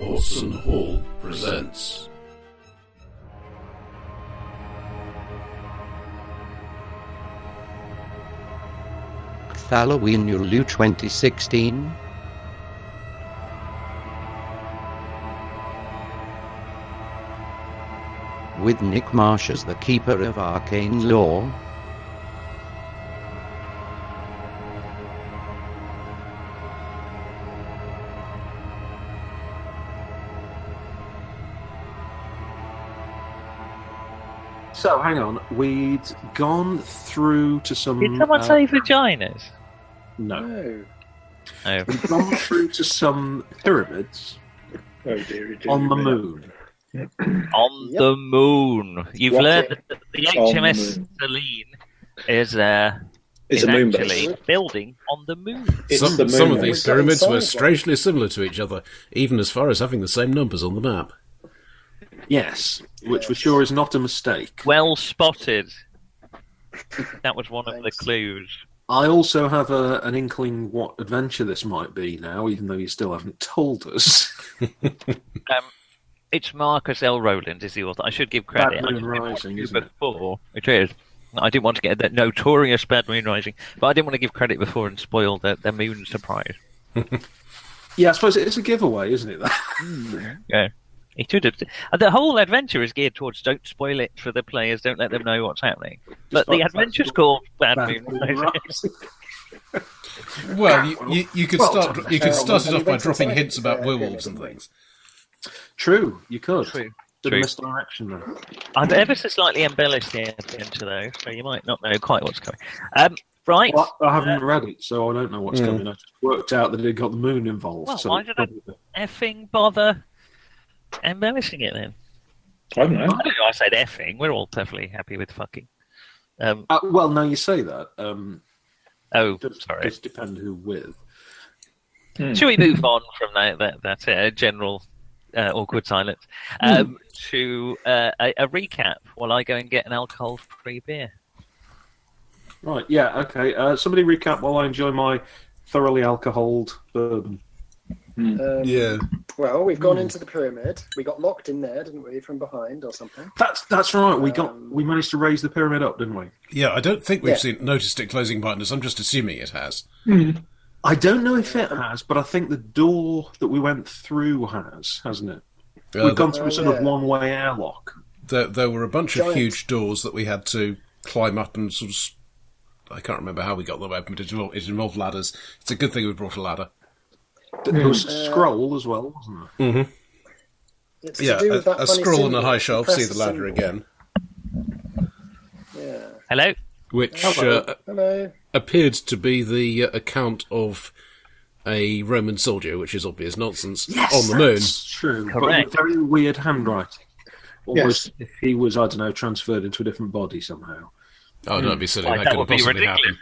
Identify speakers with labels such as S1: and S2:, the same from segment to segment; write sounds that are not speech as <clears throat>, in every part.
S1: Hobson Hall presents.
S2: Halloween Yulu 2016. With Nick Marsh as the keeper of arcane law.
S3: So hang on, we'd gone through to some.
S4: Did someone
S3: uh,
S4: say vaginas?
S3: no?
S4: Oh,
S3: We'd gone through to some
S4: <laughs>
S3: pyramids
S5: Oh dear, it
S3: on
S5: didn't
S3: the
S5: really-
S3: moon.
S4: on
S5: Yep.
S4: the moon. You've
S5: That's
S4: learned
S5: it.
S4: that the
S5: On the
S4: HMS
S5: moon.
S4: Celine is, uh,
S5: It's
S4: is
S5: a moon base.
S4: actually building on the moon.
S5: It's
S1: some
S5: the moon
S1: some of
S5: base.
S1: these pyramids were strangely similar to each other, even as far as having the same numbers on the map.
S3: Yes, which we're sure is not a mistake.
S4: Well spotted. That was one of the
S5: Thanks.
S4: clues.
S3: I also have a, an inkling what adventure this might be now, even though you still haven't <laughs> told us.
S4: Um, it's Marcus L. Rowland is the author. I should give
S3: Bad
S4: credit. I
S3: Moon
S4: didn't want
S3: Rising,
S4: to
S3: isn't it?
S4: before. It is. I didn't want to get that notorious Bad Moon Rising, but I didn't want to give credit before and spoil the, the moon surprise.
S3: Yeah, I suppose it is a giveaway, isn't it? <laughs>
S4: Yeah. He should have. The whole adventure is geared towards don't spoil it for the players, don't let them know what's happening. But
S3: like
S4: the
S3: that sort
S4: adventure's
S3: of
S4: called Bad,
S3: Bad
S4: Moon.
S3: Moon
S4: Rising. <laughs>
S3: Rising.
S6: Well, you, you, you could
S3: Well,
S6: start you could
S5: uh,
S6: start it
S5: well,
S6: off by
S5: that's
S6: dropping
S5: exciting.
S6: hints about
S5: Yeah,
S6: werewolves
S5: yeah.
S6: and things.
S3: True, you could.
S4: True.
S3: Did
S4: True.
S3: a misdirection there.
S4: I've ever so slightly embellished the adventure, though, so you might not know quite what's coming. Um, right.
S3: Well, I haven't read it, so I don't know what's coming. I just worked out that it got the moon involved.
S4: Well,
S3: so
S4: why did I- Effing bother embellishing it then.
S5: I don't know.
S4: I don't know why I said effing. We're all perfectly happy with fucking. Um,
S3: Uh, well, now you say that. Um,
S4: oh,
S3: does,
S4: sorry.
S3: does depend who with.
S4: Should we move on from that that, that uh, general uh, awkward silence um, to uh, a, a recap while I go and get an alcohol-free beer?
S3: Right, yeah, okay. Uh, somebody recap while I enjoy my thoroughly alcoholed bourbon.
S7: Um,
S6: Yeah, Hmm.
S7: Well, we've gone into the pyramid. We got locked in there, didn't we, from behind or something?
S3: That's that's right. We got
S7: Um,
S3: we managed to raise the pyramid up, didn't we?
S6: yeah. I don't think we've
S7: Yeah.
S6: seen noticed it closing partners. I'm just assuming it has.
S3: I don't know if it has, but I think the door that we went through has, hasn't it?
S6: Uh,
S3: We've gone
S6: th-
S3: through
S7: Oh,
S3: a sort of
S7: yeah.
S3: one-way airlock.
S6: there, there were a bunch of
S7: Giant.
S6: huge doors that we had to climb up and sort of. s- I can't remember how we got them open, but it involved, it involved ladders. It's a good thing we brought a ladder.
S3: Th- There was a
S7: Uh,
S3: scroll as well, wasn't there?
S7: It's to
S6: Yeah,
S7: do
S6: a,
S7: with that
S6: a
S7: funny
S6: scroll on
S7: symbol.
S6: a high shelf.
S7: Press
S6: See the ladder
S7: symbol.
S6: again,
S7: Yeah.
S4: Hello.
S1: Which uh,
S7: Hello.
S1: appeared to be the uh, account of a Roman soldier, which is obvious nonsense, on the moon.
S3: That's true. but
S4: Correct.
S3: with very weird handwriting.
S5: Yes.
S3: Almost if he was, I don't know, transferred into a different body somehow.
S1: Oh, don't be silly.
S4: Why,
S1: that,
S4: that
S1: couldn't
S4: would be
S1: possibly
S4: ridiculous.
S1: happen.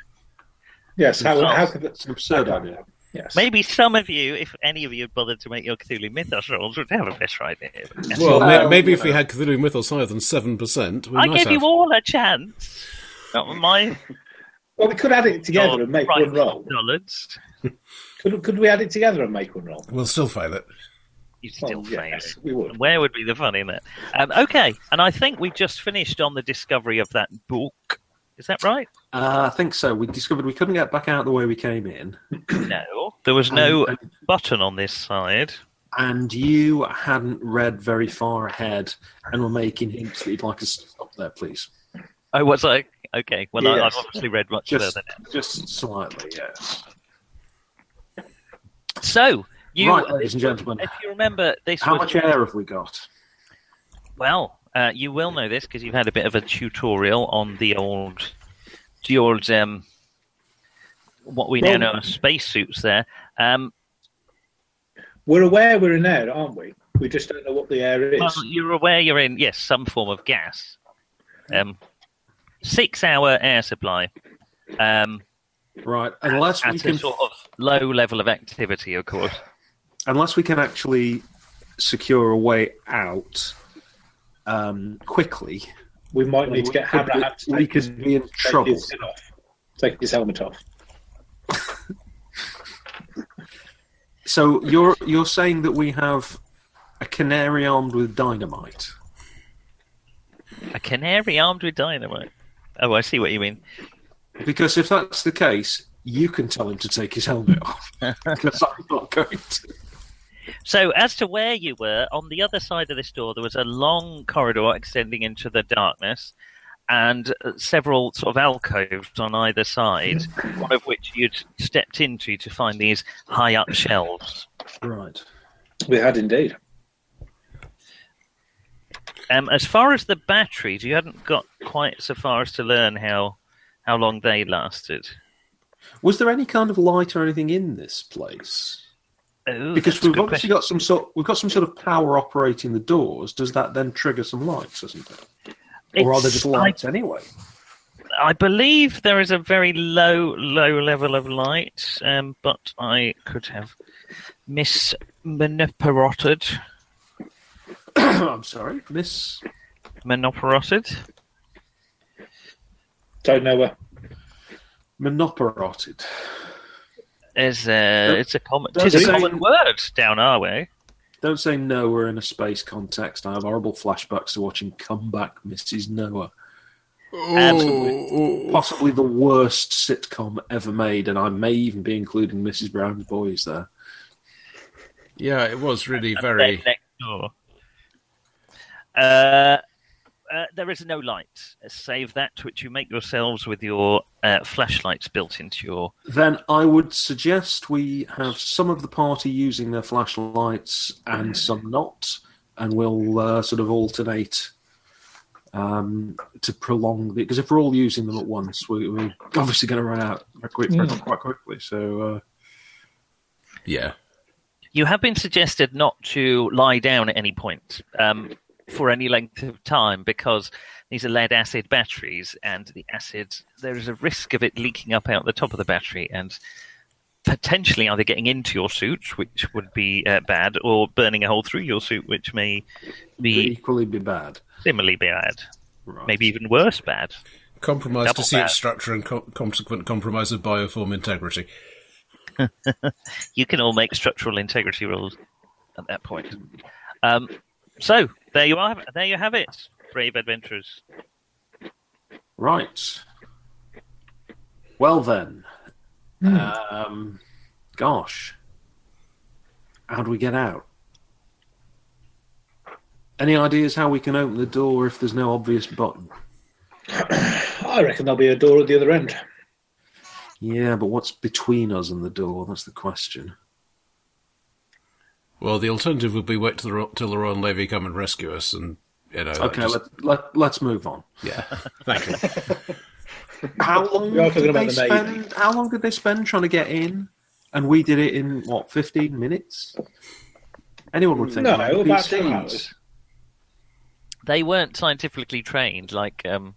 S5: Yes, how,
S4: Oh.
S5: how could that?
S3: It's an absurd idea.
S5: Yes.
S4: Maybe some of you, if any of you had bothered to make your Cthulhu Mythos rolls, would have a best right here.
S1: Well,
S7: Um,
S1: may- maybe if
S3: you
S1: we
S3: know.
S1: had Cthulhu Mythos higher than 7%, we
S4: I
S1: might
S4: gave
S1: have.
S4: you all a chance. Not with my
S5: Well, we could add it together
S4: your
S5: and make
S4: right
S5: one roll.
S4: knowledge.
S5: Could, could we add it together and make one roll?
S6: we'll still fail it.
S4: You still
S5: Well,
S4: fail.
S5: Oh, yes, we would.
S4: Where would be the fun in that? Um, okay, and I think we just finished on the discovery of that book. Is that right?
S3: Uh, I think so. We discovered we couldn't get back out the way we came in,
S4: No, there was no
S3: And-
S4: button on this side.
S3: and you hadn't read very far ahead, and were making hints that you'd like us to stop there, please.
S4: I Oh, was like, okay, well, I, I've
S5: Yes.
S4: obviously read much
S3: Just,
S4: further.
S3: just slightly, yes.
S4: Now. So you, uh,
S3: right, ladies and gentlemen,
S4: if you remember, this
S3: how
S4: was
S3: much air have we got?
S4: Well, uh, you will know this because you've had a bit of a tutorial on the old, the old, um, what we now
S5: Well-
S4: know as spacesuits. There, um,
S5: We're aware we're in air, aren't we? We just don't know what the air is.
S4: well, you're aware you're in yes some form of gas. Um, six-hour air supply. Um,
S3: Right, unless we
S4: at a
S3: can,
S4: sort of low level of activity, of course.
S3: unless we can actually secure a way out um, quickly,
S5: we might need to get
S3: could
S5: Hammer
S3: be-
S5: have to
S3: we
S5: take his,
S3: could be in
S5: take
S3: trouble.
S5: his skin off. Take his helmet off.
S3: So you're you're saying that we have A canary armed with dynamite.
S4: A canary armed with dynamite. Oh, I see what you mean.
S3: Because if that's the case, you can tell him to take his helmet off. <laughs> Because I'm not going to.
S4: So, as to where you were, on the other side of this door, there was a long corridor extending into the darkness and uh, several sort of alcoves on either side, one of which you'd stepped into to find these high up shelves.
S3: Right.
S5: We had indeed.
S4: Um, as far as the batteries, you hadn't got quite so far as to learn how, how long they lasted.
S3: Was there any kind of light or anything in this place?
S4: Oh,
S3: Because
S4: that's a
S3: we've
S4: good
S3: obviously
S4: question.
S3: got some sort. We've got some sort of power operating the doors. Does that then trigger some lights or something? Or are there
S4: It's-
S3: just
S4: I
S3: lights anyway? <clears throat>
S4: I believe there is a very low, low level of light, um, but I could have mismanoperotted.
S3: I'm sorry, Miss.
S4: Monoperotted?
S5: Don't know uh, where.
S3: Monoperotted.
S4: Is uh, it's a common,
S3: Don't
S4: tis a
S3: say-
S4: common word down our way.
S3: Don't say no. We're in a space context. I have horrible flashbacks to watching Comeback Mrs. Noah.
S4: Absolutely.
S3: Possibly the worst sitcom ever made, and I may even be including Mrs. Brown's Boys there.
S1: Yeah, it was really
S4: And
S1: very.
S4: then next door. Uh, uh, there is no light, save that which you make yourselves with your uh, flashlights built into your.
S3: Then I would suggest we have some of the party using their flashlights and some not, and we'll uh, sort of alternate um, to prolong the. Because if we're all using them at once, we, we're obviously going to run out very quick, very quite quickly. So uh,
S1: Yeah.
S4: You have been suggested not to lie down at any point um, for any length of time because these are lead acid batteries, and the acid there is a risk of it leaking up out the top of the battery and potentially either getting into your suit, which would be uh, bad, or burning a hole through your suit, which may be
S3: equally be bad.
S4: similarly bad,
S3: Right.
S4: maybe even worse bad.
S6: Compromise
S4: Double
S6: to see
S4: bad.
S6: its structure and co- consequent compromise of bioform integrity.
S4: You can all make structural integrity rules at that point. Um, so there you are. There you have it, brave adventurers.
S3: Right. Well then, um, gosh, how do we get out? Any ideas how we can open the door if there's no obvious button?
S5: I reckon there'll be a door at the other end.
S3: Yeah, but what's between us and the door? That's the question.
S1: Well, the alternative would be wait till the, Ro- till the Royal Navy come and rescue us, and you know. that
S3: Okay,
S1: just-
S3: let, let, let's move on.
S1: yeah. Thank you.
S3: How long
S5: We are talking
S3: did
S5: about
S3: they
S5: the Navy.
S3: spend? How long did they spend trying to get in? And we did it in what fifteen minutes? Anyone would think
S5: No,
S3: we're
S5: about two
S3: NPCs.
S5: hours.
S4: they weren't scientifically trained like um,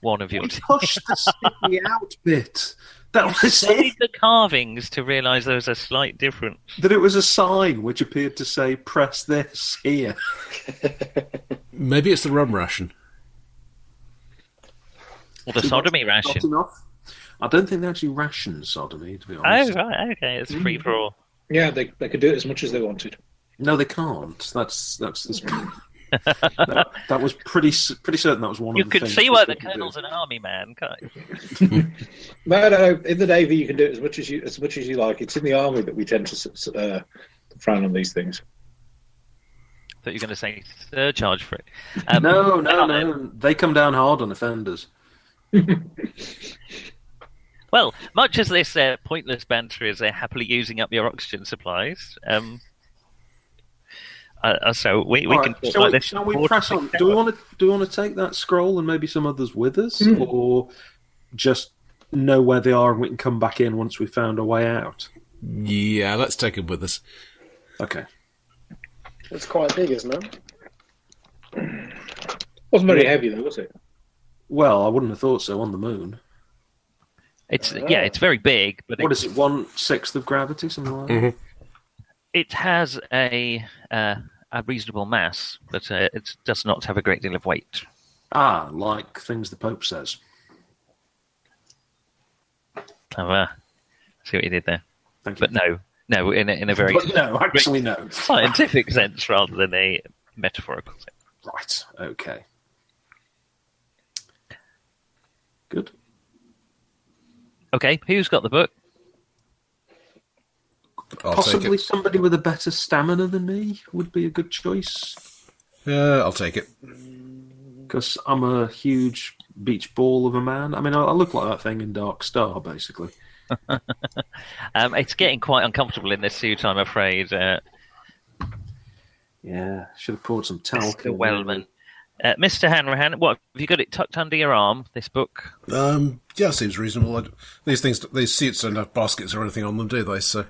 S4: one of your
S3: We <laughs>
S4: team.
S3: pushed the sticky out bit. That was
S4: They
S3: it.
S4: did the carvings to realise there was a slight difference.
S3: That it was a sign which appeared to say, press this here.
S1: Maybe it's the rum ration.
S4: Or the sodomy
S3: Not
S4: ration.
S3: enough. I don't think they actually rationed sodomy, to be
S4: Oh
S3: honest.
S4: right, okay, it's free for all.
S5: <laughs> Yeah, they, they could do it as much as they wanted.
S3: No, they can't. That's that's
S4: <laughs>
S3: this. that, that was pretty s- pretty certain that was one
S4: You
S3: of the
S4: can
S3: things
S4: see
S3: they
S4: why the
S3: couldn't do.
S4: colonel's an army man. can't you?
S5: No, no, no. uh, In the navy, you can do it as much as you as much as you like. It's in the army that we tend to s- s- uh, frown on these things.
S4: Thought you were going to say surcharge for it. Um,
S3: No, no,
S4: um,
S3: no. They come down hard on offenders.
S4: Well, much as this uh, pointless banter is, they're happily using up your oxygen supplies. Um, uh, uh, so we, we
S3: All
S4: can
S3: right,
S4: talk
S3: shall,
S4: like
S3: we,
S4: this.
S3: shall we
S4: for
S3: press
S4: six
S3: on? Do we
S4: hours.
S3: want to do we want to take that scroll and maybe some others with us,
S4: Hmm.
S3: or just know where they are and we can come back in once we've found a way out?
S1: Yeah, let's take him with us.
S3: Okay.
S7: It's quite big, isn't it?
S5: wasn't very heavy though, was it?
S3: Well, I wouldn't have thought so on the moon.
S4: It's yeah, it's very big, but Mm-hmm.
S3: What
S4: it,
S3: is it? One sixth of gravity, something like that.
S4: it has a uh, a reasonable mass, but uh, it does not have a great deal of weight.
S3: Ah, like things the Pope says.
S4: Oh, uh, see what you did there,
S3: Thank you.
S4: but no, No, in a, in a <laughs> very
S3: But no, actually, no.
S4: scientific sense rather than a metaphorical sense.
S3: Right. Okay. Good.
S4: Okay, who's got the book?
S6: I'll
S3: Possibly
S6: take
S3: somebody with a better stamina than me would be a good choice
S6: it. Uh, I'll take it.
S3: because I'm a huge beach ball of a man. I mean, I, I look like that thing in Dark Star, basically.
S4: Um, it's getting quite uncomfortable in this suit, I'm afraid, uh,
S3: Yeah, should have poured some talc.
S4: Mr.
S3: in.
S4: Wellman. Uh, Mr. Hanrahan, what have you got it tucked under your arm? This book?
S6: Um, yeah, seems reasonable. I d these things, these suits don't have baskets or anything on them, do they? So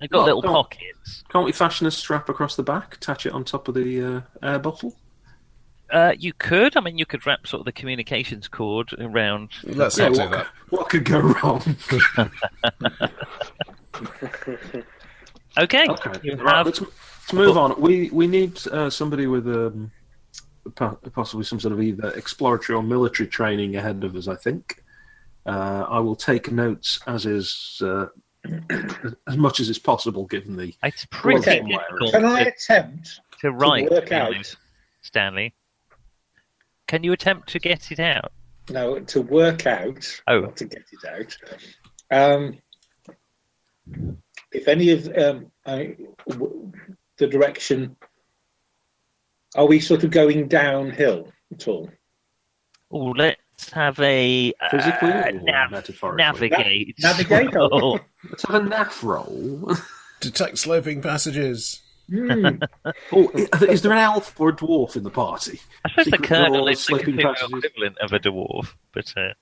S4: They've got
S3: Oh,
S4: little
S3: don't-
S4: pockets.
S3: Can't we fashion a strap across the back, attach it on top of the uh, air bottle?
S4: Uh, you could. I mean, you could wrap sort of the communications cord around.
S6: let's
S3: Yeah,
S6: not
S3: what,
S6: do that.
S3: what could go wrong? okay,
S4: Okay. <laughs> You
S3: right,
S4: have
S3: let's, let's move on. We we need uh, somebody with um, po- possibly some sort of either exploratory or military training ahead of us. I think. Uh, I will take notes as is uh, <clears throat> as much as is possible, given the
S4: It's pretty
S5: Okay.
S4: difficult
S5: Can I
S4: to,
S5: attempt?
S4: to write,
S5: work
S4: to be
S5: out?
S4: honest, Stanley. Can you attempt to get it out?
S5: No, to work out.
S4: Oh.
S5: not to get it out. Um, if any of um, I, w- the direction, are we sort of going downhill at all?
S4: Oh, let's have a uh,
S3: Physically or
S4: nav-
S3: metaphorically?
S4: navigate.
S5: Na- navigate?
S4: roll.
S3: let's have a naff roll. <laughs>
S6: Detect sloping passages.
S5: Hmm.
S3: oh, i- is there an elf or a dwarf in the party?
S4: <laughs> I suppose the
S3: Secret
S4: colonel
S3: roll,
S4: is the
S3: slipping
S4: Cthulhu
S3: passages.
S4: equivalent of a dwarf, but uh,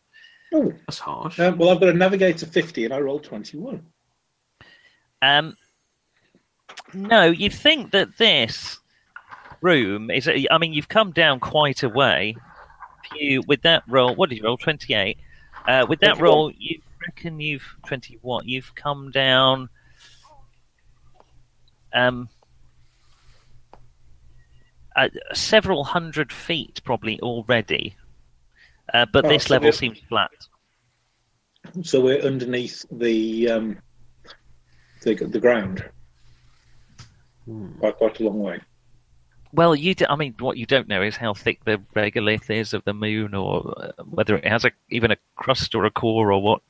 S5: Oh,
S3: That's harsh.
S5: um, well, I've got a navigator 50 and I rolled 21.
S4: Um, no, you think that this room is. I mean, you've come down quite a way. If You with that roll. What did you roll? Twenty-eight. Uh, with that
S5: 21.
S4: roll, you reckon you've twenty-one. You've come down. Um. Uh, several hundred feet, probably already, uh, but
S5: Oh,
S4: this
S5: so
S4: level
S5: we're-
S4: seems flat.
S5: So we're underneath the um, the, the ground
S3: Hmm.
S5: by quite a long way.
S4: Well, you. Do, I mean, what you don't know is how thick the regolith is of the moon, or uh, whether it has a, even a crust or a core or what.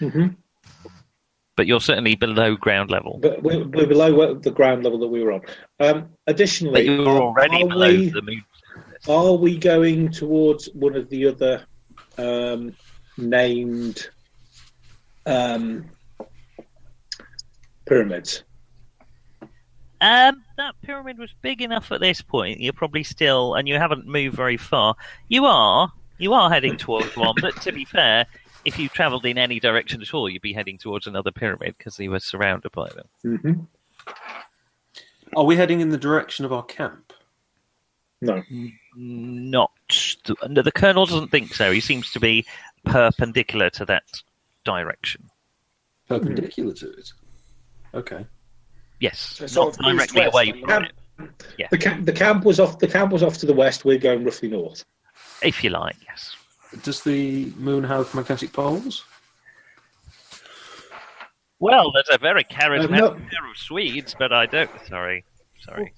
S5: hmm
S4: But you're certainly below ground level.
S5: But we're, we're below what- the ground level that we were on. Um,
S4: But
S5: additionally,
S4: you're already
S5: are
S4: below
S5: we-
S4: the moon.
S5: Are we going towards one of the other um, named um, pyramids?
S4: Um, that pyramid was big enough at this point. You're probably still, and you haven't moved very far. You are, you are heading towards one. But to be fair, if you travelled in any direction at all, you'd be heading towards another pyramid because you were surrounded by them.
S5: Mm-hmm.
S3: Are we heading in the direction of our camp?
S5: No.
S4: Not the, no, the colonel doesn't think so. He seems to be perpendicular to that direction.
S3: Perpendicular to it. Okay.
S4: Yes,
S7: So it's
S4: not
S7: sort of
S4: directly
S7: east-west,
S4: away
S7: isn't it?
S4: from it,
S5: The camp, the camp was off. The camp was off to the west. We're going roughly north.
S4: if you like. Yes,
S3: Does the moon have magnetic poles?
S4: well, there's a very charismatic
S5: Uh, no.
S4: pair of Swedes, but I don't. Sorry, sorry.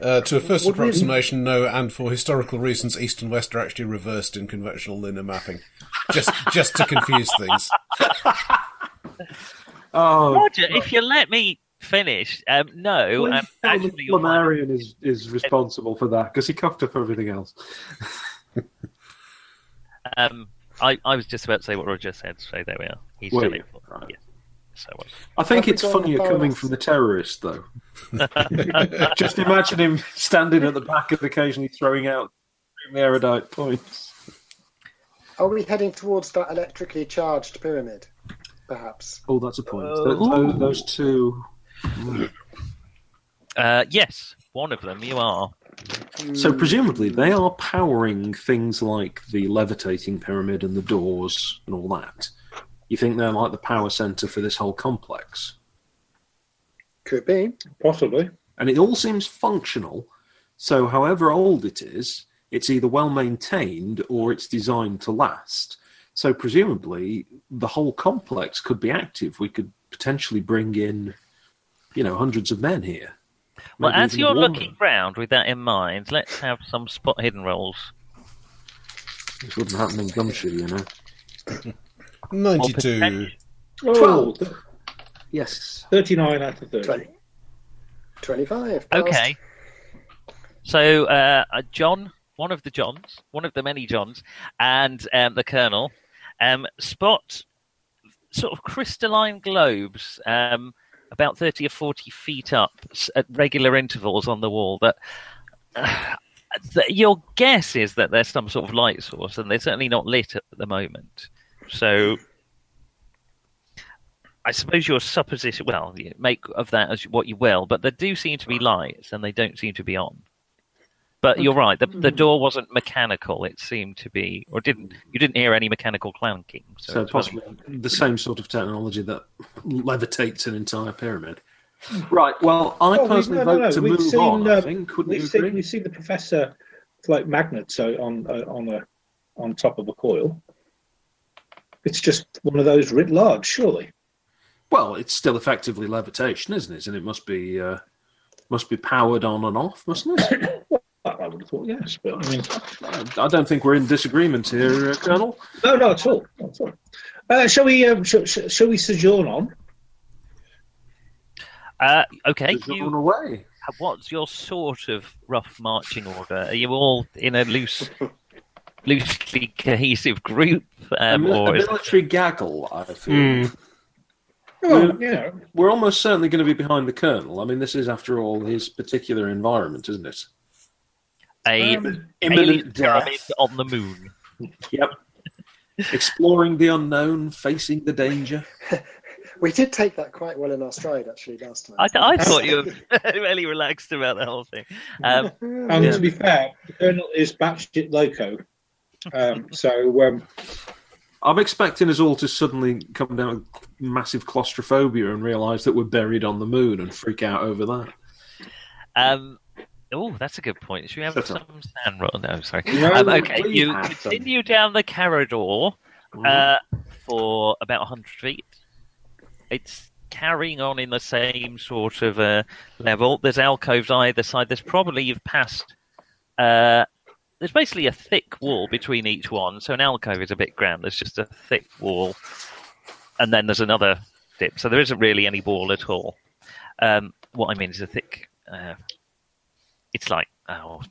S6: Uh, to a first approximation, no, and for historical reasons, east and west are actually reversed in conventional linear mapping, just just to confuse things.
S3: Oh,
S4: Roger, if you let me finish, um, no, um, actually,
S3: actually,
S4: you're right.
S3: Lamarian is, is responsible for that because he coughed up everything else.
S4: um, I, I was just about to say what Roger said, so there we are. He's
S3: Were
S4: done
S3: you?
S4: it.
S3: Right.
S4: Yeah. So what?
S3: I think
S7: Have we
S3: it's
S7: gone
S3: funnier
S7: far
S3: coming
S7: enough?
S3: from the terrorist, though.
S4: <laughs>
S3: Just imagine him standing at the back and occasionally throwing out erudite points.
S7: Are we heading towards that electrically charged pyramid? Perhaps.
S3: Oh, that's a point.
S4: Oh.
S3: Those- those, those two.
S4: Uh, yes, one of them. You are.
S3: So presumably they are powering things like the levitating pyramid and the doors and all that. You think they're like the power center for this whole complex?
S7: Could be.
S5: Possibly.
S3: and it all seems functional. So, however old it is, it's either well maintained or it's designed to last. So, presumably, the whole complex could be active. We could potentially bring in, you know, hundreds of men here.
S4: Well,
S3: Maybe
S4: as
S3: even
S4: you're
S3: more.
S4: looking round with that in mind, let's have some spot hidden rolls.
S3: This wouldn't happen in Gumshoe, you know.
S6: 92.
S4: potential.
S5: Oh,
S7: Twelve.
S5: th-
S3: Yes.
S5: 39 out of 30.
S7: 20, 25. passed.
S4: Okay. So, uh, uh, John, one of the Johns, one of the many Johns, and um, the Colonel um, spot sort of crystalline globes um, about 30 or 40 feet up s- at regular intervals on the wall that. that your guess is that there's some sort of light source, and they're certainly not lit at the moment. So, I suppose your supposition. Well, you make of that as what you will, but there do seem to be lights, and they don't seem to be on. But you're right. The,
S3: Mm-hmm.
S4: the door wasn't mechanical. It seemed to be, or didn't you didn't hear any mechanical clanking. So,
S3: So
S4: it's whether-
S3: possibly the same sort of technology that levitates an entire pyramid. Right. Well, I
S5: Well, we-
S3: personally
S5: no, no,
S3: vote
S5: no,
S3: to
S5: we've
S3: move
S5: seen,
S3: on.
S5: uh,
S3: I think. Wouldn't
S5: We've
S3: you
S5: seen,
S3: agree?
S5: we've seen the professor float magnets so on uh, on a on top of a coil. It's just one of those writ large, surely.
S3: Well, it's still effectively levitation, isn't it? And it must be uh, must be powered on and off, mustn't it?
S5: I I would have thought yes, but I mean,
S3: I I don't think we're in disagreement here, uh, Colonel.
S5: no, no, at all, not at all. Uh, shall we? Um, sh- sh- shall we sojourn on?
S4: uh, okay.
S3: There's
S4: You,
S3: none away.
S4: what's your sort of rough marching order? Are you all in
S3: <laughs>
S4: a loose, loosely cohesive group,
S3: A,
S4: um,
S3: mil- a
S4: or is
S3: military gaggle. I feel
S5: Hmm. Well,
S3: Mm.
S5: you know, um,
S3: we're almost certainly going to be behind the Colonel. I mean, this is, after all, his particular environment, isn't it?
S4: a
S5: um,
S4: alien
S3: Imminent
S4: pyramid
S3: death.
S4: on the moon?
S3: Yep. Exploring the unknown, facing the danger.
S7: We did take that quite well in our stride, actually, last time.
S4: I, I thought you were <laughs> really relaxed about the whole thing. Um,
S5: and to be fair, the Colonel is batshit loco. Um, so um,
S3: I'm expecting us all to suddenly come down with massive claustrophobia and realise that we're buried on the moon and freak out over that.
S4: um, oh, that's a good point. Should we have
S3: Shut
S4: some
S3: up.
S4: sand roll? No, sorry.
S5: No,
S4: Um,
S5: no,
S4: okay,
S3: please
S4: you
S3: have some.
S4: continue down the corridor uh, for about 100 feet. It's carrying on in the same sort of uh, level. There's alcoves either side. There's probably you've passed. Uh, there's basically a thick wall between each one, so an alcove is a bit grand. There's just a thick wall, and then there's another dip. So there isn't really any wall at all. Um, what I mean is a thick. Uh, it's like oh,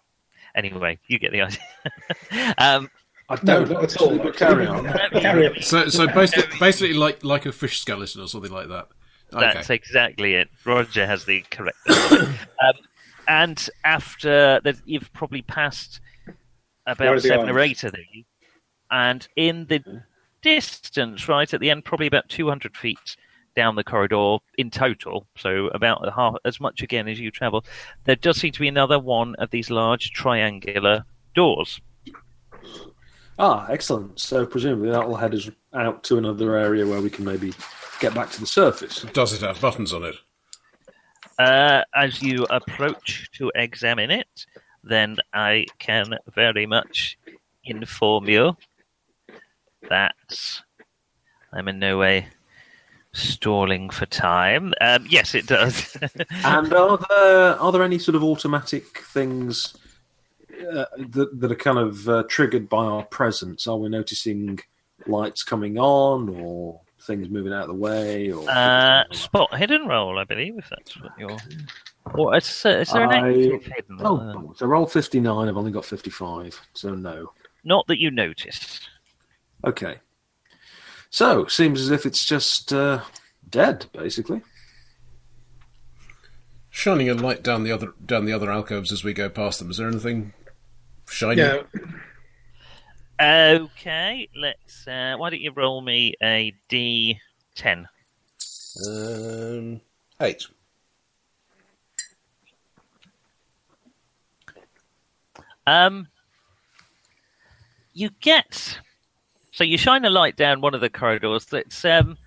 S4: anyway, you get the idea. <laughs> um,
S3: I
S5: no,
S3: don't
S5: not at all.
S3: actually, but carry on.
S5: <laughs> Carry on.
S1: So, so basically, basically like like a fish skeleton or something like that. Okay.
S4: That's exactly it. Roger has the correct. um, and after that, you've probably passed
S5: Where
S4: about
S5: are the
S4: seven or
S5: arms?
S4: eight of these, and in the distance, right at the end, probably about two hundred feet down the corridor in total, so about a half as much again as you travel. There does seem to be another one of these large triangular doors.
S3: Ah, excellent. So presumably that will head us out to another area where we can maybe get back to the surface.
S6: Does it have buttons on it?
S4: Uh, as you approach to examine it, then I can very much inform you that I'm in no way stalling for time. Um, yes, it does. <laughs>
S3: And are there are there any sort of automatic things uh, that that are kind of uh, triggered by our presence? Are we noticing lights coming on or things moving out of the way? Or
S4: uh, spot hidden roll, I believe, if that's what you're. Or is, is there an
S3: I-
S4: active hidden?
S3: oh,
S4: Uh,
S3: bollocks. I roll fifty nine. I've only got fifty five, so no.
S4: not that you notice.
S3: Okay. So seems as if it's just uh, dead, basically.
S6: Shining a light down the other down the other alcoves as we go past them. Is there anything shiny?
S5: Yeah,
S4: Okay, let's. Uh, why don't you roll me a d10?
S6: Um, eight.
S4: Um, you get so you shine a light down one of the corridors that's um,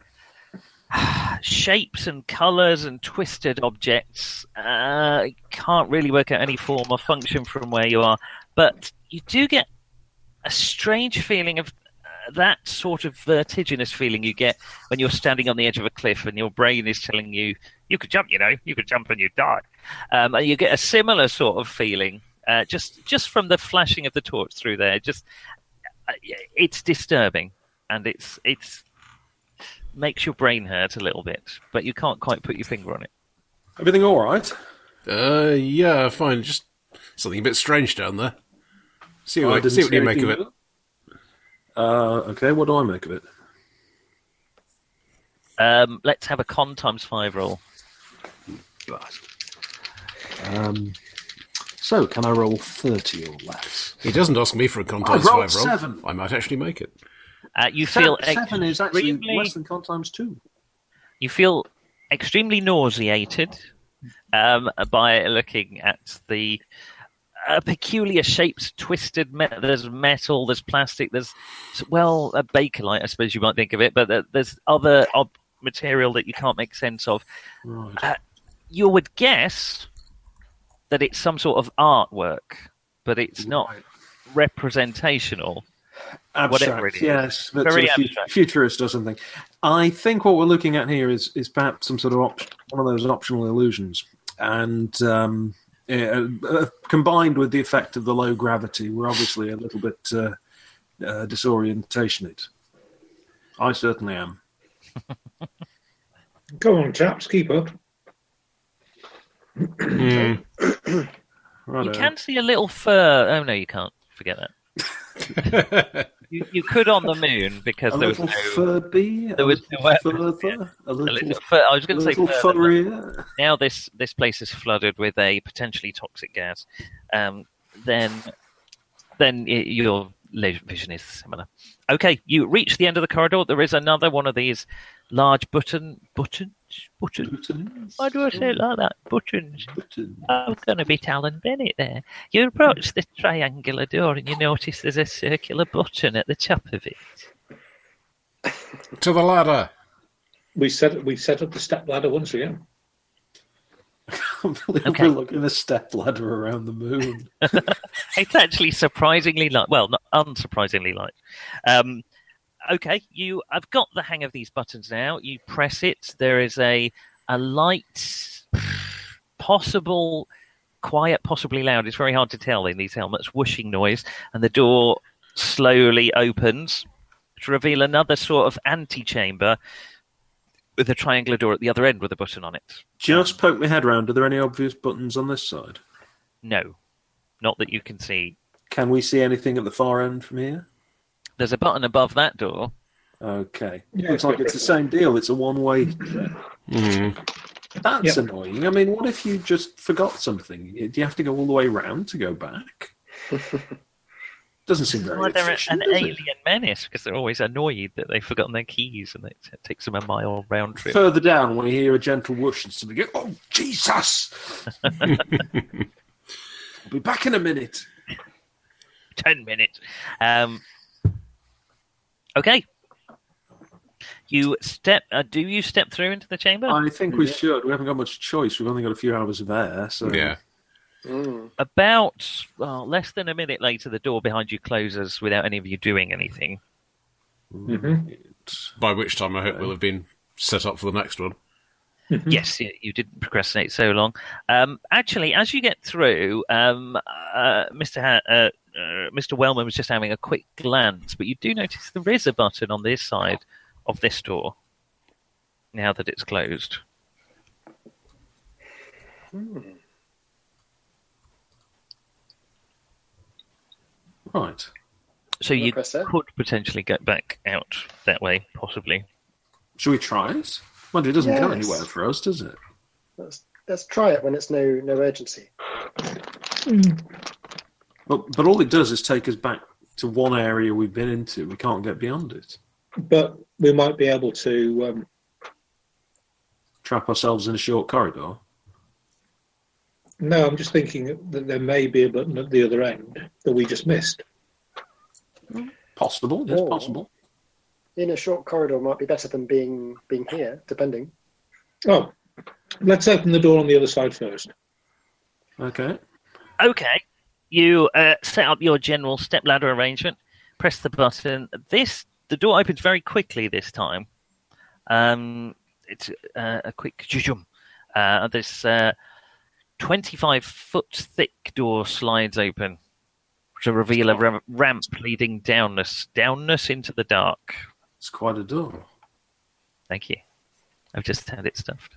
S4: <sighs> shapes and colours and twisted objects. Uh, you can't really work out any form or function from where you are, but you do get a strange feeling of that sort of vertiginous feeling you get when you're standing on the edge of a cliff and your brain is telling you you could jump, you know, you could jump and you die, um, and you get a similar sort of feeling uh, just just from the flashing of the torch through there. Just uh, it's disturbing, and it's it's makes your brain hurt a little bit, but you can't quite put your finger on it.
S3: Everything all right?
S1: Uh, yeah, fine. Just something a bit strange down there. See
S3: I
S1: what,
S3: didn't
S1: see what
S3: see
S1: you make of it.
S3: anything. Uh, okay, what do I make of it?
S4: Um, let's have a con times five roll.
S3: Um, so, can I roll 30 or less?
S1: He doesn't ask me for a con times
S3: rolled
S1: five roll.
S3: seven.
S1: I might actually make it.
S4: Uh, you feel
S3: seven, seven is actually
S4: extremely-
S3: less than con times two.
S4: You feel extremely nauseated um, by looking at the uh, peculiar shapes, twisted. Me- there's metal, there's plastic, there's well, a bakelite, I suppose you might think of it, but there- there's other ob- material that you can't make sense of.
S3: Right.
S4: You would guess that it's some sort of artwork, but it's not
S3: Right.
S4: representational.
S3: Abstract,
S4: whatever it is.
S3: yes, but
S4: Very
S3: sort of fu-
S4: abstract.
S3: futurist or something. I think what we're looking at here is is perhaps some sort of op- one of those optional illusions, and um, eh, uh, combined with the effect of the low gravity, we're obviously a little bit uh, uh, disorientated. I certainly am.
S5: Go on, chaps, keep up.
S3: Right,
S4: You can see a little fur. Oh no, you can't. Forget that.
S3: <laughs>
S4: you, you could on the moon because
S3: a
S4: there was
S3: little
S4: no.
S3: fur bee,
S4: there was
S3: a
S4: no-
S3: little further, a
S4: a
S3: little,
S4: little fur- I was
S3: a
S4: going to say
S3: little
S4: fur, but
S3: furrier.
S4: now this this place is flooded with a potentially toxic gas. Um, then then y your le- vision is similar. Okay, you reach the end of the corridor. There is another one of these large button buttons buttons.
S3: Buttons,
S4: Why do I say it like that? Buttons.
S3: buttons.
S4: I'm going to be Alan Bennett there. You approach the triangular door and you notice there's a circular button at the top of it.
S6: To the ladder.
S5: We set we set up the step ladder once again.
S3: I <laughs> can't believe
S4: Okay.
S3: we're looking a step ladder around the moon.
S4: It's actually surprisingly light. Well, not unsurprisingly light. Um, okay, you. I've got the hang of these buttons now. You press it. There is a a light, possible quiet, possibly loud. It's very hard to tell in these helmets. Whooshing noise, and the door slowly opens to reveal another sort of antechamber with a triangular door at the other end with a button on it.
S3: Just poke my head round. Are there any obvious buttons on this side?
S4: No, not that you can see.
S3: Can we see anything at the far end from here?
S4: There's a button above that door.
S3: Okay.
S5: Yeah,
S3: Looks
S5: it's
S3: like
S5: got
S3: it's the
S5: red
S3: same deal. It's a one way. Hmm. That's
S5: Yep.
S3: annoying. I mean, what if you just forgot something? Do you have to go all the way round to go <laughs> back? Doesn't seem very
S4: Well, they're
S3: efficient,
S4: an
S3: does it?
S4: alien menace because they're always annoyed that they've forgotten their keys and it takes them a mile
S3: <laughs>
S4: round trip.
S3: Further down, we hear a gentle whoosh and somebody go, Oh, Jesus! I'll be back in a minute.
S4: Ten minutes. Um, okay. You step. Uh, do you step through into the chamber?
S3: I think we should. We haven't got much choice. We've only got a few hours of air. So
S1: Yeah.
S7: Hmm.
S4: About well, less than a minute later, the door behind you closes without any of you doing anything.
S1: By which time I hope we'll have been set up for the next one.
S4: Yes, you, you didn't procrastinate so long. Um, actually, as you get through, um, uh, Mr. Ha- uh, uh, Mr. Wellman was just having a quick glance, but you do notice there is a button on this side of this door now that it's closed.
S3: Right.
S4: So you
S7: press it?
S4: could potentially go back out that way, possibly.
S3: Should we try it? Well, it doesn't go
S7: Yes.
S3: anywhere for us, does it?
S7: Let's let's try it when it's no no urgency.
S3: But, but all it does is take us back to one area we've been into. We can't get beyond it.
S5: But we might be able to um,
S3: Trap ourselves in a short corridor.
S5: No, I'm just thinking that there may be a button at the other end that we just missed.
S3: Possible. Yes,
S7: Oh.
S3: possible.
S7: In a short corridor might be better than being being here, depending.
S5: Oh, let's open the door on the other side first.
S3: Okay.
S4: Okay. You uh, set up your general step ladder arrangement, press the button. This The door opens very quickly this time. Um, it's uh, a quick jujum. Uh, this uh, 25 foot thick door slides open to reveal a ra- ramp leading downness, downness into the dark.
S3: It's quite a door.
S4: Thank you. I've just had it stuffed.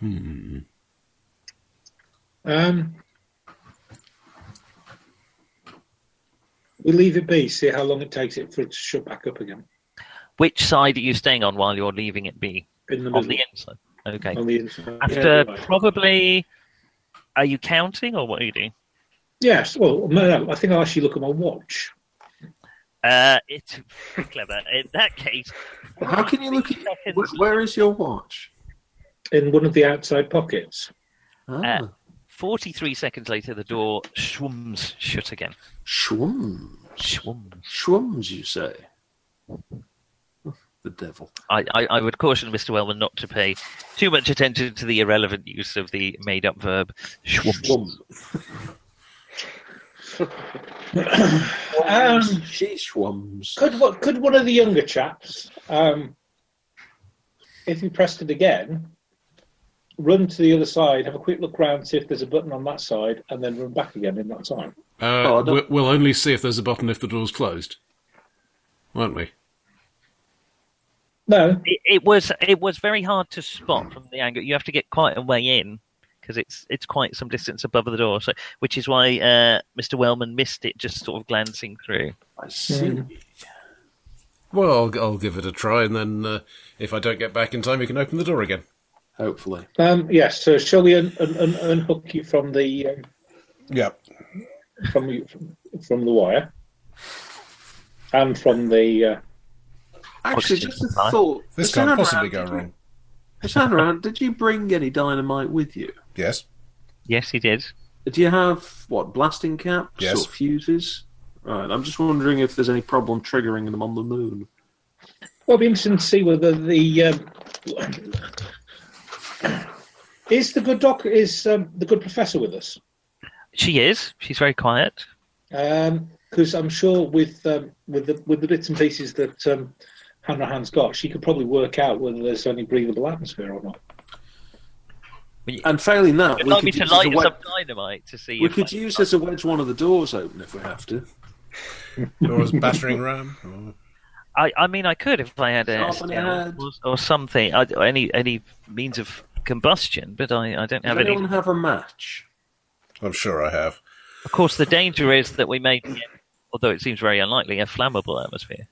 S6: Hmm.
S5: Um, we leave it be, see how long it takes it for it to shut back up again.
S4: Which side are you staying on while you're leaving it be?
S5: In the middle,
S4: On the inside. Okay.
S5: on the inside.
S4: After
S5: Yeah, right.
S4: probably. Are you counting or what are you doing?
S5: Yes, well, no, no, I think I'll actually look at my watch.
S4: Uh, it's clever. In that case,
S3: How can you look at
S4: Seconds.
S3: wh- Where is your watch?
S5: in one of the outside pockets.
S3: Ah,
S4: Uh, 43 seconds later, the door swooms shut again.
S3: Schwum.
S4: Swooms.
S3: Schwums, you say? The devil.
S4: I, I, I would caution Mr. Wellman not to pay too much attention to the irrelevant use of the made up verb swooms.
S3: Schwum.
S5: Um,
S3: she schwums.
S5: could one- could one of the younger chaps, um, if he pressed it again, run to the other side, have a quick look round, see if there's a button on that side, and then run back again in that time?
S1: Uh,
S3: Oh, I don't-
S1: we- we'll only see if there's a button if the door's closed, won't we?
S5: No,
S4: It, it was it was very hard to spot from the angle. You have to get quite a way in because it's it's quite some distance above the door, so which is why uh, Mr. Wellman missed it just sort of glancing through.
S3: I see.
S5: Mm.
S1: Well, I'll, I'll give it a try, and then uh, if I don't get back in time, you can open the door again.
S3: Hopefully.
S5: um, yes. So shall we un- un- un- unhook you from the um,
S6: Yeah.
S5: from you- from the wire and from the uh,
S3: Actually,
S4: Oxygen
S3: just a
S4: supply.
S3: thought.
S6: This
S3: Miss
S6: can't
S3: Hanrahan,
S6: possibly go
S3: did you-
S6: wrong.
S3: Miss Hanrahan, did you bring any dynamite with you?
S6: Yes.
S4: Yes, he did.
S3: Do you have what blasting caps
S6: Yes.
S3: or fuses? Right, I'm just wondering if there's any problem triggering them on the moon.
S5: Well, it'll be interesting to see whether the um, is the good doc is um, the good professor with us
S4: She is. She's very quiet.
S5: because Um, I'm sure with um, with the with the bits and pieces that um, Hanrahan's got, she could probably work out whether there's any breathable atmosphere or not.
S3: And failing that,
S4: Would
S3: we
S4: like
S3: could,
S4: me to
S3: use, as a
S4: light
S3: wedge,
S4: some dynamite to see.
S3: we
S4: if
S3: could
S4: I-
S3: use as a wedge one of the doors open if we have to.
S6: Or <laughs> as battering ram. or-
S4: I, I mean, I could if I had a
S3: Sharpen it
S4: steel
S3: hard.
S4: or, or something, I, or any any means of combustion. But I, I don't
S3: Does
S4: have
S3: anyone
S4: any.
S3: have a match?
S6: I'm sure I have.
S4: Of course, the danger is that we may, be in, although it seems very unlikely, a flammable atmosphere.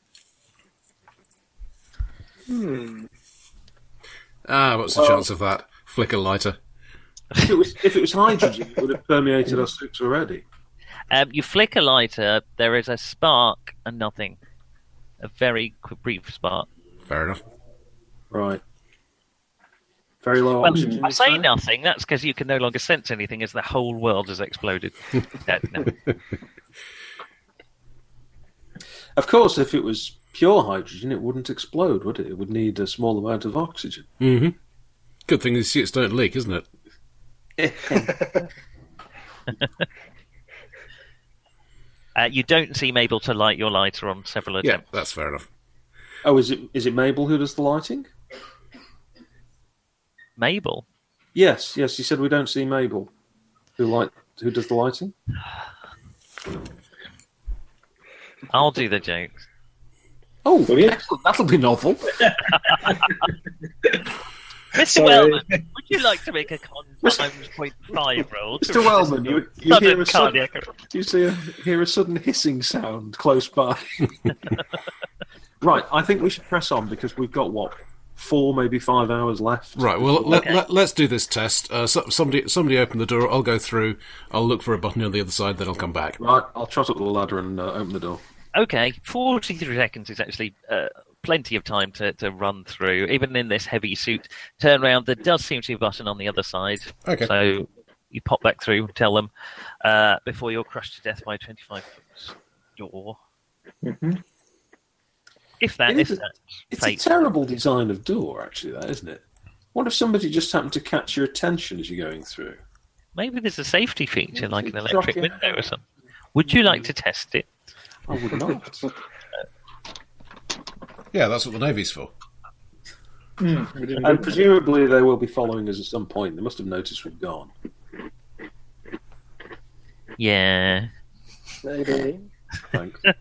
S1: Ah, what's the chance of that? Flicker lighter.
S3: if, it was, if it was hydrogen, it would have permeated our six already.
S4: Um, you flick a lighter, there is a spark and nothing. A very qu- brief spark.
S1: Fair enough.
S3: Right. Very low
S4: Well,
S3: oxygen.
S4: I
S3: is
S4: say
S3: there?
S4: nothing. That's because you can no longer sense anything, as the whole world has <laughs> exploded. Uh, no.
S3: Of course, if it was pure hydrogen, it wouldn't explode, would it? It would need a small amount of oxygen.
S1: hmm Good thing these suits don't leak, isn't it?
S4: Uh, you don't seem able to light your lighter on several
S1: Yeah,
S4: attempts.
S1: that's fair enough.
S3: Oh, is it is it Mabel who does the lighting?
S4: Mabel.
S3: Yes, yes. You said we don't see Mabel, who light who does the lighting.
S4: I'll do
S3: <laughs>
S4: the jokes.
S3: Oh,
S5: Will you?
S3: excellent. That'll be novel.
S4: Mr.
S5: Sorry.
S4: Wellman, would you like to make a con times point five roll? to
S3: Mr. Wellman, you, you
S4: sudden
S3: hear a sudden,
S4: cardiac arrest?
S3: you see a, hear a sudden hissing sound close <laughs> by. right, I think we should press on because we've got what four, maybe five hours left.
S1: Right. Well, let, let, us do this test. Uh, so, somebody, somebody, open the door. I'll go through. I'll look for a button on the other side. Then I'll come back.
S3: Right, I'll trot up the ladder and uh, open the door.
S4: Okay, 43 seconds is actually uh, plenty of time to, to run through, even in this heavy suit. Turn around, there does seem to be a button on the other side.
S6: Okay.
S4: So you pop back through, tell them, uh, before you're crushed to death by a 25 foot door. If that
S3: Mm-hmm. It
S4: is
S3: is a-
S4: that
S3: It's a
S4: fate.
S3: terrible design of door, actually, that isn't it? What if somebody just happened to catch your attention as you're going through?
S4: Maybe there's a safety feature like an
S3: It's
S4: electric
S3: shocking.
S4: window or something. Would you like to test it?
S3: I would <laughs> not.
S6: Yeah, that's what the Navy's for.
S5: We didn't
S3: and
S5: do-
S3: presumably they will be following us at some point. They must have noticed we've gone.
S4: Yeah.
S7: Maybe.
S3: Thanks. <laughs>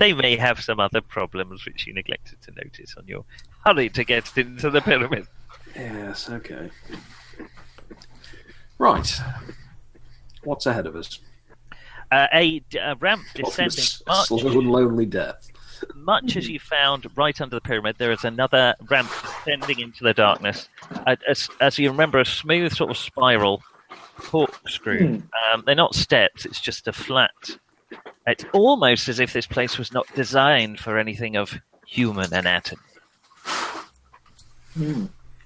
S4: They may have some other problems which you neglected to notice on your hurry to get into the pyramid.
S3: yes, okay. Right. What's ahead of us?
S4: Uh, a, d- a ramp
S3: Apart from a
S4: descending
S3: s-
S4: much,
S3: slow and lonely death.
S4: much as you found right under the pyramid, there is another ramp descending into the darkness. Uh, as, as you remember, a smooth sort of spiral corkscrew. Um, they're not steps; it's just a flat. It's almost as if this place was not designed for anything of human anatomy.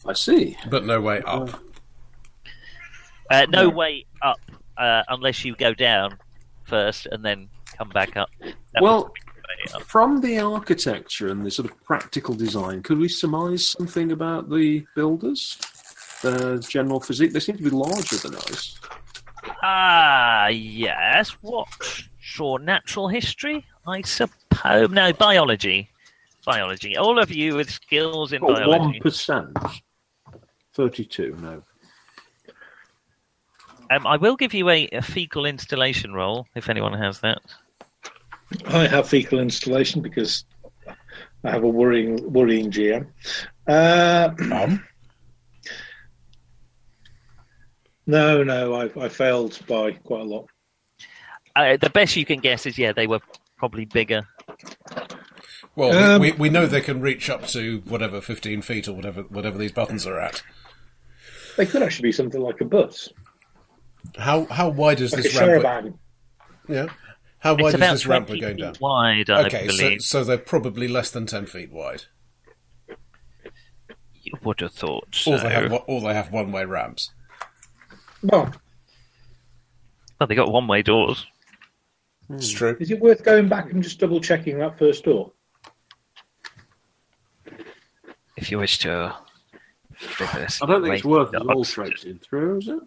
S3: I see.
S6: But no way up.
S4: Uh, no way up uh, unless you go down first and then come back up. That
S3: Well-
S4: was the way up.
S3: From the architecture and the sort of practical design, could we surmise something about the builders? Their general physique? They seem to be larger than us.
S4: Ah, yes. What? Sure, natural history, I suppose. No, biology. Biology. All of you with skills in
S6: Oh,
S3: One
S4: biology.
S3: percent. Thirty-two. No.
S4: Um, I will give you a, a fecal installation roll if anyone has that.
S5: I have fecal installation because I have a worrying, worrying GM. Uh,
S6: Um,
S5: no, no, I, I failed by quite a lot.
S4: Uh, the best you can guess is yeah, they were probably bigger.
S6: well,
S5: Um,
S6: we, we, we know they can reach up to whatever fifteen feet or whatever whatever these buttons are at.
S5: They could actually be something like a bus,
S6: How how wide is
S5: like a
S6: this ramp?
S5: caravan.
S6: Yeah. How
S4: it's
S6: wide is
S4: about
S6: this ramp we're
S4: 20
S6: going
S4: feet
S6: down?
S4: wide, I
S6: Okay, so,
S4: believe.
S6: so they're probably less than ten feet wide,
S4: You would have thought. so.
S6: or they Oh, have one- or they have one way ramps.
S5: Well,
S4: Well, they got one-way doors.
S6: It's true.
S5: is it worth going back and just double checking that first door?
S4: if you wish to reverse.
S3: I don't think it's
S4: wait,
S3: worth
S4: no,
S3: all traipsing through, is it?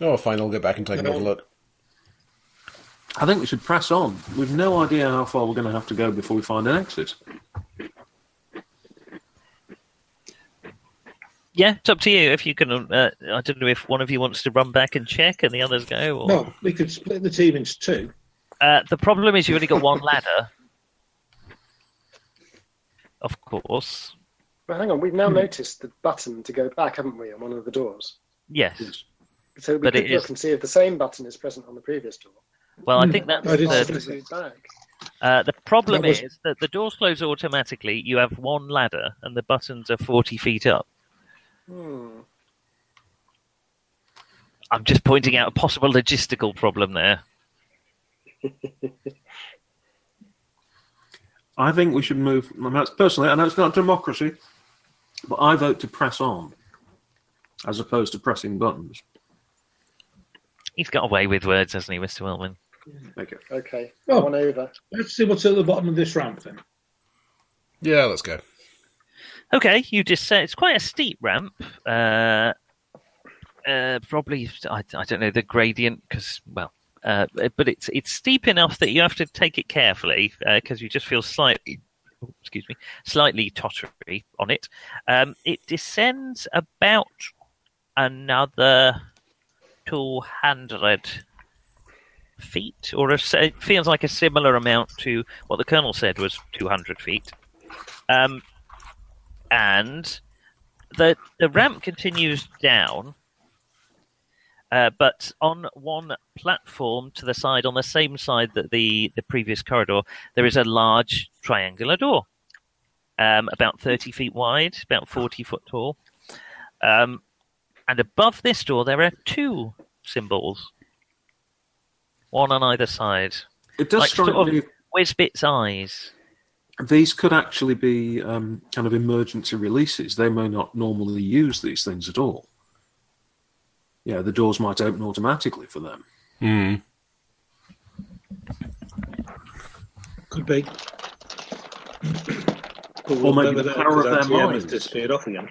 S6: Oh, fine. I'll go back and take another look.
S3: I think we should press on. We've no idea how far we're going to have to go before we find an exit.
S4: Yeah, it's up to you. If you can, uh, I don't know if one of you wants to run back and check, and the others go. Or...
S5: Well, we could split the team into two.
S4: Uh, the problem is you only got one ladder. Of course,
S7: But hang on, we've
S3: Hmm.
S7: now noticed the button to go back, haven't we, on one of the doors?
S4: yes.
S7: So we
S4: But
S7: could
S4: it
S7: look
S4: is-
S7: and see if the same button is present on the previous door.
S4: Well, I think that's
S5: Hmm. I did
S4: the,
S5: see.
S7: Possibly back.
S4: uh, the problem
S5: That was-
S4: is that the doors close automatically. You have one ladder, and the buttons are forty feet up.
S7: Hmm.
S4: I'm just pointing out a possible logistical problem there.
S3: I think we should move. I mean, that's personally, I know it's not democracy, but I vote to press on as opposed to pressing buttons.
S4: He's got away with words, hasn't he, Mr. Wilman?
S3: Okay.
S7: Okay,
S5: Oh.
S7: one over.
S5: Let's see what's at the bottom of this ramp then.
S6: Yeah, let's go.
S4: Okay, you just said it's quite a steep ramp. Uh, uh, probably I, I don't know the gradient because well, uh, but it's it's steep enough that you have to take it carefully because you just feel slightly, oh, excuse me, slightly tottery on it. Um, it descends about another two hundred feet, or a, s- it feels like a similar amount to what the colonel said was two hundred feet. Um, and the the ramp continues down, uh, but on one platform to the side, on the same side that the the previous corridor, there is a large triangular door, um, about thirty feet wide, about forty foot tall, um, and above this door there are two symbols, one on either side,
S3: It does
S4: like
S3: strike
S4: sort of
S3: me
S4: Wizbit's eyes.
S3: these could actually be um, kind of emergency releases. They may not normally use these things at all. Yeah, the doors might open automatically for them.
S1: Hmm.
S5: Could be. But
S3: Or maybe
S5: remember
S3: the
S5: that
S3: power of
S5: because
S3: their
S5: RTM
S3: minds.
S5: has disappeared off again.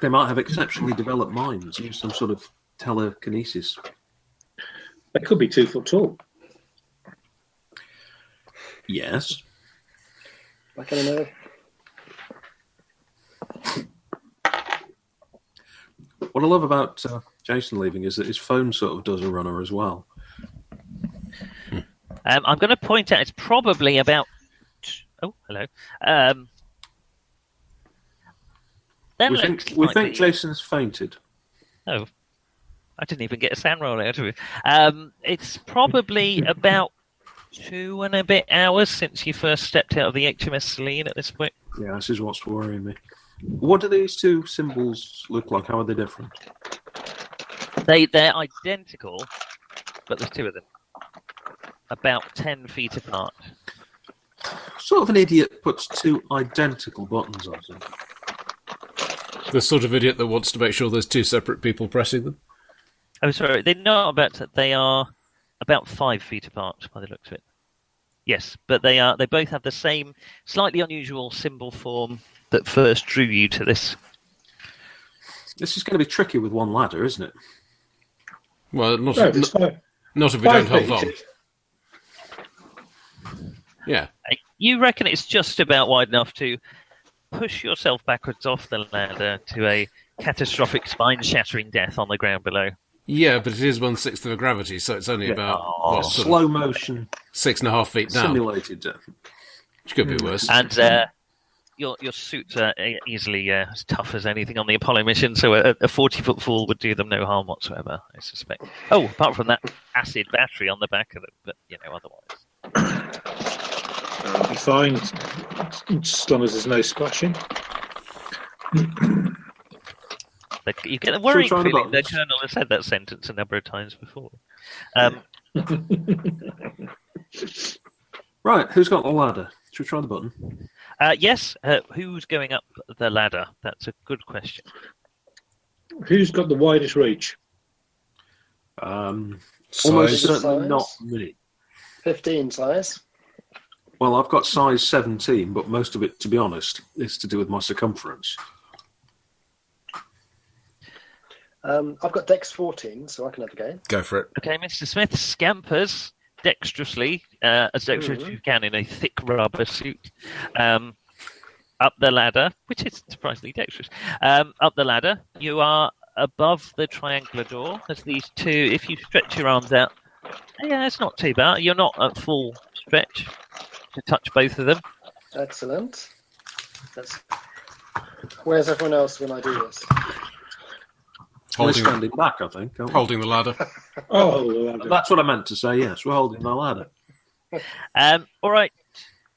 S3: They might have exceptionally developed minds, use some sort of telekinesis.
S5: They could be two foot tall,
S3: Yes.
S7: Like any other.
S3: What I love about uh, Jason leaving is that his phone sort of does a runner as well.
S4: Um, I'm going to point out it's probably about. Oh, hello. Um, that
S3: We think,
S4: looks
S3: we
S4: like
S3: think
S4: the-
S3: Jason's fainted.
S4: Oh, I didn't even get a sound roll out of it. Um, it's probably about two and a bit hours since you first stepped out of the HMS Celine at this point.
S3: Yeah, this is what's worrying me. What do these two symbols look like? How are they different?
S4: They they're identical, but there's two of them, about ten feet apart.
S3: Sort of an idiot puts two identical buttons on them.
S1: The sort of idiot that wants to make sure there's two separate people pressing them.
S4: I'm Oh, sorry, they're not about. They are about five feet apart by the looks of it. Yes, but they are. They both have the same slightly unusual symbol form that first drew you to this.
S3: This is going to be tricky with one ladder, isn't it?
S1: Well, not
S5: no,
S1: if,
S5: it's five,
S1: not if we
S5: five
S1: don't hold on.
S5: feet.
S1: Yeah,
S4: You reckon it's just about wide enough to push yourself backwards off the ladder to a catastrophic spine-shattering death on the ground below.
S1: yeah, but it is one sixth of a gravity, so it's only about
S4: Oh,
S1: what, sort of
S3: Slow motion,
S1: six and a half feet down,
S3: simulated death.
S1: which could
S5: Mm.
S1: be worse.
S4: and uh, your your suits are e- easily uh, as tough as anything on the Apollo mission, so a, a forty foot fall would do them no harm whatsoever, I suspect. Oh, apart from that acid battery on the back of them, but you know, otherwise.
S5: Be fine, as long as there's no splashing.
S4: Like, you get a worrying
S3: try the
S4: feeling the
S3: buttons?
S4: colonel has said that sentence a number of times before. Um,
S3: Right, who's got the ladder? Should we try the button?
S4: uh, yes, uh, who's going up the ladder? That's a good question.
S5: Who's got the widest reach?
S3: Um, almost
S6: Size.
S7: Size.
S3: certainly
S7: Size.
S3: not me.
S7: 15 size.
S3: Well, I've got size 17, but most of it, to be honest, is to do with my circumference.
S7: Um, I've got Dex 14, so I can have a go.
S6: Go for it.
S4: Okay, Mr. Smith scampers dexterously, uh, as dexterous as you can in a thick rubber suit, um, up the ladder, which is surprisingly dexterous. Um, up the ladder, you are above the triangular door. There's these two. If you stretch your arms out, yeah, it's not too bad. You're not at full stretch to touch both of them.
S7: Excellent. That's... Where's everyone else when I do this?
S3: We're
S1: Holding,
S3: standing back, I think. aren't we?
S1: holding the ladder.
S5: Oh, well, I don't-
S3: That's what I meant to say, yes. We're holding the ladder.
S4: Um, all right,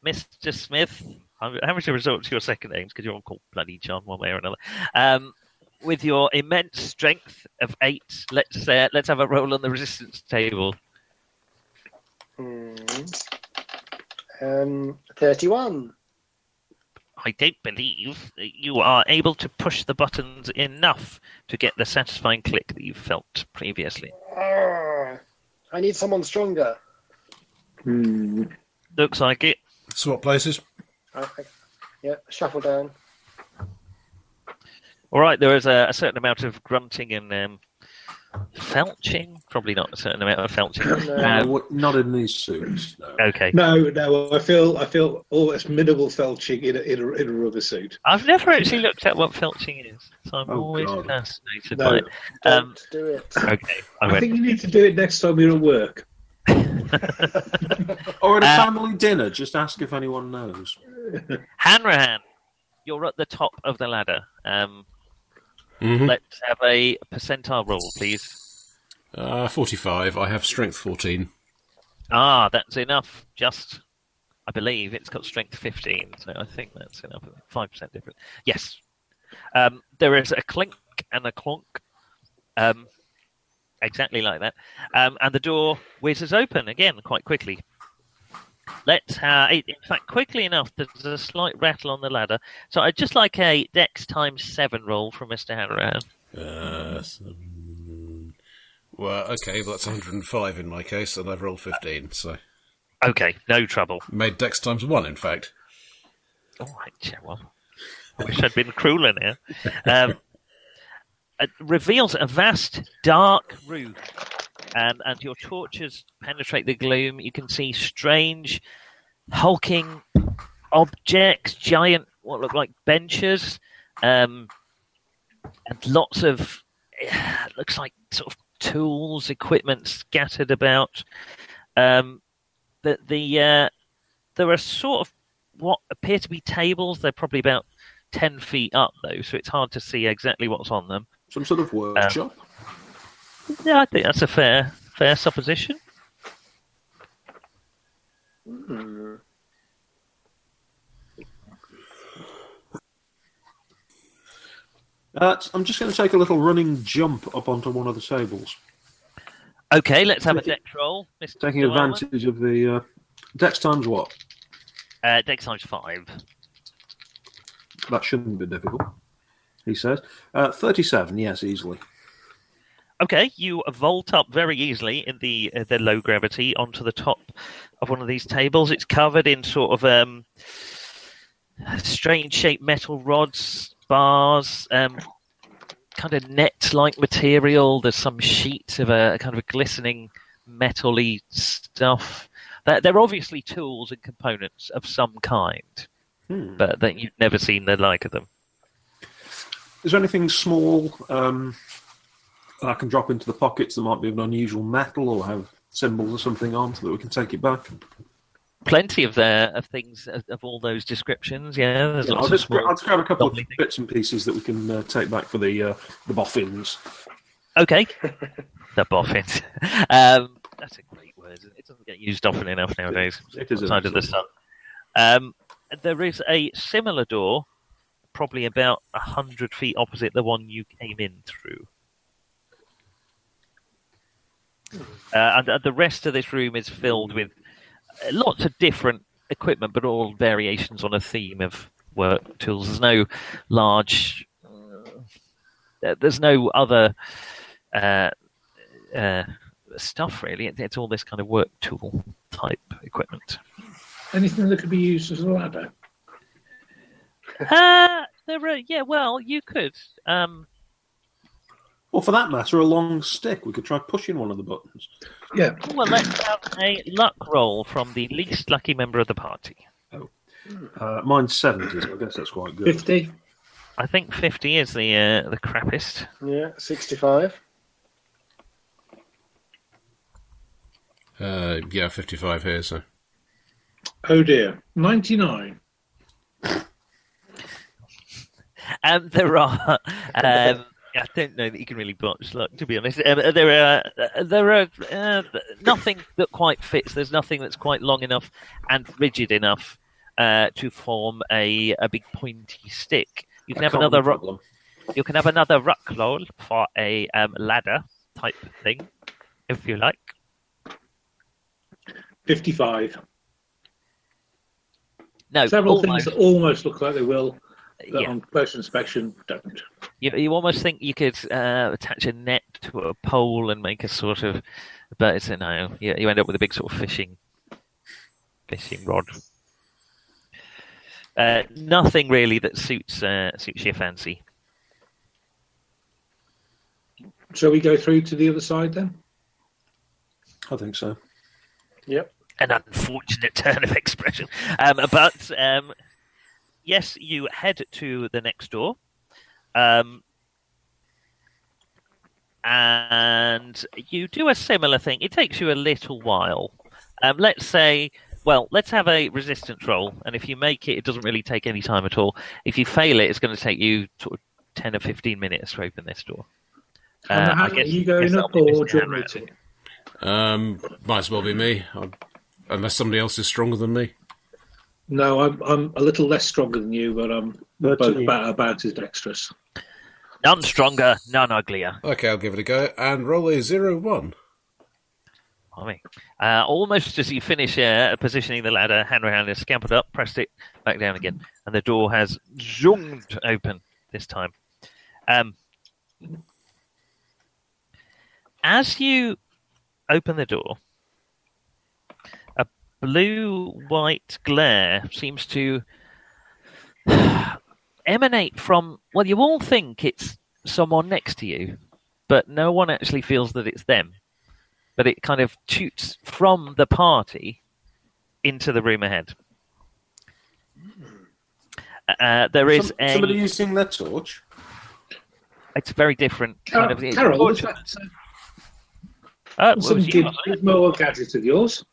S4: Mr. Smith. I'm having to resort to your second names because you're on called Bloody John one way or another. Um, with your immense strength of eight, let's uh, let's have a roll on the resistance table.
S7: Hmm. Um, 31.
S4: I don't believe that you are able to push the buttons enough to get the satisfying click that you felt previously.
S7: Arrgh. Ah, I need someone stronger.
S5: Hmm.
S4: Looks like it.
S6: Swap places.
S7: I, I, yeah, shuffle down.
S4: All right, there is a, a certain amount of grunting and um, felching. Probably not a certain amount of felching.
S3: <laughs>
S7: No.
S4: Um,
S3: No, not in these suits. No.
S4: okay.
S5: No, no, I feel, I feel almost minimal felching in a, in a, in a rubber suit.
S4: I've never actually looked at what felching is, so I'm
S3: Oh,
S4: always
S3: God.
S4: fascinated
S5: No.
S4: by it.
S7: Don't
S4: Um,
S7: do it.
S4: Okay, I
S5: I
S4: went.
S5: think you need to do it next time you're at work.
S3: Or at a
S4: Uh,
S3: family dinner, just ask if anyone knows.
S4: Hanrahan, you're at the top of the ladder. Um,
S1: Mhm.
S4: Let's have a percentile roll, please.
S1: Uh, Forty-five. I have strength fourteen.
S4: Ah, that's enough. Just, I believe it's got strength 15, so I think that's enough. 5% difference. Yes. Um, there is a clink and a clonk. Um, exactly like that. Um, and the door whizzes open again quite quickly. Let's have, in fact, quickly enough, there's a slight rattle on the ladder. So I'd just like a dex times 7 roll from Mr. Hanrahan.
S1: Uh, seven- well, okay, well, that's 105 in my case, and I've rolled 15, so
S4: Okay, no trouble.
S1: made dex times one, in fact.
S4: All right, yeah, well, I wish I'd been crueler now. <laughs> Um, it reveals a vast, dark room. and, and your torches penetrate the gloom. You can see strange, hulking objects, giant, what look like benches, um, and lots of <sighs> looks like sort of tools, equipment scattered about. Um, the the uh, there are sort of what appear to be tables. They're probably about ten feet up though, so it's hard to see exactly what's on them.
S3: Some sort of workshop.
S4: Yeah, I think that's a fair fair supposition.
S3: Uh, I'm just going to take a little running jump up onto one of the tables,
S4: Okay, let's have a dex roll. Mr.
S3: taking
S4: Llewellyn.
S3: advantage of the uh, dex times what.
S4: Uh, dex times five.
S3: That shouldn't be difficult. He says, uh, "37, yes, easily."
S4: Okay, you vault up very easily in the uh, the low gravity onto the top of one of these tables. It's covered in sort of um, strange shaped metal rods, bars, um, kind of net like material. There's some sheets of a kind of a glistening metally stuff. They're, they're obviously tools and components of some kind,
S3: Hmm.
S4: but that you've never seen the like of them.
S3: Is there anything small um, that I can drop into the pockets that might be of an unusual metal or have symbols or something on so that we can take it back?
S4: Plenty of there of things of, of all those descriptions. Yeah, there's
S3: I'll,
S4: lots of
S3: just,
S4: small.
S3: I'll just grab a couple of
S4: lovely things.
S3: bits and pieces that we can uh, take back for the uh, the boffins. <laughs>
S4: Okay. the boffins. Um, that's a great word. isn't It It doesn't get used often enough nowadays.
S3: It is,
S4: Side of the sun. Um, there is a similar door, probably about a hundred feet opposite the one you came in through. Uh, and, and the rest of this room is filled with uh, lots of different equipment, but all variations on a theme of work tools. There's no large. Uh, there's no other uh, uh, stuff really. It, it's all this kind of work tool type equipment.
S5: Anything that could be used as a ladder.
S4: Uh, there are, yeah, well, you could. Um,
S3: Or for that matter, a long stick. We could try pushing one of the buttons.
S5: Yeah.
S4: well, let's have a luck roll from the least lucky member of the party.
S3: Uh, mine's 70, so I guess that's quite good.
S5: 50.
S4: I think fifty is the uh, the crappiest.
S7: Yeah, 65.
S1: Uh, yeah, 55 here, so.
S5: Oh dear. 99.
S4: Um, there are. Um, I don't know that you can really botch luck, to be honest. Um, there are uh, there are uh, nothing that quite fits. There's nothing that's quite long enough and rigid enough uh, to form a, a big pointy stick. You can
S3: I
S4: have
S3: can't
S4: another
S3: remember
S4: rock. You can have another ruck roll for a um, ladder type thing, if you like.
S5: 55.
S4: No,
S5: Several
S4: almost.
S5: things that almost look like they will, that
S4: Oh, Yeah.
S5: on close inspection don't.
S4: You, you almost think you could uh, attach a net to a pole and make a sort of, but it's a no. You, you end up with a big sort of fishing, fishing rod. Uh, nothing really that suits uh, suits your fancy.
S5: Shall we go through to the other side then?
S3: I think so.
S7: Yep.
S4: An unfortunate <laughs> turn of expression, um, but um, yes, you head to the next door, um, and you do a similar thing. It takes you a little while. Um, let's say, well, let's have a resistance roll, and if you make it, it doesn't really take any time at all. If you fail it, it's going to take you sort of ten or fifteen minutes to open this door. Uh,
S5: And how- are you going
S4: that'll
S5: up
S4: be
S5: or
S4: Mr.
S5: during
S4: Hanrat.
S5: meeting?
S1: Um, might as well be me. i unless somebody else is stronger than me.
S5: No, I'm, I'm a little less stronger than you, but I'm
S3: But,
S5: both
S3: uh,
S5: about, about as dexterous.
S4: None stronger, none uglier.
S1: Okay, I'll give it a go. And roll a zero one.
S4: Blimey. Uh, almost as you finish uh, positioning the ladder, Hanrahan has scampered up, pressed it back down again, and the door has zoomed open this time. Um, as you open the door, a blue white glare seems to <sighs> emanate from. Well, you all think it's someone next to you, but no one actually feels that it's them but it kind of toots from the party into the room ahead. Uh, there is
S3: Hmm. Some-
S4: a.
S3: somebody using their torch.
S4: It's very different. Kind of,
S5: Carol, was that
S4: Oh, it
S5: uh, some
S4: was you,
S5: gid-
S4: wasn't it?
S5: gizmo or gadget of yours?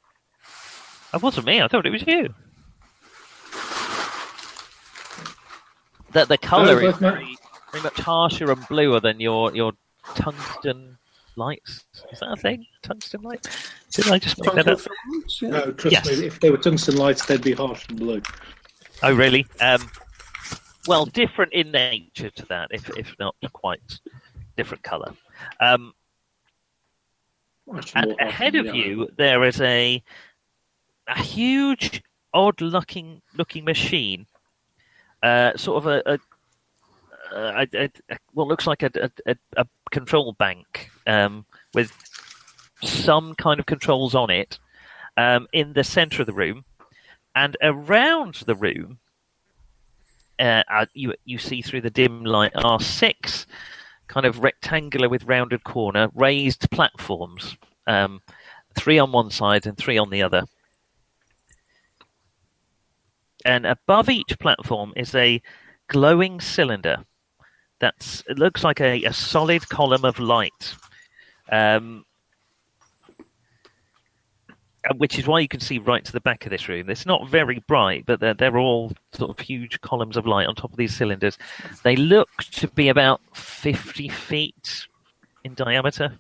S4: It wasn't me. I thought it was you. That the colour
S5: No,
S4: is
S5: it's not.
S4: very, very much harsher and bluer than your your tungsten lights. Is that a thing? Tungsten lights? Did I just make that up?
S5: No, trust
S4: Yes.
S5: me, if they were tungsten lights, they'd be harsh and blue.
S4: Oh, really? Um, well, different in nature to that, if if not quite different colour. Um,
S5: Much
S4: and
S5: more harsh
S4: ahead
S5: than
S4: of
S5: the other.
S4: you there is a a huge odd looking looking machine uh sort of a, a a, a, a, what looks like a, a, a, a control bank um, with some kind of controls on it um, in the center of the room, and around the room, uh, uh, you you see through the dim light are six kind of rectangular with rounded corner raised platforms, um, three on one side and three on the other. And above each platform is a glowing cylinder. That's it looks like a, a solid column of light, um, uh, which is why you can see right to the back of this room. It's not very bright, but they're, they're all sort of huge columns of light on top of these cylinders. They look to be about 50 feet in diameter.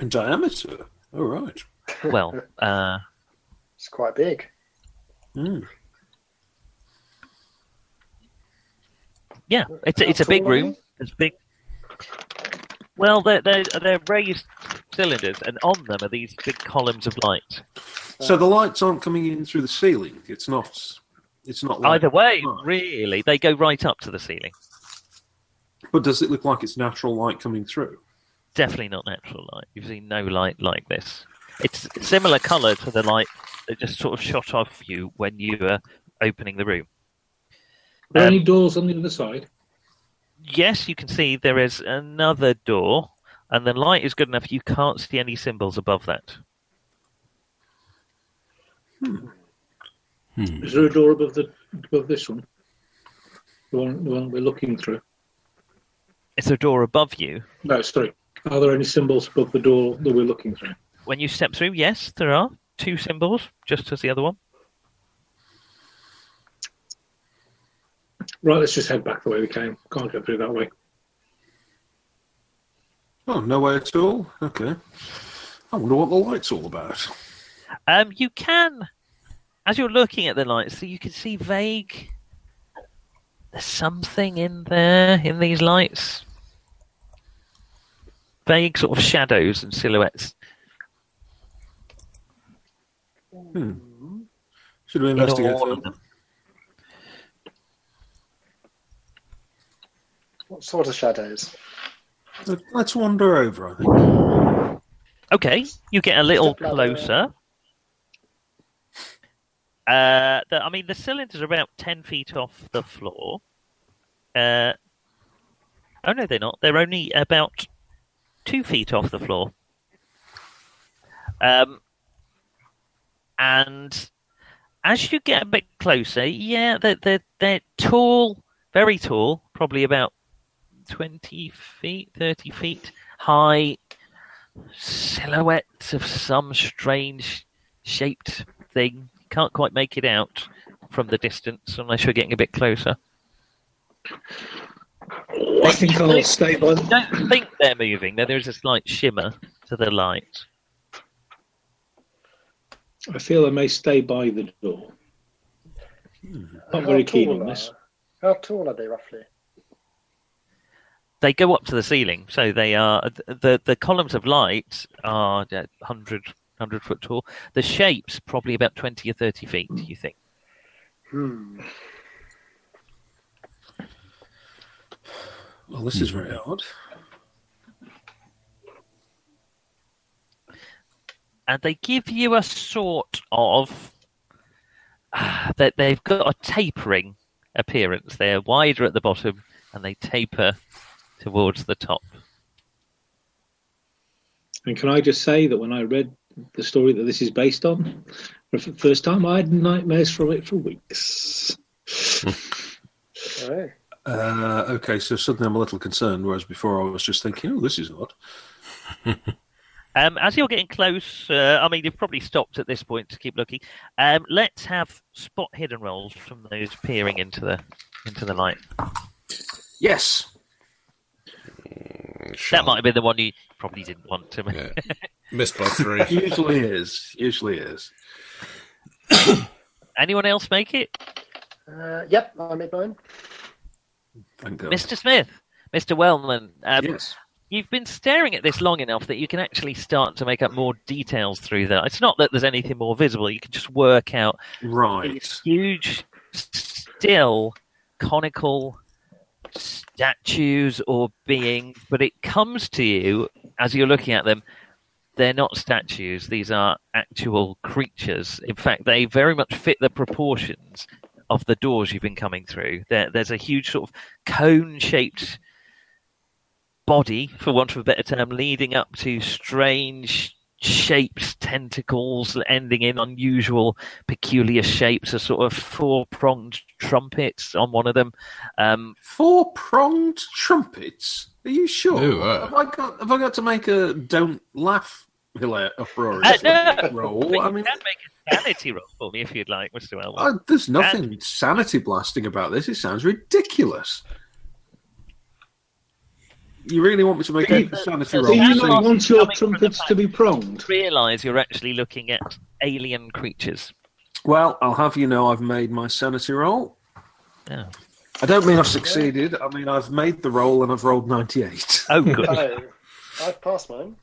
S3: In diameter. All right.
S4: Well, uh,
S7: It's quite big.
S3: Mm.
S4: yeah, it's, it's a
S7: How tall
S4: big
S7: are
S4: room.
S7: they?
S4: It's big. Well, they're, they're, they're raised cylinders, and on them are these big columns of light.
S3: So the lights aren't coming in through the ceiling. It's not. It's not. Like,
S4: Either way,
S3: Right.
S4: really, they go right up to the ceiling.
S3: But does it look like it's natural light coming through?
S4: Definitely not natural light. You've seen no light like this. It's similar colour to the light that just sort of shot off you when you were opening the room.
S5: Are there
S4: Um,
S5: any doors on the other side?
S4: yes, you can see there is another door, and the light is good enough you can't see any symbols above that.
S5: Is there a door above the above this one? The one, the one we're looking through.
S4: It's a door above you.
S5: No, sorry. Are there any symbols above the door that we're looking through?
S4: When you step through, yes, there are two symbols, just as the other one.
S5: Right, let's just head back the way we came. Can't go through that way.
S3: Oh, no way at all. Okay. I wonder what the light's all about.
S4: Um, you can, as you're looking at the lights, so you can see vague. There's something in there in these lights. Vague sort of shadows and silhouettes.
S3: Should we
S4: in all
S3: investigate
S4: of
S3: that?
S4: them.
S7: What sort of shadows?
S3: Let's wander over. I think.
S4: Okay, you get a little
S7: Just about, uh,
S4: closer. Uh, the, I mean, the cylinders are about ten feet off the floor. Uh, oh no, they're not. They're only about two feet off the floor. Um, and as you get a bit closer, yeah, they're they're, they're tall, very tall, probably about twenty feet, thirty feet high silhouette of some strange shaped thing. Can't quite make it out from the distance unless you're getting a bit closer.
S5: I think I'll stay by.
S4: I don't think they're moving. There there is a slight shimmer to the light.
S5: I feel I may stay by the door. Not
S7: How
S5: very keen
S7: tall
S5: on
S7: are-
S5: this.
S7: How tall are they roughly?
S4: They go up to the ceiling, so they are the the columns of light are uh, 100, 100 foot tall. The shape's probably about twenty or thirty feet. You think?
S7: Hmm.
S3: Well, this is very odd.
S4: and they give you a sort of <sighs> ah, that they've got a tapering appearance. They're wider at the bottom and they taper towards the top.
S5: And can I just say that when I read the story that this is based on for the first time, I had nightmares from it for weeks.
S7: All right.
S3: Uh, okay, so suddenly I'm a little concerned, whereas before I was just thinking, oh, this is odd.
S4: Um, as you're getting close, uh, I mean, you've probably stopped at this point to keep looking. Um, let's have spot hidden rolls from those peering into the into the light.
S3: Yes.
S4: That might have been the one you probably didn't want to make.
S1: Yeah. Missed by
S5: <laughs>
S1: three.
S3: Usually is. Usually is.
S4: <laughs> Anyone else make it?
S7: Uh, yep, I made
S5: <laughs>
S7: mine.
S3: Thank God.
S4: Mr. Smith, Mr. Wellman. Um,
S3: Yes.
S4: You've been staring at this long enough that you can actually start to make up more details through that. It's not that there's anything more visible. You can just work out
S3: Right.
S4: these huge, still conical statues or beings, but it comes to you as you're looking at them. They're not statues, these are actual creatures. In fact, they very much fit the proportions of the doors you've been coming through. There, there's a huge sort of cone shaped body, for want of a better term, leading up to strange shapes, tentacles, ending in unusual, peculiar shapes, a sort of four pronged trumpets on one of them. Um,
S3: Four pronged trumpets. Are you sure?
S1: Ooh, uh.
S3: Have I got? Have I got to make a don't laugh hilar-
S4: uh,
S3: uproarious
S4: no, but
S3: roll?
S4: you
S3: I mean,
S4: can make a sanity roll for me if you'd like, Mr. Wellman.
S3: I, there's nothing sanity blasting about this. It sounds ridiculous. You really want me to make a
S5: Steve,
S3: sanity
S4: so
S5: Do
S3: roll?
S5: you
S4: Roll.
S5: not
S3: See-
S5: want your
S4: Coming from the
S5: trumpets to be pronged?
S4: Realise you're actually looking at alien creatures.
S3: Well, I'll have you know, I've made my sanity roll.
S4: Oh,
S3: I don't mean I've succeeded. I mean I've made the roll and I've rolled ninety-eight. <laughs>
S4: oh good.
S7: Oh, I've passed mine.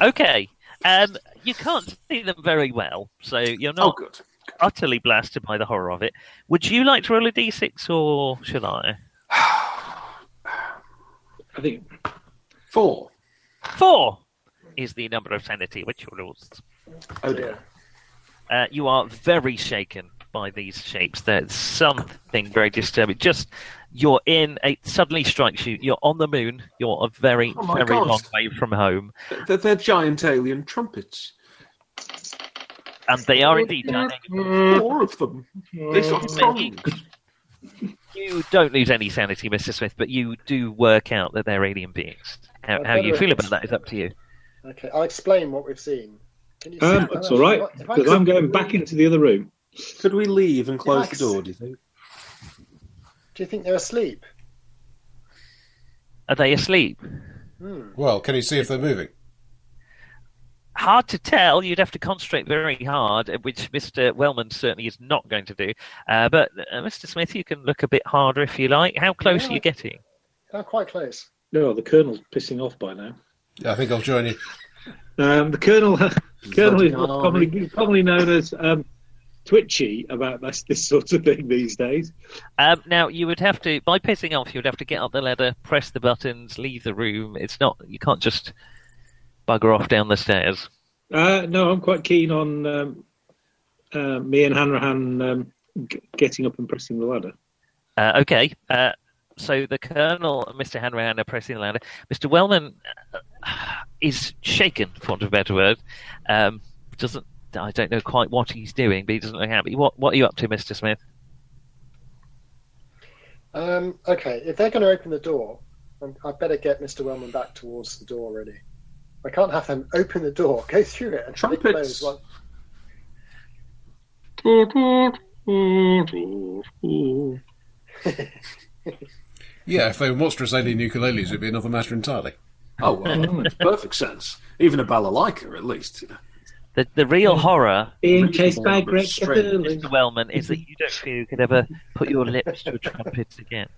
S4: okay. Um, you can't see them very well, so you're
S3: Oh,
S4: not
S3: good.
S4: utterly blasted by the horror of it. Would you like to roll a d6 or shall I?
S5: I think
S3: Four.
S4: Four is the number of sanity which you lose.
S3: Oh dear.
S4: Uh, you are very shaken by these shapes. There's something very disturbing. Just you're in it suddenly strikes you. You're on the moon. You're a very,
S3: Oh my
S4: very
S3: God.
S4: long way from home,
S3: They're, they're giant alien trumpets.
S4: and they
S3: <laughs>
S4: are indeed.
S7: Mm.
S3: Four of them. They've got prongs.
S4: You don't lose any sanity, Mister Smith, but you do work out that they're alien beings. How,
S7: I'd
S4: how you
S7: better-
S4: feel about that is up to you.
S7: Okay, I'll explain what we've seen. Can you
S5: um,
S7: sit down?
S5: that's all right
S7: If I
S5: because
S7: could-
S5: I'm going back into the other room.
S3: Could we leave and close
S7: Nice.
S3: the door? Do you think?
S7: Do you think they're asleep?
S4: Are they asleep?
S7: Hmm.
S6: Well, can you see if they're moving?
S4: Hard to tell. You'd have to concentrate very hard, which Mr. Wellman certainly is not going to do. Uh, but uh, Mr. Smith, you can look a bit harder if you like. How close are you getting?
S7: I'm quite close.
S5: No, the colonel's pissing off by now.
S6: Yeah, I think I'll join you.
S5: Um, the colonel, <laughs> colonel
S3: Bloody
S5: is commonly, commonly known as um, twitchy about this, this sort of thing these days.
S4: Um, now you would have to, by pissing off, you would have to get up the ladder, press the buttons, leave the room. It's not you can't just bugger off down the stairs.
S5: Uh, no, I'm quite keen on um, uh, me and Hanrahan um, g- getting up and pressing the ladder.
S4: Uh, okay, uh, so the colonel, and Mr. Hanrahan, are pressing the ladder. Mr. Wellman uh, is shaken, for want of a better word. Um, doesn't I don't know quite what he's doing, but he doesn't look happy. What What are you up to, Mister Smith?
S7: Um, okay, if they're going to open the door, um, I'd better get Mr. Wellman back towards the door, really. I can't have them open the door, <laughs> go through it, and try to
S3: Trumpets.
S7: close one.
S6: Yeah, if they were monstrous alien ukuleles, it'd be another matter entirely.
S3: Oh well, that makes perfect sense. Even a balalaika, at least. you know.
S4: The The real horror
S5: Being chased by
S3: Reasonable,
S5: Greg
S3: restrained.
S5: Cthulhu.
S4: Mr. Wellman, is that you don't feel you could ever put your lips to a trumpet again.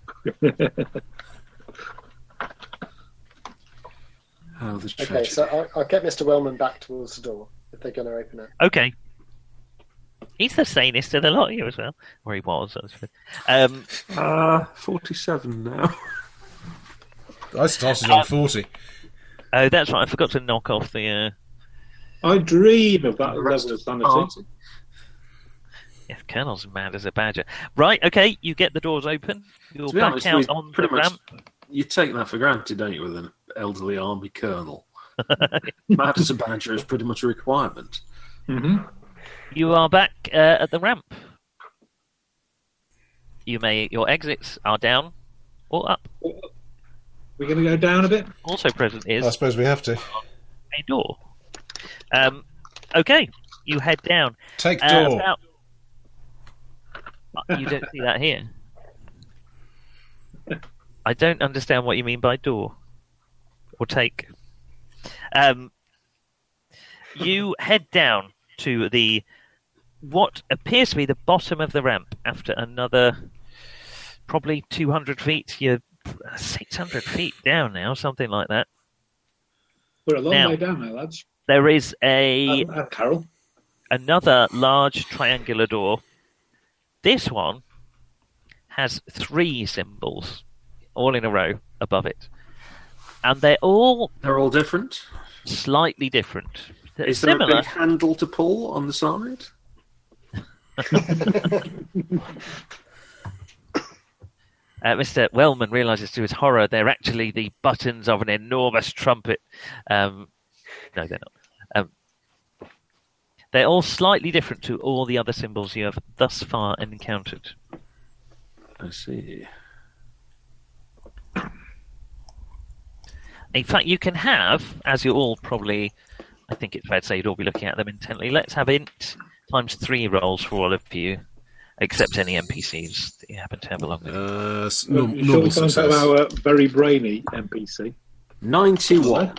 S3: Oh, there's
S7: Okay,
S3: tragedy.
S7: so I'll, I'll get Mr. Wellman back towards the door if they're going to open it.
S4: Okay. He's the sanest of the lot here as well. Or he was. I suppose. Um,
S3: Uh, forty-seven now.
S6: I started on 40.
S4: oh, that's right. I forgot to knock off the. Uh,
S5: I dream of that level of sanity.
S3: party.
S4: yeah, Colonel's mad as a badger. Right, okay. You get the doors open. You're
S3: To be
S4: back
S3: honest,
S4: out
S3: we
S4: on the
S3: pretty much-
S4: ramp. <laughs>
S3: You take that for granted, don't you, with an elderly army colonel? Mad as a badger is pretty much a requirement.
S4: You are back uh, at the ramp. You may your exits are down or up.
S5: We're going to go down a bit.
S4: Also present is
S6: I suppose we have to.
S4: a door. Um, okay, you head down.
S6: Take
S4: Uh,
S6: door.
S4: about- You don't see that here. I don't understand what you mean by door or take. Um, you head down to the what appears to be the bottom of the ramp after another probably 200 feet. You're 600 feet down now, something like that.
S5: We're a long
S4: Now.
S5: way down now, lads.
S4: There is a
S5: Um, and Carol.
S4: another large triangular door. This one has three symbols all in a row above it. And they're all
S3: They're all different.
S4: slightly different. They're
S3: Is there
S4: similar.
S3: a big handle to pull on the side?
S4: Uh, Mr. Wellman realizes to his horror they're actually the buttons of an enormous trumpet. Um, no, they're not. Um, they're all slightly different to all the other symbols you have thus far encountered.
S3: I see.
S4: In fact, you can have, as you all probably, I think it's fair to say you'd all be looking at them intently. Let's have int times three rolls for all of you, except any NPCs that you happen to have along with. you.
S1: Uh, s- norm-
S5: You sure
S1: normal
S5: we can't uh, have
S1: success.
S5: our very brainy NPC?
S3: Ninety-one.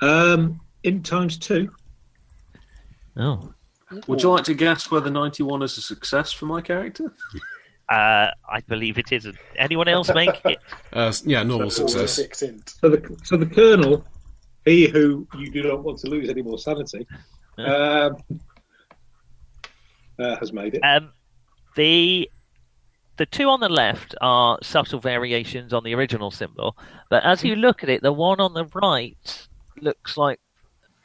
S5: Um, in times two.
S4: Oh.
S3: Would you like to guess whether ninety-one is a success for my character?
S4: Uh, I believe it isn't. Anyone else make it?
S1: Uh, s- yeah, normal success.
S7: Six int.
S5: So the so the colonel, he who you do not want to lose any more sanity, um, uh, has made it.
S4: Um, the the two on the left are subtle variations on the original symbol, but as you look at it, the one on the right looks like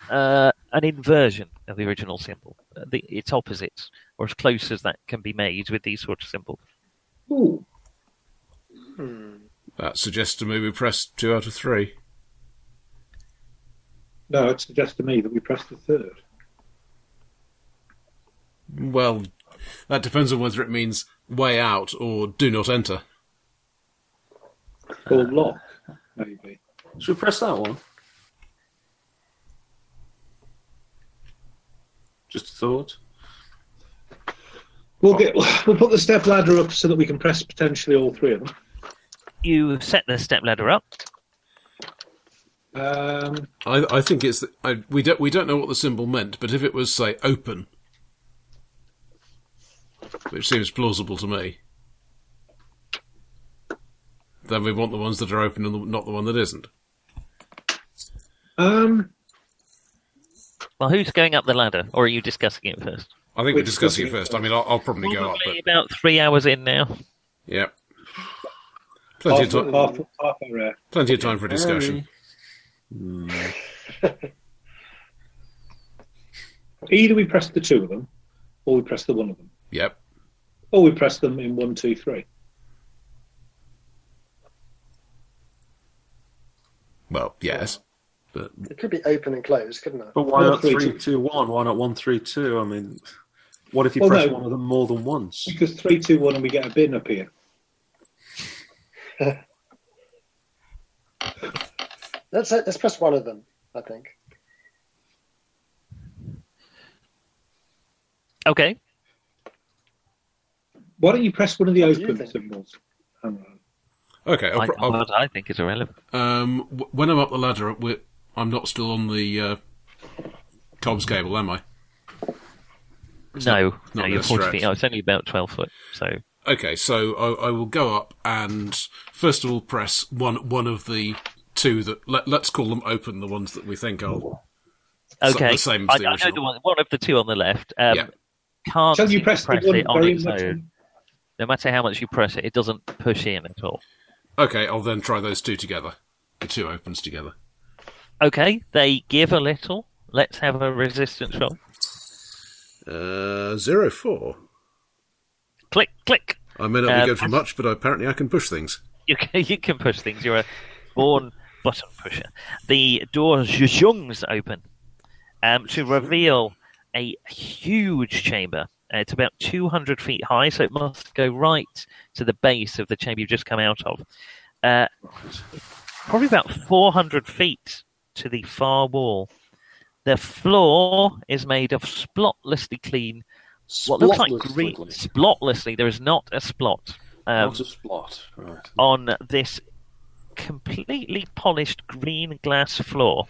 S4: uh, an inversion of the original symbol. Uh, The, it's opposite, or as close as that can be made with these sorts of symbols.
S5: Ooh,
S1: That suggests to me we pressed two out of three.
S5: no, it suggests to me that we pressed the third.
S1: Well, that depends on whether it means way out or do not enter.
S5: Or
S7: Uh.
S5: lock, maybe.
S3: Should we press that one? Just a thought.
S5: We'll get we'll put the step ladder up so that we can press potentially all three of them.
S4: You set the step ladder up.
S5: Um,
S1: I, I think it's I, we don't we don't know what the symbol meant, but if it was say open, which seems plausible to me, then we want the ones that are open and the, not the one that isn't.
S5: um,
S4: Well, who's going up the ladder, or are you discussing it first?
S1: I think we're
S5: Which
S1: discussing it
S5: could be-
S1: first. I mean, I'll, I'll probably go up, but
S4: Probably about three hours in now.
S1: yeah, plenty
S5: half,
S1: of time,
S5: half, half our air.
S1: plenty of time for discussion.
S5: Either we press the two of them, or we press the one of them,
S1: Yep.
S5: or we press them in one, two, three.
S1: Well, yes, but
S7: It could be open and closed, couldn't it?
S3: But why
S5: One,
S3: not
S5: three,
S3: three, two, one?
S5: two.
S3: Why not one, three, two? I mean, what if you
S5: Well,
S3: press
S5: no.
S3: one of them more than once?
S5: Because three, two, one, and we get a bin up here.
S7: Let's uh, let's press one of them. I think.
S4: Okay.
S5: Why don't you press one of the
S7: What do you
S5: open
S7: think?
S5: symbols? Hang on.
S1: okay. I'll,
S4: I,
S1: Oh, pro- I'll,
S4: what I think is irrelevant.
S1: Um, w- when I'm up the ladder, we're, I'm not still on the uh, comms cable, am I?
S4: no, no,
S1: not
S4: you're
S1: a
S4: 40
S1: stretch.
S4: feet. Oh, it's only about 12 foot, so
S1: Okay, so I, I will go up and first of all press one one of the two that let, let's call them open, the ones that we think are. So-
S4: Okay.
S1: the same
S4: I,
S1: as
S4: I
S1: the
S4: know the
S1: original.
S4: one, one of the two on the left. Um,
S1: Yeah.
S4: Can't
S5: Shall you
S4: seem to
S5: press
S4: press,
S5: the one
S4: it on
S5: very
S4: its
S5: much?
S4: own. No matter how much you press it, it doesn't push in at all.
S1: Okay, I'll then try those two together, the two opens together.
S4: Okay, they give a little. Let's have a resistance roll.
S1: Uh, zero four.
S4: Click, click.
S1: I may not
S4: Um,
S1: be good for much, but apparently I can push things.
S4: You can, you can push things. You're a born button pusher. The door zhuzhungs open um, to reveal a huge chamber. Uh, it's about 200 feet high, so it must go right to the base of the chamber you've just come out of. Uh, probably about 400 feet to the far wall. The floor is made of splottlessly clean, what looks like green.
S3: Splotless,
S4: Splotlessly, there is not a splot. Um,
S3: Not a splot. Right.
S4: on this completely polished green glass floor.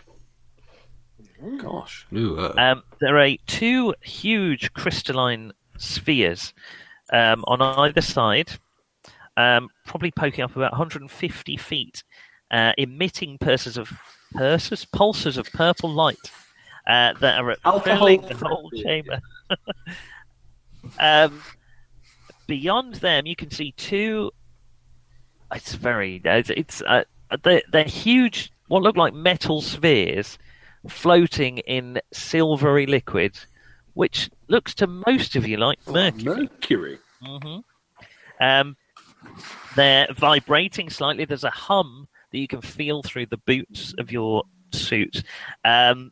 S4: Mm. <laughs>
S3: Gosh.
S1: Ooh, uh,
S4: Um, there are two huge crystalline spheres um, on either side, um, probably poking up about 150 feet, uh, emitting pulses of pulses, pulses of purple light uh, that are filling the whole chamber. <laughs> um, beyond them, you can see two. It's very. It's. it's uh, they're, they're huge. What look like metal spheres floating in silvery liquid, which looks to most of you like mercury.
S3: Mercury.
S4: Um, they're vibrating slightly. There's a hum that you can feel through the boots of your suit. Um,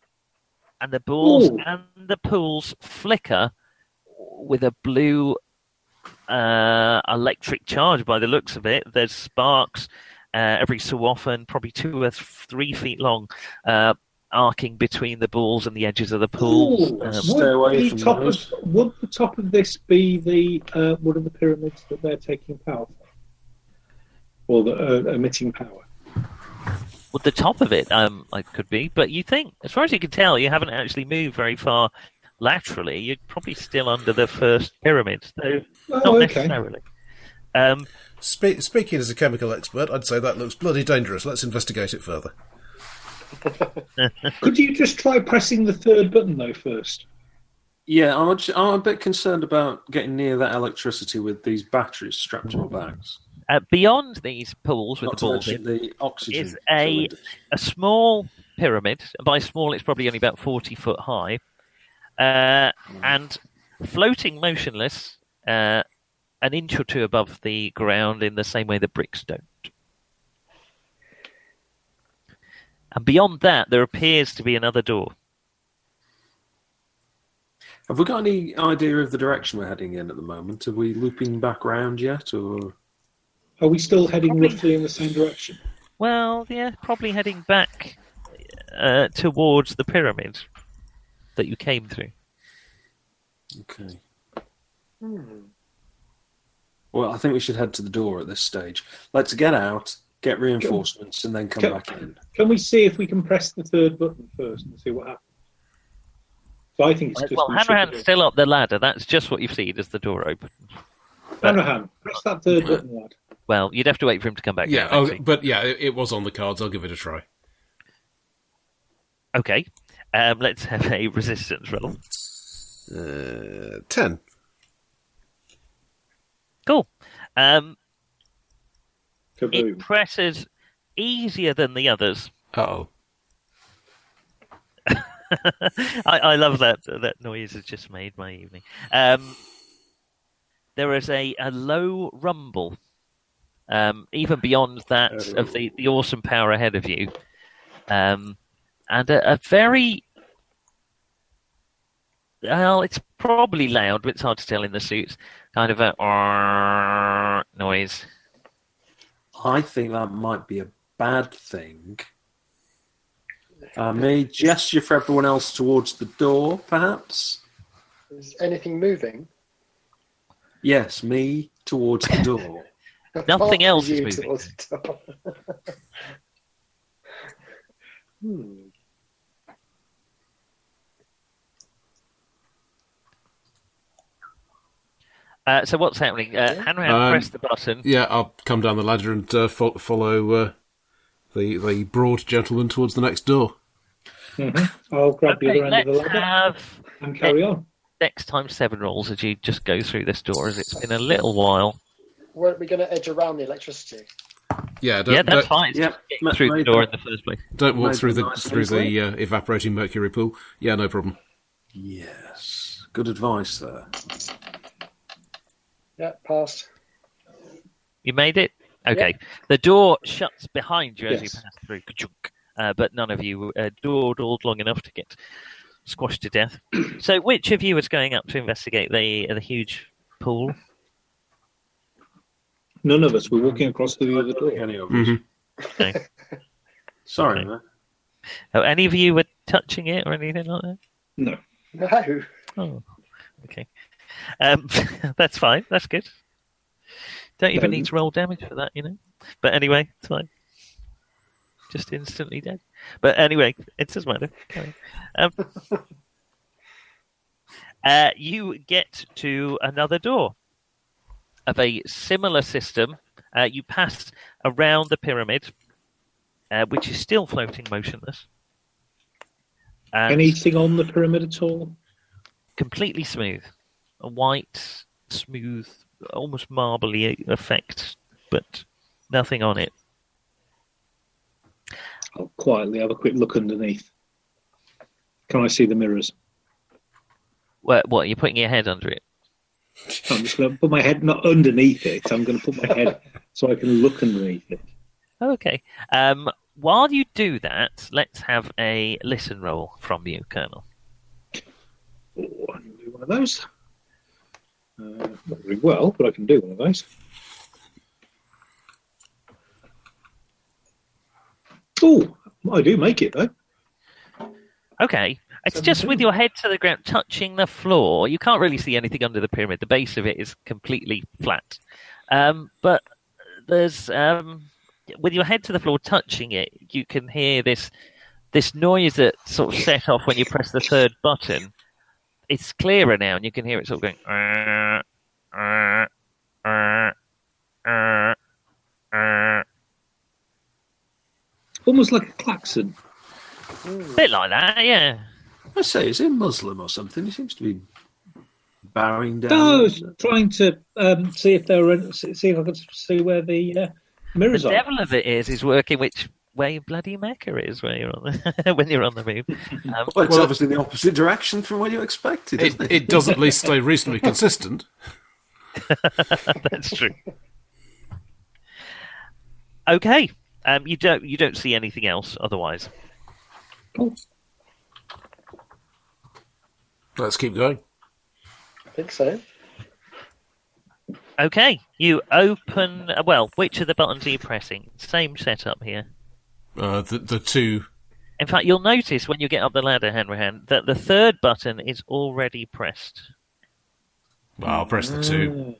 S4: and the balls
S5: Ooh.
S4: and the pools flicker with a blue uh, electric charge by the looks of it. There's sparks uh, every so often, probably two or three feet long, uh, arcing between the balls and the edges of the pools.
S5: Ooh,
S4: Um,
S3: Stay away
S5: would,
S3: from
S5: the top
S3: those.
S5: of, would the top of this be the uh, one of the pyramids that they're taking power from? Or the uh, emitting power?
S4: Well, the top of it, um, I could be, but you think, as far as you can tell, you haven't actually moved very far laterally. You're probably still under the first pyramid, so not
S5: Oh, okay.
S4: necessarily. Um,
S6: Spe- speaking as a chemical expert, I'd say that looks bloody dangerous. Let's investigate it further.
S5: Could you just try pressing the third button though first?
S3: Yeah, I'm, actually- I'm a bit concerned about getting near that electricity with these batteries strapped to our backs.
S4: uh, beyond these pools with
S3: Not
S4: the
S3: to
S4: balls in,
S3: mention the oxygen.
S4: is a-
S3: cylinders.
S4: a small pyramid. By small, it's probably only about 40 foot high. Uh, and floating motionless, uh, an inch or two above the ground, in the same way the bricks don't. And beyond that, there appears to be another door.
S3: Have we got any idea of the direction we're heading in at the moment? Are we looping back round yet, or
S5: Are we still heading
S4: Probably.
S5: roughly in the same direction?
S4: Well, yeah, probably heading back uh, towards the pyramid that you came through.
S3: okay?
S4: Hmm.
S3: Well, I think we should head to the door at this stage. Let's get out, get reinforcements, and then come
S5: Go-
S3: back in.
S5: Can we see if we can press the third button first and see what happens? So I think it's just
S4: Well,
S5: we should
S4: Hanrahan's
S5: do it.
S4: still up the ladder. That's just what you've seen as the door opens.
S5: Hanrahan, press that third button, lad.
S4: Well, you'd have to wait for him to come back.
S1: yeah,
S4: now,
S1: oh,
S4: actually.
S1: but yeah, it, it was on the cards. I'll give it a try.
S4: Okay. Um, let's have a resistance roll.
S6: Uh, ten.
S4: Cool. Um, it
S5: Kaboom.
S4: presses easier than the others. <laughs>
S1: Oh,
S4: I, I love that. That noise has just made my evening. Um, there is a, a low rumble, um, even beyond that of the, the awesome power ahead of you, um, and a, a very well. It's probably loud, but it's hard to tell in the suits. Kind of a noise.
S3: I think that might be a bad thing. I may gesture for everyone else towards the door, perhaps.
S7: Is anything moving? <laughs>
S3: Yes, me towards the door. <laughs>
S7: Apart from
S4: else is
S7: you
S4: moving.
S7: towards the door. <laughs> hmm.
S4: Uh, so what's happening? Uh, Hanrahan
S1: Um,
S4: pressed the button.
S1: yeah. I'll come down the ladder and uh, fo- follow uh, the the broad gentleman towards the next door.
S5: Mm-hmm. I'll grab the
S4: Okay,
S5: other end of the
S4: let's uh,
S5: ladder
S4: have
S5: and carry on.
S4: next time seven rolls as you just go through this door, as it's been a little while.
S7: Weren't we going to edge around the electricity?
S1: Yeah, don't,
S4: yeah,
S1: don't,
S4: that's fine. It's
S3: yeah,
S4: just getting
S3: ma-
S4: through the
S3: made
S4: door in
S3: that.
S4: the first place.
S1: don't walk
S3: Nice-
S1: through the
S3: nice
S1: through
S3: and
S1: the uh, evaporating mercury pool. Yeah, no problem.
S3: yes, good advice there.
S7: Yeah, passed.
S4: You made it. Okay. The door shuts behind you as
S5: Yes.
S4: you pass through. Ka-chunk. Uh, but none of you uh, dawdled long enough to get squashed to
S5: <clears throat>
S4: death. so, which of you is going up to investigate the the huge pool?
S5: None of us were walking across to the other
S3: don't think
S5: door.
S3: any of us.
S1: Mhm.
S3: Mm-hmm.
S4: No.
S3: <laughs> Sorry,
S4: Okay.
S3: man.
S4: Oh, any of you were touching it or anything like that?
S5: No.
S7: No.
S4: Oh, okay. Um, <laughs> that's fine. That's good. Don't even need to roll damage for that, you know. But anyway, it's fine. Just instantly dead. But anyway, it doesn't matter. Carry on. Um, uh, you get to another door of a similar system. Uh, you pass around the pyramid, uh, which is still floating motionless. And-
S5: Anything on the pyramid at all?
S4: completely smooth, a white, smooth, almost marbly effect, but nothing on it.
S5: I'll quietly have a quick look underneath. Can I see the mirrors?
S4: What? what you're putting your head under it?
S5: I'm just going to put my head not underneath it. I'm going to put my head so I can look underneath it.
S4: Oh, Okay. Um, while you do that, let's have a listen roll from you, Colonel.
S5: Oh, I can do one of those. Uh, not very well, but I can do one of those. Oh, I do make it though.
S4: Okay. It's just with your head to the ground, touching the floor. You can't really see anything under the pyramid. The base of it is completely flat. Um, but there's um, with your head to the floor, touching it, you can hear this this noise that sort of set off when you press the third button. It's clearer now, and you can hear it sort of going. "Uh, uh, uh, uh, uh."
S5: Almost like a klaxon.
S4: Bit like that, yeah.
S3: I say, is he Muslim or something? He seems to be bowing down. uh,
S5: No, I was trying to um, see if there were see if I could see where the uh,
S4: The
S5: mirrors are.
S4: devil of it is is working which way bloody Mecca is when you're on the, <laughs> when you're on the move. Um,
S3: Well, it's
S1: Well,
S3: obviously the opposite direction from what you expected.
S1: <laughs> It,
S3: isn't it?
S1: it does at least stay reasonably consistent.
S4: <laughs> That's true. Okay. Um, you don't you don't see anything else otherwise.
S1: Let's keep going.
S7: I think so.
S4: Okay. You open. uh, Well, which of the buttons are you pressing? Same setup here.
S1: Uh, the, the two.
S4: In fact, you'll notice when you get up the ladder, Hanrahan, that the third button is already pressed.
S1: Well, I'll press the
S4: Mm.
S1: two.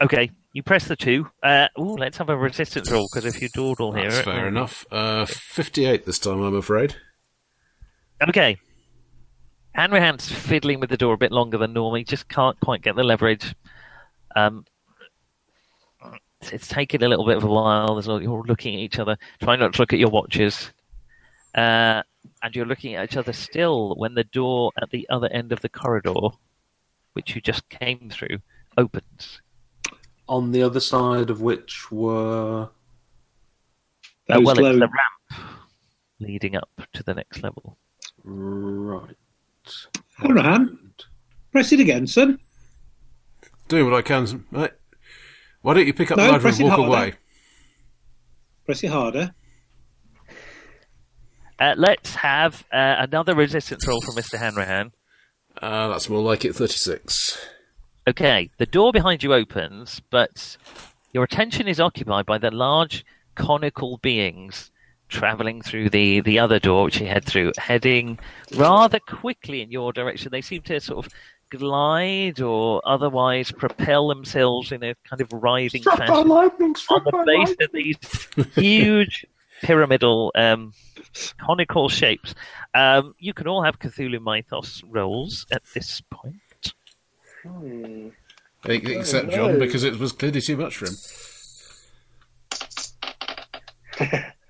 S4: Okay. You press the two. Uh, ooh, let's have a resistance roll because if you dawdle here,
S1: That's fair enough. Uh, 58 this time, I'm afraid.
S4: Okay. Hanrahan's fiddling with the door a bit longer than normal. He just can't quite get the leverage. Um, it's- it's taking a little bit of a while. There's all, you're looking at each other, trying not to look at your watches. Uh, and you're looking at each other still when the door at the other end of the corridor, which you just came through, opens.
S3: On the other side of which were.
S4: Uh,
S5: Those
S4: well,
S5: low-
S4: it's the ramp leading up to the next level.
S3: Right.
S5: Hanrahan, press it again, son.
S1: Doing what I can. Right. Why don't you pick up
S5: No,
S1: the ladder
S5: press
S1: and
S5: it
S1: walk
S5: harder.
S1: away?
S5: Press it harder.
S4: Uh, let's have uh, another resistance roll from Mr. Hanrahan.
S1: Uh, that's more like it, 36.
S4: Okay, the door behind you opens, but your attention is occupied by the large conical beings traveling through the, the other door, which you head through, heading rather quickly in your direction. They seem to sort of glide or otherwise propel themselves in a kind of writhing
S3: Struck by
S4: fashion
S3: lightning!
S4: on
S3: Struck by
S4: the face
S3: lightning!
S4: of these huge pyramidal um, conical shapes. Um, you can all have Cthulhu Mythos rolls at this point.
S7: Hmm.
S1: E, Except
S7: no.
S1: John, because it was clearly too much for him.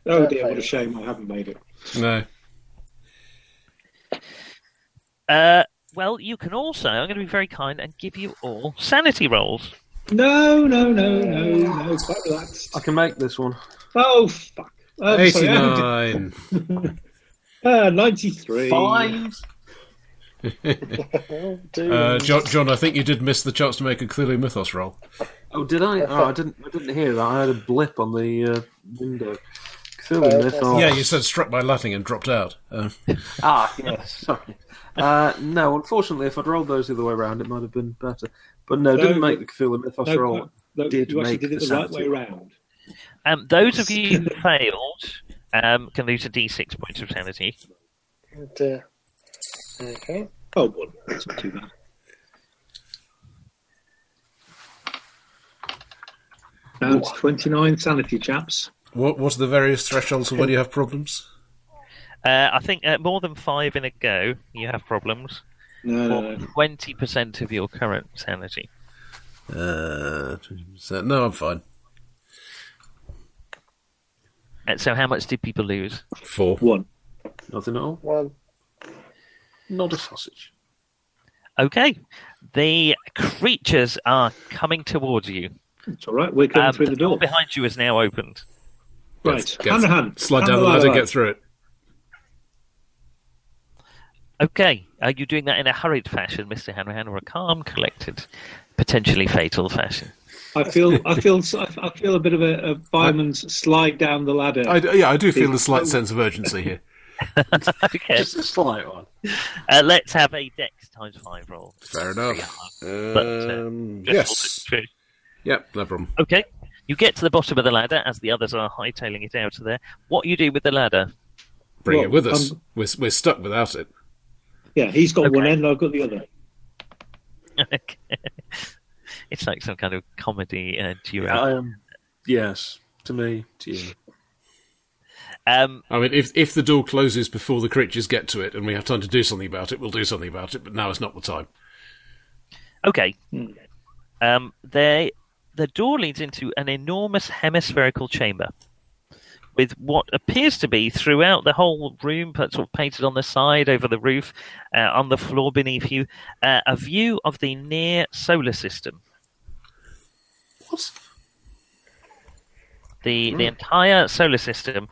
S5: Oh dear, what a shame I haven't made it.
S1: No.
S4: Uh, well, you can also. I'm going to be very kind and give you all sanity rolls.
S5: No, no, no, no, no. Quite relaxed.
S3: I can make this one.
S5: Oh fuck. I'm sorry, I haven't
S1: 89.
S5: did- uh, 93.
S3: Five.
S7: Doom.
S1: Uh, John, John, I think you did miss the chance to make a Cthulhu Mythos roll.
S3: Oh, did I? Oh, I didn't. I didn't hear that. I had a blip on the uh, window. Cthulhu
S7: Uh,
S3: Mythos.
S1: Yeah, you said struck by lightning and dropped out. Uh,
S3: Ah, yes. Sorry. Uh, no, unfortunately, if I'd rolled those the other way around, it might have been better. But no, didn't
S5: No.
S3: make the Cthulhu Mythos
S5: No,
S3: roll.
S5: no, no,
S3: did
S5: you actually
S3: make
S5: did it
S3: the
S5: the, right way
S3: sanity.
S5: round.
S4: Um, those of you who
S5: <laughs>
S4: failed um, can lose a d6 point of sanity.
S7: Oh, dear. Okay.
S5: Oh, well, that's not too bad. Down to 29 sanity, chaps.
S6: What what are the various thresholds for when you have problems?
S4: Uh, I think uh, more than five in a go, you have problems.
S5: No, no,
S4: Or
S5: no.
S4: 20% of your current sanity.
S6: Uh, so, no, I'm fine.
S4: Uh, so, how much did people lose?
S6: Four.
S5: One.
S3: Nothing at all.
S7: One.
S3: Not a sausage.
S4: Okay. The creatures are coming towards you.
S5: It's all right. We're coming
S4: Um,
S5: through the door.
S4: behind you is now opened.
S5: Right.
S6: Get-
S5: hand to hand.
S6: Slide
S5: Hand
S6: down
S5: to
S6: the ladder,
S5: hand.
S6: get through it.
S4: Okay. Are you doing that in a hurried fashion, Mr. Hanrahan, or a calm, collected, potentially fatal fashion?
S5: I feel, I feel, I feel a bit of a, a fireman's slide down the ladder.
S1: I, yeah, I do feel a slight sense of urgency here.
S4: Okay.
S3: Just a slight one.
S4: Uh, let's have a dex times five roll.
S6: <laughs> Fair enough.
S4: uh,
S6: Um, yes. Yep, no problem.
S4: Okay. You get to the bottom of the ladder as the others are hightailing it out of there. What you do with the ladder? <laughs>
S1: Bring
S5: Well,
S1: it with us.
S5: um,
S1: we're, we're stuck without it.
S5: yeah, he's got one
S4: Okay.
S5: end. I've got the other.
S4: Okay. it's like some kind of comedy uh, duo.
S3: I am. Um, Yes, to me, to you.
S4: Um,
S1: I mean, if if the door closes before the creatures get to it and we have time to do something about it, we'll do something about it. But now is not the time.
S4: okay. Um, they, the door leads into an enormous hemispherical chamber with what appears to be throughout the whole room, but sort of painted on the side, over the roof, uh, on the floor beneath you, uh, a view of the near solar system.
S3: What? Hmm.
S4: The the entire solar system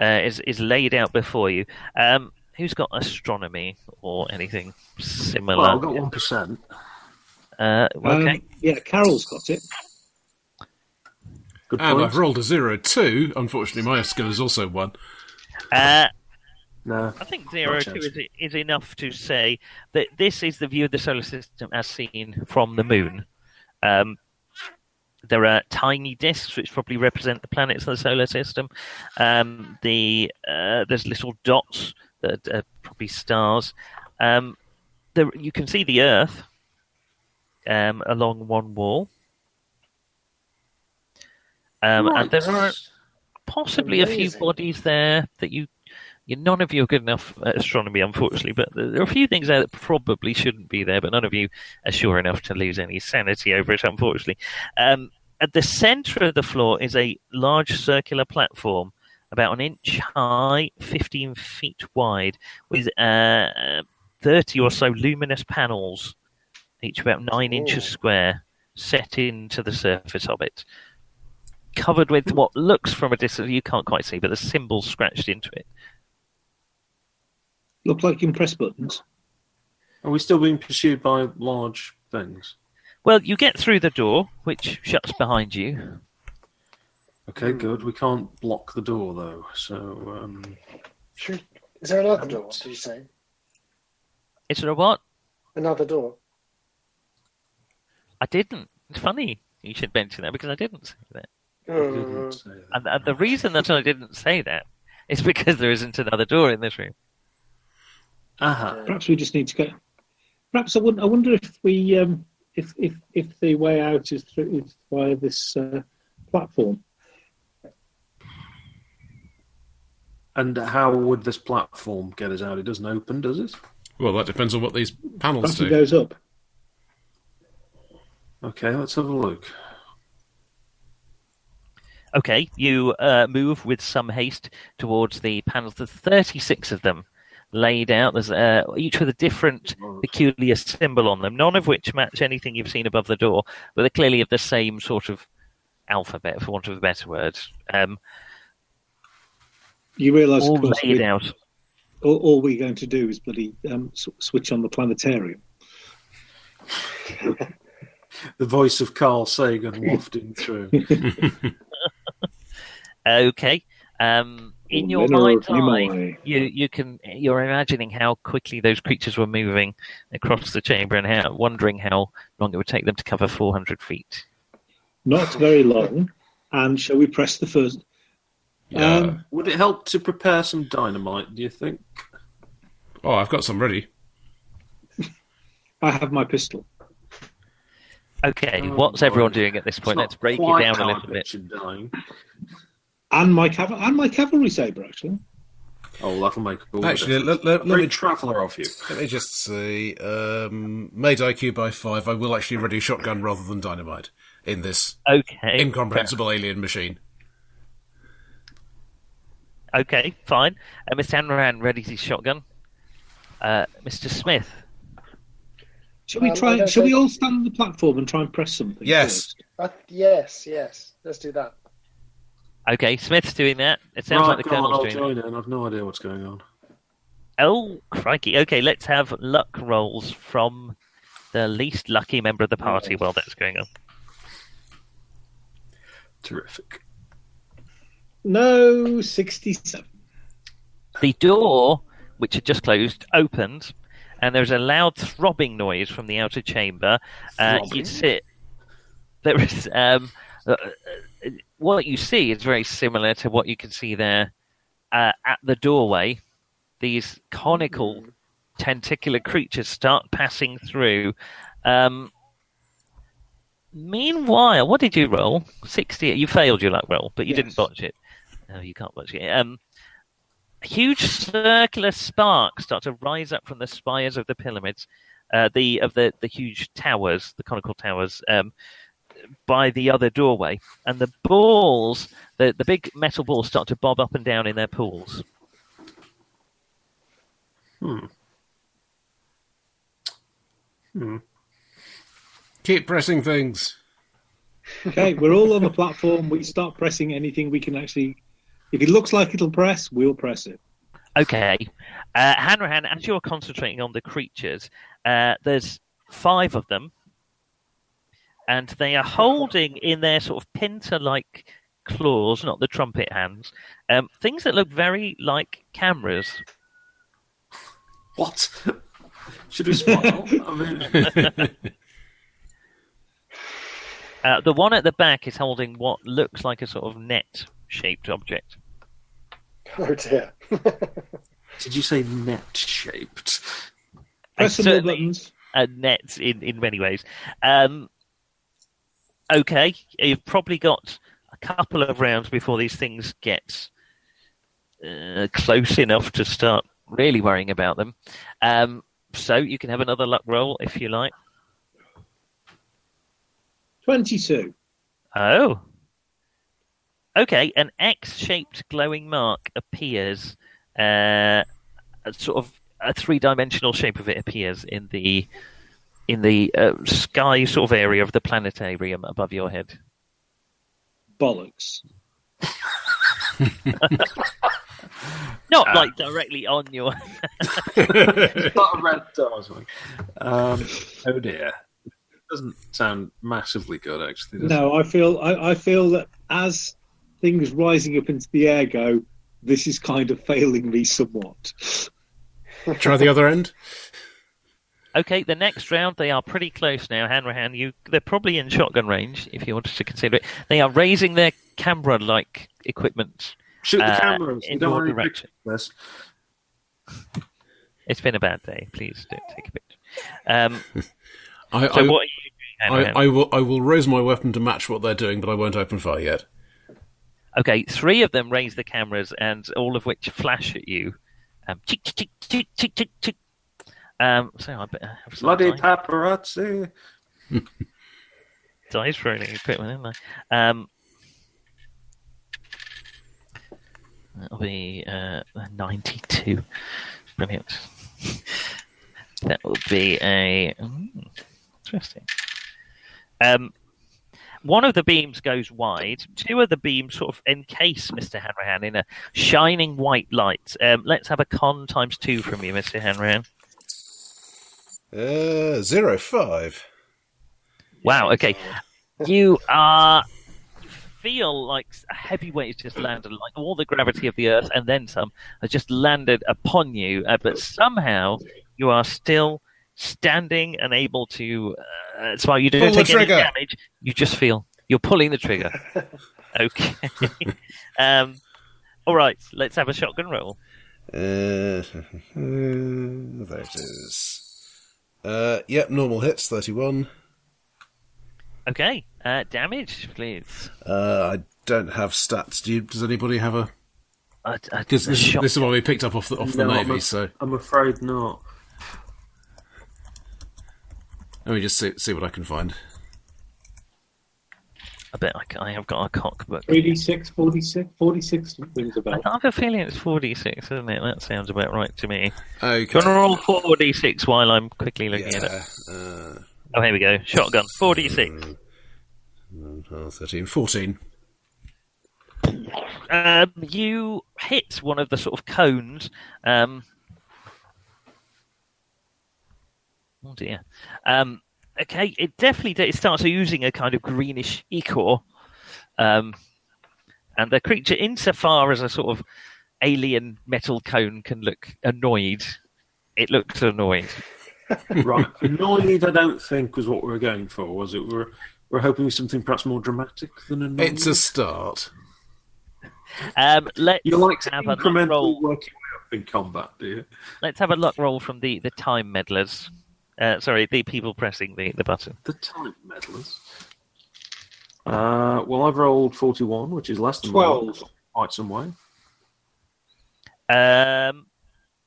S4: uh, is is laid out before you. Um, who's got astronomy or anything similar?
S3: Well, I've got one percent.
S4: uh,
S5: Um,
S4: okay.
S5: yeah, Carol's got it.
S3: Good
S6: Ah,
S1: And
S3: point.
S1: Ah, I've rolled a zero two. Unfortunately, my skill is also one.
S4: Uh,
S3: No.
S4: I think zero
S3: Not
S4: two
S3: chance.
S4: is, is enough to say that this is the view of the solar system as seen from the moon. Um, there are tiny disks which probably represent the planets of the solar system. Um, the uh, there's little dots that are probably stars. Um, there, you can see the Earth um, along one wall, um, and there are possibly a few
S7: Amazing.
S4: bodies there that you, you none of you are good enough at astronomy unfortunately but there are a few things there that probably shouldn't be there but none of you are sure enough to lose any sanity over it unfortunately um, at the center of the floor is a large circular platform about an inch high 15 feet wide with uh, 30 or so luminous panels each about 9 inches
S7: Ooh.
S4: square set into the surface of it covered with what looks from a distance you can't quite see, but the symbols scratched into it.
S5: Look like you can press buttons.
S3: Are we still being pursued by large things?
S4: Well, you get through the door, which shuts behind you.
S3: Okay, good. We can't block the door though, so um,
S7: Should- Is there another door? Did you say
S4: Is there a what?
S7: another door?
S4: I didn't. It's funny you should mention that because I didn't say that.
S3: I
S7: Uh,
S3: didn't say that.
S4: And, and the reason that I didn't say that is <laughs> because there isn't another door in this room.
S7: Mm.
S3: Aha.
S5: Perhaps we just need to go. Perhaps I wonder, I wonder if we, um, if, if, if the way out is through is via this uh, platform.
S3: And how would this platform get us out? It doesn't open, does it?
S1: Well, that depends on what these panels
S5: Perhaps it
S1: do.
S5: goes up.
S3: Okay, let's have a look.
S4: Okay, you uh, move with some haste towards the panels. There's 36 of them laid out. There's uh, each with a different peculiar symbol on them, none of which match anything you've seen above the door, but they're clearly of the same sort of alphabet, for want of a better word. Um,
S5: You realise, of
S4: all
S5: course,
S4: laid
S5: we-
S4: out.
S5: all, all we're going to do is bloody um, s- switch on the planetarium.
S3: The voice of Carl Sagan wafting through.
S4: Okay. Um, in your
S5: Winner
S4: mind's
S5: of
S4: eye,
S5: Nimoy.
S4: you you can you're imagining how quickly those creatures were moving across the chamber and how wondering how long it would take them to cover 400 feet.
S5: Not very long. And shall we press the first?
S1: Yeah.
S5: Um,
S3: Would it help to prepare some dynamite? Do you think?
S1: oh, I've got some ready.
S5: I have my pistol.
S4: Okay,
S3: Oh,
S4: what's
S3: boy.
S4: everyone doing at this point?
S3: It's
S4: Let's
S3: not
S4: break it
S3: quite
S4: down a
S3: how I
S4: little bit.
S3: pictured Dying.
S5: And my, cav- and my cavalry saber, actually.
S3: Oh, that'll make all
S6: Actually,
S3: the
S6: let, let, let me
S3: traveller of you.
S6: let me just see. Um, made IQ by five. I will actually ready shotgun rather than dynamite in this
S4: Okay.
S6: incomprehensible alien machine.
S4: Okay, fine. Uh, Mr. Hanran readies his shotgun. Uh, Mr. Smith,
S5: Shall we
S7: Um, I
S5: try?
S7: don't
S5: Shall we
S7: think-
S5: all stand on the platform and try and press something?
S6: Yes.
S5: first?
S7: I, Uh, yes, yes. Let's do that. <laughs>
S4: Okay, Smith's doing that. It sounds
S3: right,
S4: like the
S3: go on,
S4: Colonel's
S3: I'll
S4: doing that.
S3: join in. I've no idea what's going on.
S4: Oh, crikey. Okay, let's have luck rolls from the least lucky member of the party while that's going on.
S3: Terrific.
S5: No, sixty-seven.
S4: The door, which had just closed, opens, and there's a loud throbbing noise from the outer chamber. Uh, you
S3: Throbbing?
S4: sit. There is. Um, uh, uh, what you see is very similar to what you can see there uh, at the doorway. These conical, tentacular creatures start passing through. Um, meanwhile, what did you roll? 60. You failed your luck roll, but you didn't
S5: Yes.
S4: botch it. No, you can't botch it. Um, huge circular sparks start to rise up from the spires of the pyramids, uh, the of the, the huge towers, the conical towers, um, by the other doorway, and the balls, the the big metal balls, start to bob up and down in their pools.
S6: Keep pressing things.
S5: Okay, we're all on the platform. We start pressing anything we can actually. If it looks like it'll press, we'll press it.
S4: Okay, uh, Hanrahan, as you're concentrating on the creatures, uh, there's five of them, and they are holding in their sort of pinter-like claws, not the trumpet hands, um, things that look very like cameras.
S3: What? <laughs> Should we smile? I mean, <laughs>
S4: Uh, the one at the back is holding what looks like a sort of net shaped object.
S7: Oh dear.
S3: did you say net shaped?
S5: Press
S4: And
S5: some more
S4: certainly-
S5: buttons.
S4: A net uh, in, in many ways. Um, okay, you've probably got a couple of rounds before these things get uh, close enough to start really worrying about them. Um, so you can have another luck roll if you like.
S5: Twenty-two.
S4: Oh. Okay, an X shaped glowing mark appears, uh, a sort of a three dimensional shape of it appears in the in the uh, sky sort of area of the planetarium above your head.
S5: Bollocks.
S4: Not
S6: Ah.
S4: like directly on your. <laughs>
S3: Not a red dot. Um, oh dear. Doesn't sound massively good, actually. Does
S5: No, I feel I, I feel that as things rising up into the air go, this is kind of failing me somewhat.
S6: Try the other end.
S4: Okay, the next round they are pretty close now. Hanrahan, you they're probably in shotgun range if you wanted to consider it. They are raising their camera-like
S3: it?
S4: equipment
S3: Shoot the
S4: uh,
S3: cameras.
S4: in
S3: We don't
S4: your
S3: want any
S4: direction.
S3: pictures of this.
S4: It's been a bad day. Please don't take a picture. Um,
S6: I,
S4: so what? Are
S6: I,
S4: you doing,
S6: I,
S4: Hanrahan?
S6: I will I will raise my weapon to match what they're doing, but I won't open fire yet.
S4: Okay, three of them raise the cameras, and all of which flash at you. Um, chick, chick, chick, chick, chick, chick, chick. Um, so I better have some
S3: Bloody
S4: dice,
S3: paparazzi.
S4: dice rolling equipment, haven't I? Um, that'll be uh, 92. Brilliant. that will be a. mm, interesting. hmm, Um, One of the beams goes wide. Two of the beams sort of encase Mr. Hanrahan in a shining white light. Um, let's have a con times two from you, Mr. Hanrahan.
S6: Uh, zero five.
S4: Wow. Okay, you are you feel like a heavy weight has just landed, like all the gravity of the earth and then some has just landed upon you. Uh, but somehow you are still standing and able to. Uh, so you don't
S6: Pull the
S4: take any
S6: trigger.
S4: damage. You just feel you're pulling the trigger.
S1: <laughs>
S4: okay. <laughs> um, all right. Let's have a shotgun roll.
S6: Uh, <laughs> there it is. Uh, yep, normal hits, 31.
S4: Okay. Uh, damage, please.
S6: Uh, I don't have stats. Do you, does anybody have a.
S4: I, I,
S1: Because
S4: the
S1: this,
S4: shot-
S1: this is what we picked up off the, off the
S3: No, I'm
S1: Navy,
S3: af-
S1: so
S3: I'm afraid not.
S4: <laughs>
S1: let me just see, see what I can find.
S4: I bet I, ca- I have got a cockbook.
S5: 3d6, 46, 46 rings a
S4: I
S5: bell.
S4: have a feeling it's 46, isn't it? That sounds about right to me. Do
S6: Okay.
S4: you want to roll 4d6 while I'm quickly looking at it?
S6: Yeah. Uh,
S4: Oh, here we go. Shotgun,
S1: Mm.
S4: 4d6.
S6: oh, 13. 14.
S4: Um, you hit one of the sort of cones. Um, oh, dear. Um, okay, it definitely it starts using a kind of greenish ichor. Um, and the creature, insofar as a sort of alien metal cone can look annoyed, it looks annoyed.
S3: Right. annoyed, I don't think, was what we were going for, was it? We were, we are hoping for something perhaps more dramatic than annoyed.
S6: It's a start.
S4: Um, let's
S3: You like to
S4: have a luck
S3: incrementally
S4: roll.
S3: work your way up in combat, do you?
S4: Let's have a luck roll from the the time meddlers. Uh, sorry, the people pressing the, the button.
S3: The time medalist. Uh, well, I've rolled 41, which is less than
S5: 12.
S3: Quite some way.
S4: Um,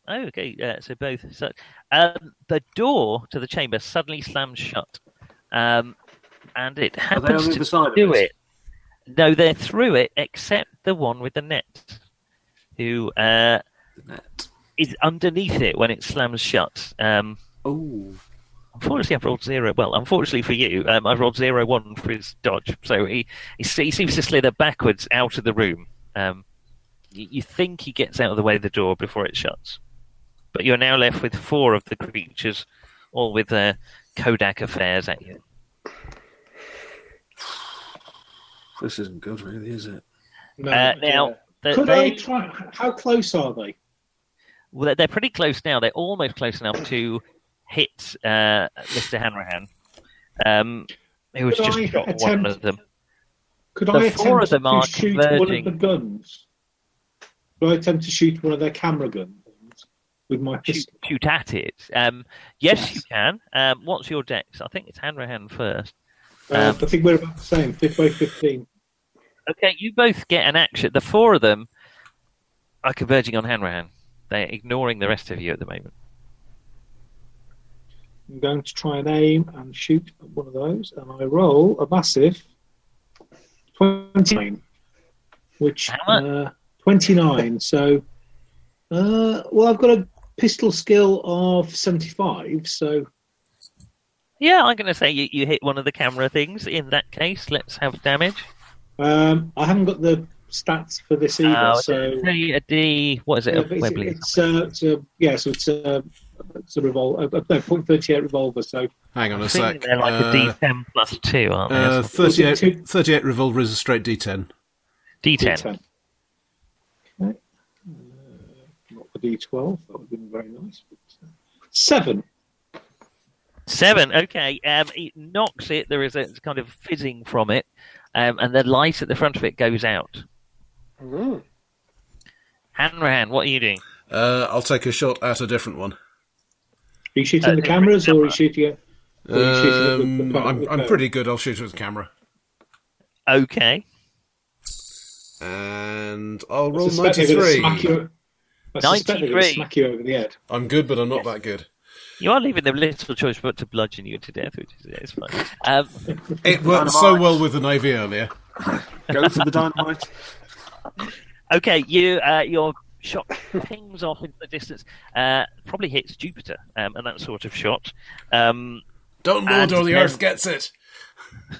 S4: oh, okay, uh, so both. So, um, the door to the chamber suddenly slams shut, um, and it
S3: Are they on
S4: happens
S3: the
S4: to
S3: other side of
S4: do
S3: this?
S4: it. No, they're through it, except the one with the net, who uh,
S3: The net.
S4: is underneath it when it slams shut. Um,
S3: Oh.
S4: Unfortunately, I've rolled zero. Well, unfortunately for you, um, I've rolled zero one for his dodge. So he, he s- he seems to slither backwards out of the room. Um, you, you think he gets out of the way of the door before it shuts, but you're now left with four of the creatures, all with their Kodak affairs at you.
S3: This isn't good, really, is it?
S5: No,
S4: Uh, now,
S5: yeah.
S4: they-
S5: could
S4: they,
S5: I try? How close are they?
S4: well, they're pretty close now. They're almost close enough to hit uh, Mr. Hanrahan, um, who has
S5: Could
S4: just
S5: I
S4: shot one
S5: attempt-
S4: of them.
S5: Could
S4: The
S5: I
S4: four
S5: attempt
S4: of them
S5: to
S4: are
S5: shoot one of
S4: converging.
S5: the guns? Could I attempt to shoot one of their camera guns with my
S4: shoot,
S5: pistol?
S4: shoot at it. Um, yes,
S5: Yes.
S4: you can. Um, what's your dex? I think it's Hanrahan first.
S5: Uh,
S4: Um,
S5: I think we're about the same, fifth by fifteen.
S4: Okay, you both get an action. The four of them are converging on Hanrahan. They're ignoring the rest of you at the moment.
S5: I'm going to try and aim and shoot at one of those, and I roll a massive twenty-nine, which
S4: How much?
S5: uh, twenty-nine. So, uh, well, I've got a pistol skill of seventy-five, so
S4: Yeah, I'm going to say you, you hit one of the camera things. In that case, let's have damage.
S5: um, I haven't got the stats for this either.
S4: Uh,
S5: so.
S4: say a D. What is it?
S5: Yeah,
S4: a
S5: but it's,
S4: Webley.
S5: it's, uh, it's a, yeah, so it's a, it's a revolver, a, a point thirty-eight revolver. So
S6: Hang on a
S4: I
S6: sec.
S4: think they're like
S6: Uh,
S4: a D10 plus two, aren't they?
S6: uh,
S4: Or something?
S6: 38, 38 revolver is a straight D10.
S4: D10.
S5: D10. Okay. Uh, not the D12. That would have been very nice. But, uh, seven.
S4: Seven. Okay. Um, it knocks it. There is a kind of fizzing from it, um, and the light at the front of it goes out.
S7: Mm.
S4: Hanrahan, what are you doing?
S6: Uh, I'll take a shot at a different one.
S5: Are you shooting
S4: Uh,
S5: the cameras, or are you shooting? At, or are you shooting at
S6: Um,
S5: the-
S6: I'm, I'm pretty good. I'll shoot it with the camera.
S4: Okay.
S6: And I'll
S5: I
S6: roll
S5: suspect they're gonna
S6: 93.
S5: Smack you, I suspect they're gonna
S4: 93.
S5: Smack you over the head.
S6: I'm good, but I'm not that good.
S4: You are leaving them little choice but to bludgeon you to death, which is it's fine. Um,
S6: It worked so well with the Navy earlier.
S3: Go for the dynamite.
S4: okay, you uh, your shot pings off into the distance, uh, probably hits Jupiter, um, and that sort of shot. Um,
S6: Don't
S4: And
S6: lord or the
S1: <laughs>
S4: then-
S6: Earth gets it.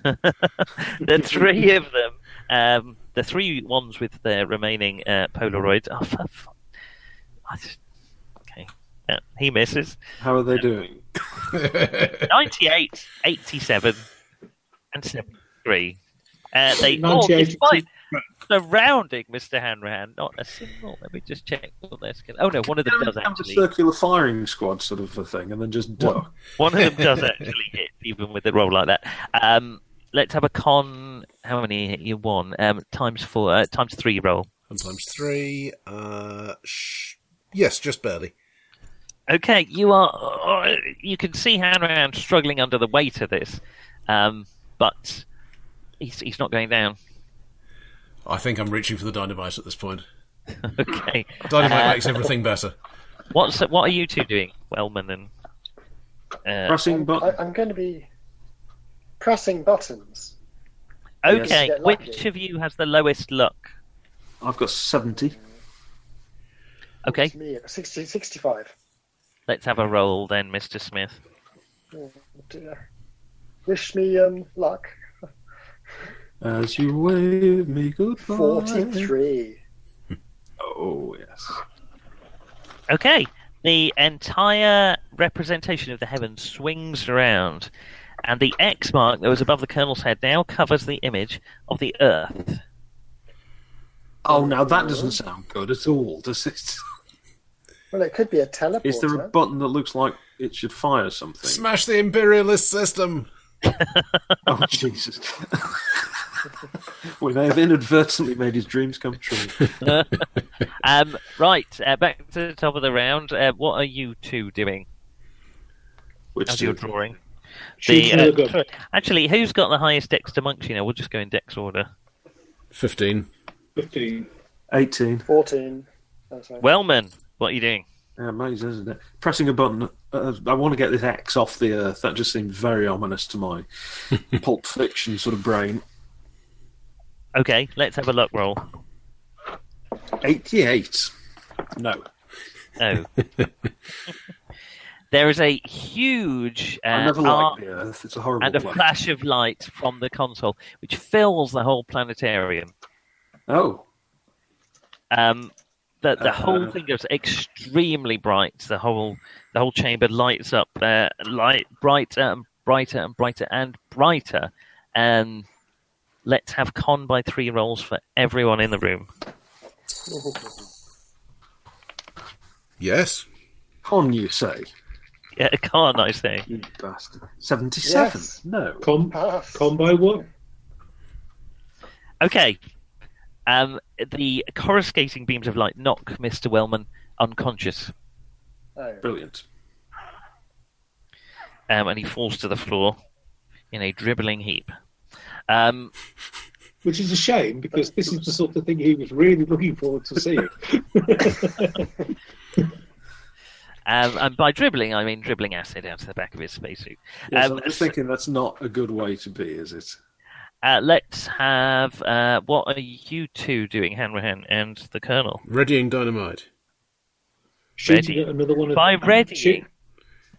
S4: the three of them, um, the three ones with their remaining uh, Polaroids. Oh, for fu- I just- okay, Uh, he misses.
S3: How are
S4: <laughs>
S3: they doing?
S4: 98, 87, and 73. Uh, they all,
S5: 98.
S4: despite surrounding Mr. Hanrahan, not a single. Let me just check what their skin. Oh no, one of them does
S3: Have a
S4: actually.
S3: circular firing squad sort of a thing, and then just duck.
S4: One of them does actually hit, even with a roll like that. Um, let's have a con. How many you won? Um, times four, uh, times three roll.
S6: Sometimes three. Uh, sh- yes, just barely.
S4: Okay, you are. uh, You can see Hanrahan struggling under the weight of this, um, but he's he's not going down. <laughs>
S1: I think I'm reaching for the dynamite at this point.
S4: Okay,
S1: Dynamite makes everything
S6: <laughs>
S1: better.
S4: what's what are you two doing, Wellman and? Uh,
S3: Pressing
S7: I,
S3: button.
S7: I'm going to be pressing buttons.
S4: okay,
S7: Yes.
S4: which of you has the lowest luck?
S3: I've got 70.
S4: Okay,
S7: It's me, 60, 65.
S4: let's have a roll then, Mister Smith.
S7: Oh, dear. Wish me um, luck.
S3: As you wave me goodbye.
S7: 43.
S3: Oh, yes.
S4: Okay. The entire representation of the heavens swings around, and the X mark that was above the colonel's head now covers the image of the Earth.
S3: Oh, now that doesn't sound good at all, does it?
S7: Well, it could be a teleporter.
S3: Is there a button that looks like it should fire something?
S1: Smash the imperialist system.
S3: oh, Jesus. <laughs> we may have inadvertently made his dreams come
S4: <laughs>
S3: true.
S4: Um, right, uh, back to the top of the round. Uh, what are you two doing
S3: Which
S4: as you're drawing?
S5: Shooting
S4: uh,
S5: with a gun.
S4: actually, who's got the highest dex amongst you now? We'll just go in dex order.
S1: Fifteen.
S5: 15.
S3: 18.
S7: 14. Oh, sorry.
S4: Wellman, what are you doing?
S3: Yeah, amazing, isn't it? Pressing a button. Uh, I want to get this X off the earth. That just seemed very ominous to my pulp fiction sort of brain.
S4: Okay, let's have a luck roll.
S3: 88. No.
S4: No. Oh. there is a huge uh,
S3: I never
S4: arc
S3: liked the earth. It's a horrible
S4: and a
S3: place.
S4: flash of light from the console, which fills the whole planetarium.
S3: Oh,
S4: Um, the the
S3: Uh,
S4: whole thing goes extremely bright. The whole the whole chamber lights up, uh, light brighter and brighter and brighter and brighter. And let's have con by three rolls for everyone in the room. <laughs>
S6: Yes.
S3: con, you say?
S4: Yeah, con, I say.
S3: You bastard. 77.
S7: Yes.
S3: No.
S5: Com,
S7: <laughs> Pass.
S5: com by one.
S4: Okay. Um, the coruscating beams of light knock Mister Wellman unconscious,
S7: Oh.
S3: Brilliant.
S4: um, and he falls to the floor in a dribbling heap. Um,
S5: Which is a shame because this is the sort of thing he was really looking forward
S4: <laughs>
S5: to seeing.
S4: Um, and by dribbling, I mean dribbling acid out of the back of his spacesuit.
S3: Yes,
S4: Um,
S3: I'm just thinking that's not a good way to be, is it?
S4: Uh, let's have. Uh, what are you two doing, Hanrahan and the Colonel?
S1: Readying dynamite.
S5: Shooting
S4: Ready.
S5: at another one of
S4: By
S5: Shoot-
S4: readying.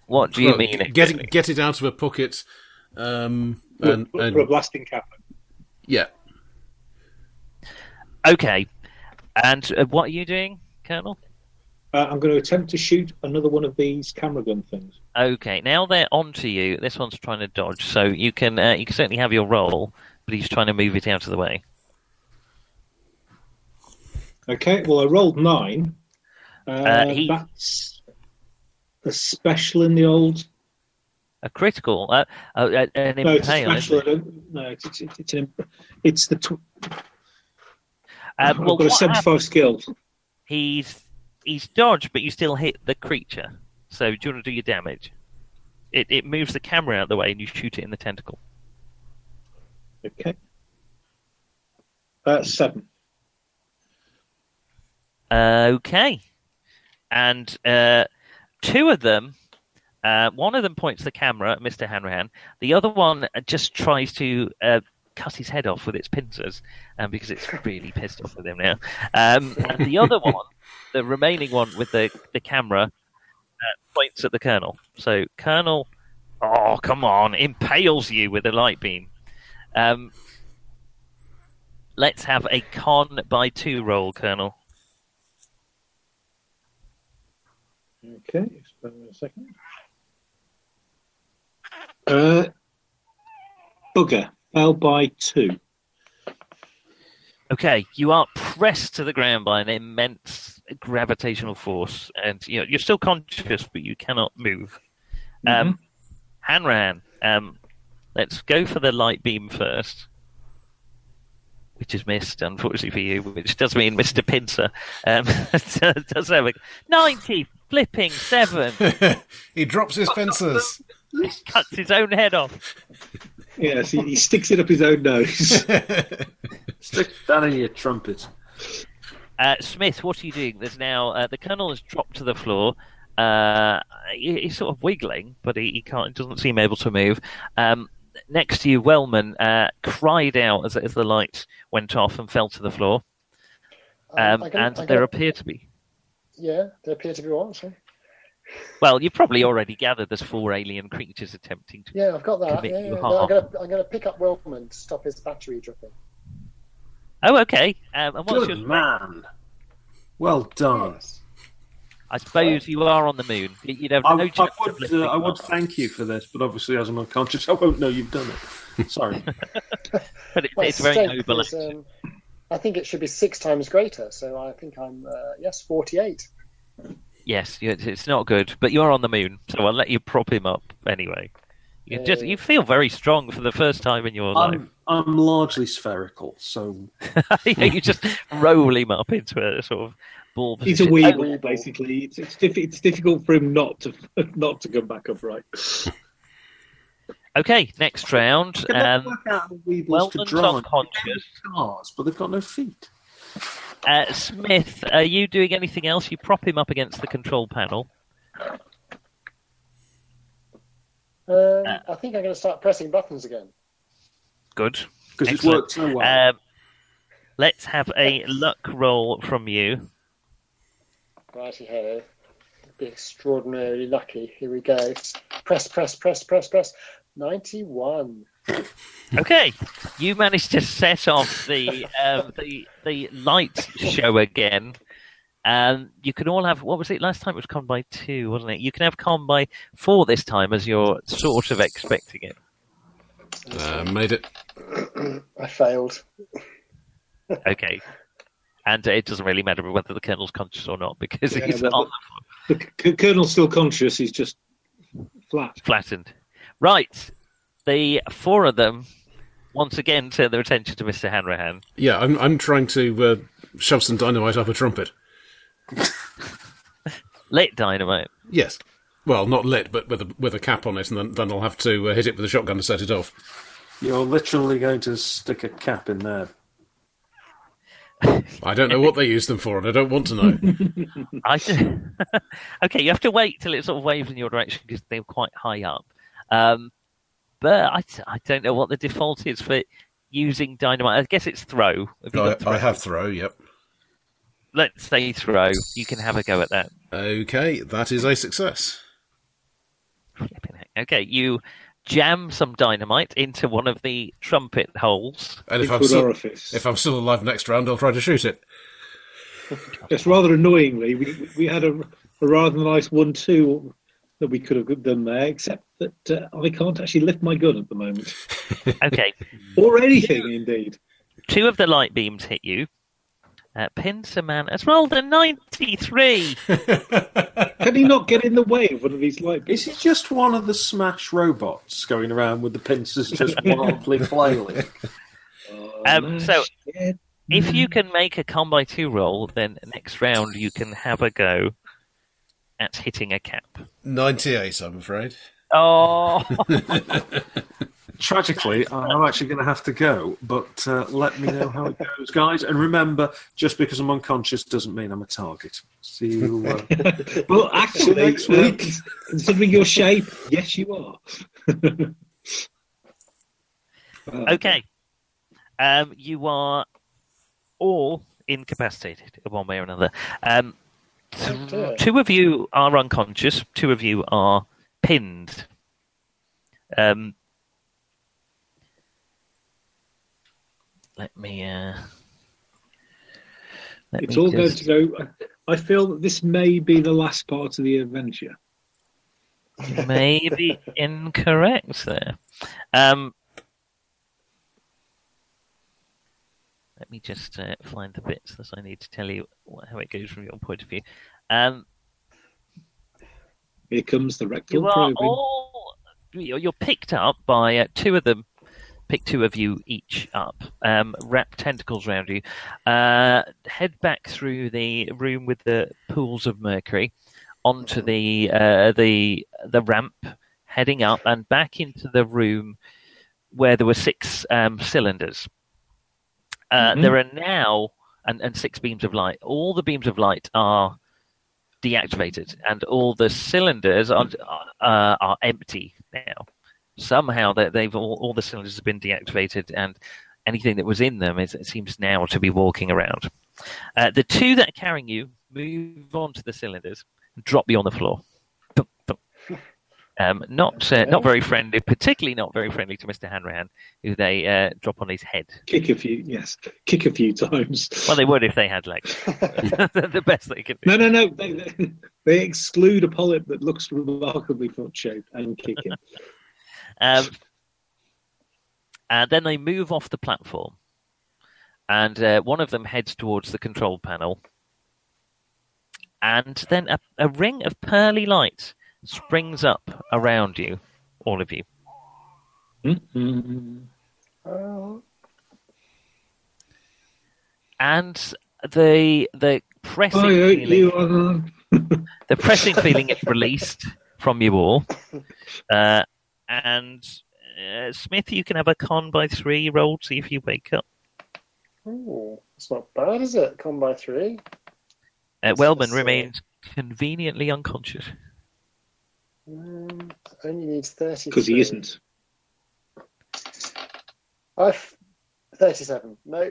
S4: What do you
S1: Well,
S4: mean?
S1: Get it, get it out of a pocket. Um, and,
S5: for,
S1: and-
S5: for a blasting cap.
S1: <laughs> yeah,
S4: Okay. And uh, what are you doing, Colonel?
S5: Uh, I'm going to attempt to shoot another one of these camera gun things.
S4: Okay. Now they're onto you. This one's trying to dodge, so you can uh, you can certainly have your roll, but he's trying to move it out of the way.
S5: Okay, well, I rolled nine. Uh,
S4: Uh, he-
S5: That's a special in the old.
S4: A critical, uh, uh, an
S5: No, it's a
S4: impale.
S5: special.
S4: isn't it?
S5: I don't- No, it's, it's, it's, an, imp- it's the. Tw-
S4: Uh,
S5: I've
S4: well,
S5: got a
S4: what
S5: 75
S4: happened-
S5: skill.
S4: He's he's dodged, but you still hit the creature. So do you want to do your damage? It it moves the camera out of the way, and you shoot it in the tentacle.
S5: Okay. That's seven.
S4: Okay, and uh, two of them. Uh, one of them points the camera at Mr. Hanrahan. The other one uh, just tries to uh, cut his head off with its pincers um, because it's really pissed off with him now. Um, and the other one, the remaining one with the, the camera, uh, points at the colonel. So, colonel, oh, come on, impales you with a light beam. Um, let's have a con by two roll, Colonel.
S5: Okay, spare me a second. Uh, bugger fell by two.
S4: Okay, you are pressed to the ground by an immense gravitational force, and you know, you're still conscious, but you cannot move. Um, Hanran, um, let's go for the light beam first, which is missed, unfortunately for you, which does mean Mr. Pincer um, <laughs> does have a 90 flipping seven,
S6: he drops his
S1: <laughs>
S6: pincers.
S4: cuts his own head off.
S5: Yes, he, he sticks it up his own nose.
S1: <laughs> Uh,
S3: Stick that in your trumpet.
S4: Uh, Smith, what are you doing? There's now uh, the colonel has dropped to the floor. Uh, he, he's sort of wiggling, but he, he can't. Doesn't seem able to move. Um, next to you, Wellman uh, cried out as, as the light went off and fell to the floor. Um,
S7: Uh, I gotta-
S4: and
S7: I
S4: there
S7: gotta-
S4: appear to be.
S7: Yeah, they appear to be what? Sorry.
S4: Well, you've probably already gathered there's four alien creatures attempting to.
S7: Yeah, I've got that.
S4: Commit
S7: Yeah,
S4: you
S7: yeah. No, I'm
S4: harm.
S7: gonna I'm gonna pick up Wellman to stop his battery dripping.
S4: Oh, okay. Um, and what's
S3: Good
S4: your...
S3: man. Well done.
S7: Yes.
S4: I suppose you are on the moon. You- You'd have
S3: I,
S4: no
S3: I
S4: chance of
S3: would,
S4: lifting
S3: uh, I would
S4: up.
S3: thank you for this, but obviously, as I'm unconscious, <laughs> I won't know you've done it.
S4: <laughs>
S3: Sorry.
S4: But it,
S7: My
S4: it's very
S7: strength
S4: noble.
S7: is, um, I think it should be six times greater, so I think I'm uh, yes, forty-eight.
S4: Yes, you- it's- it's not good, but you are on the moon, so I'll let you prop him up anyway. You just
S7: Yeah.
S4: you feel very strong for the first time in your life.
S5: Um,
S3: I'm, I'm largely spherical, so
S4: <laughs> you
S5: <laughs>
S4: just roll him up into a sort of ball
S5: um, He's a
S4: position.
S5: weeble, <laughs> basically. It's it's, diff- it's difficult for him not to <laughs> not to come back upright.
S4: Okay, next round.
S3: Can I
S4: Um,
S3: work out the weebles to
S4: Weldon's
S3: drive?
S4: unconscious.
S3: Cars, but they've got no feet.
S4: Uh, Smith, are you doing anything else? You prop him up against the control panel.
S7: Um,
S4: Ah.
S7: I think I'm going to start pressing buttons again.
S4: Good.
S3: Because it's
S4: Excellent.
S3: worked so well.
S4: Um, let's have a luck roll from you.
S7: Righty ho. Be extraordinarily lucky. Here we go. Press, press, press, press, press. 91.
S4: Okay, you managed to set off the um, the the light show again. Um, you can all have what was it last time? It was con by two, wasn't it? You can have con by four this time, as you're sort of expecting it.
S1: Uh, made it.
S7: I failed.
S4: Okay, and it doesn't really matter whether the colonel's conscious or not because
S5: Yeah,
S4: he's
S5: but-
S4: on
S5: The c- colonel's still conscious. He's just flat.
S4: flattened. Right, the four of them once again turn their attention to Mister Hanrahan.
S1: Yeah, I'm I'm trying to uh, shove some dynamite up a trumpet.
S4: Lit dynamite.
S1: Yes. Well, not lit, but with a with a cap on it, and then, then I'll have to uh, hit it with a shotgun to set it off.
S3: You're literally going to stick a cap in there.
S1: I don't know what they use them for, and I don't want to
S6: <laughs>
S1: know.
S4: I do. <laughs> okay, you have to wait till it sort of waves in your direction because they're quite high up. Um, but I, I don't know what the default is for using dynamite. I guess it's throw. Have you got throw?
S6: have throw, yep.
S4: Let's say throw. You can have a go at that.
S1: Okay, that is a success.
S4: Flipping heck. Okay, you jam some dynamite into one of the trumpet holes.
S1: And if I'm
S5: Good
S1: still,
S5: orifice.
S1: if I'm still alive next round, I'll try to shoot it.
S5: Yes, rather annoyingly, we we had a, a rather nice one-two that we could have done there, except that uh, I can't actually lift my gun at the moment,
S4: Okay,
S5: or anything indeed.
S4: two of the light beams hit you. Uh, Pincer Man has rolled a 93.
S1: <laughs>
S5: Can he not get in the way of one of these light?
S3: Is he just one of the smash robots going around with the
S4: <laughs>
S3: pincers just wildly flailing?
S5: Ah,
S4: Um, so
S5: Yeah.
S4: If
S5: Hmm.
S4: you can make a con by two roll, then next round you can have a go at hitting a cap.
S6: 98, I'm afraid.
S4: Oh,
S3: Tragically, <laughs> I'm actually going to have to go, but uh, let me know how it goes, guys. And remember, just because I'm unconscious doesn't mean I'm a target. See you. Uh,
S5: Well, actually,
S3: Next
S5: uh,
S3: week.
S5: considering your shape, yes, you are.
S4: <laughs> okay. Um, you are all incapacitated in one way or another. Um,
S5: Oh,
S4: th-
S7: dear.
S4: two of you are unconscious. Two of you are pinned. Um, Let me. Uh, let
S5: it's
S4: me
S5: all
S4: just...
S5: going to go. I feel that this may be the last part of the adventure.
S4: may be incorrect there. Um, let me just uh, find the bits that I need to tell you what, how it goes from your point of view. Um,
S5: Here comes the rectal
S4: you are
S5: probing.
S4: all you're you're picked up by uh, two of them. Pick two of you each up. Um, wrap tentacles round you. Uh, head back through the room with the pools of mercury, onto the uh, the the ramp, heading up and back into the room where there were six um, cylinders. Uh,
S5: Mhm.
S4: There are now and, and six beams of light. All the beams of light are deactivated, and all the cylinders are uh, are empty now. Somehow that they've all, all the cylinders have been deactivated, and anything that was in them is, it seems now to be walking around. Uh, the two that are carrying you move on to the cylinders, and drop you on the floor. Thump, thump. Um, not uh, not very friendly, particularly not very friendly to Mister Hanrahan, who they uh, drop on his head.
S5: Kick a few, yes, kick a few times.
S4: Well, they would if they had legs. <laughs> the best they could do.
S5: No, no, no. They, they, <laughs> they exclude a polyp that looks remarkably foot shaped and kick him.
S4: Um, and then they move off the platform, and uh, one of them heads towards the control panel. And then a, a ring of pearly light springs up around you, all of you.
S5: Hmm?
S7: Oh,
S4: And the the pressing
S5: Oh, you,
S4: feeling,
S5: you are.
S4: the pressing feeling is released from you all. Uh, and uh, Smith, you can have a con by three roll. See if you wake up.
S7: ooh, it's not bad, is it? Come by three.
S4: Uh,
S7: That's
S4: Wellman
S7: fascinating.
S4: remains conveniently unconscious.
S7: Um, only needs thirty.
S5: Because he isn't.
S7: I've thirty-seven. <laughs> No.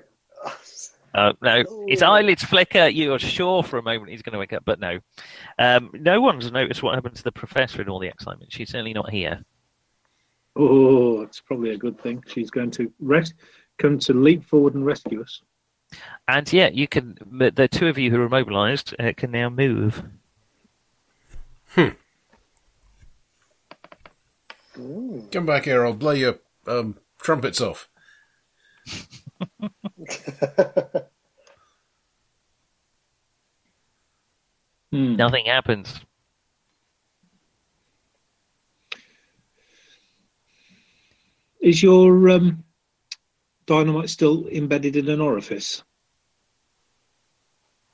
S4: Uh, no, his
S7: Ooh.
S4: eyelids flicker. You're sure for a moment he's going to wake up, but no. Um, no one's noticed what happened to the professor in all the excitement. She's certainly not here.
S5: Oh, it's probably a good thing. She's going to res- come to leap forward and rescue us.
S4: And yeah, you can. The two of you who are immobilised uh, can now move.
S1: <laughs>
S7: Ooh.
S6: Come back here, I'll blow your um, trumpets off.
S5: Hmm.
S4: Nothing happens.
S5: Is your um, dynamite still embedded in an orifice?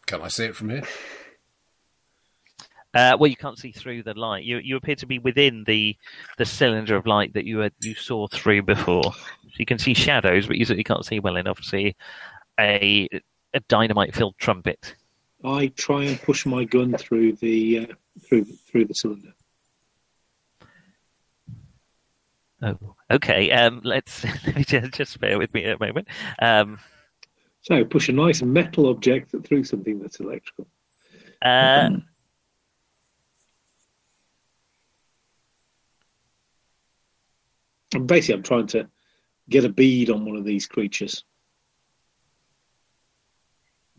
S6: Can I see it from here?
S4: Uh, well, you can't see through the light. You you appear to be within the the cylinder of light that you had, you saw through before. So you can see shadows, but you certainly can't see well enough to see a a dynamite filled trumpet.
S5: I try and push my gun through the uh, through through the cylinder.
S4: Oh, okay. Um, let's <laughs> let me just, just bear with me a moment. Um,
S5: So push a nice metal object through something that's electrical.
S4: uh,
S5: And basically, I'm trying to get a bead on one of these creatures.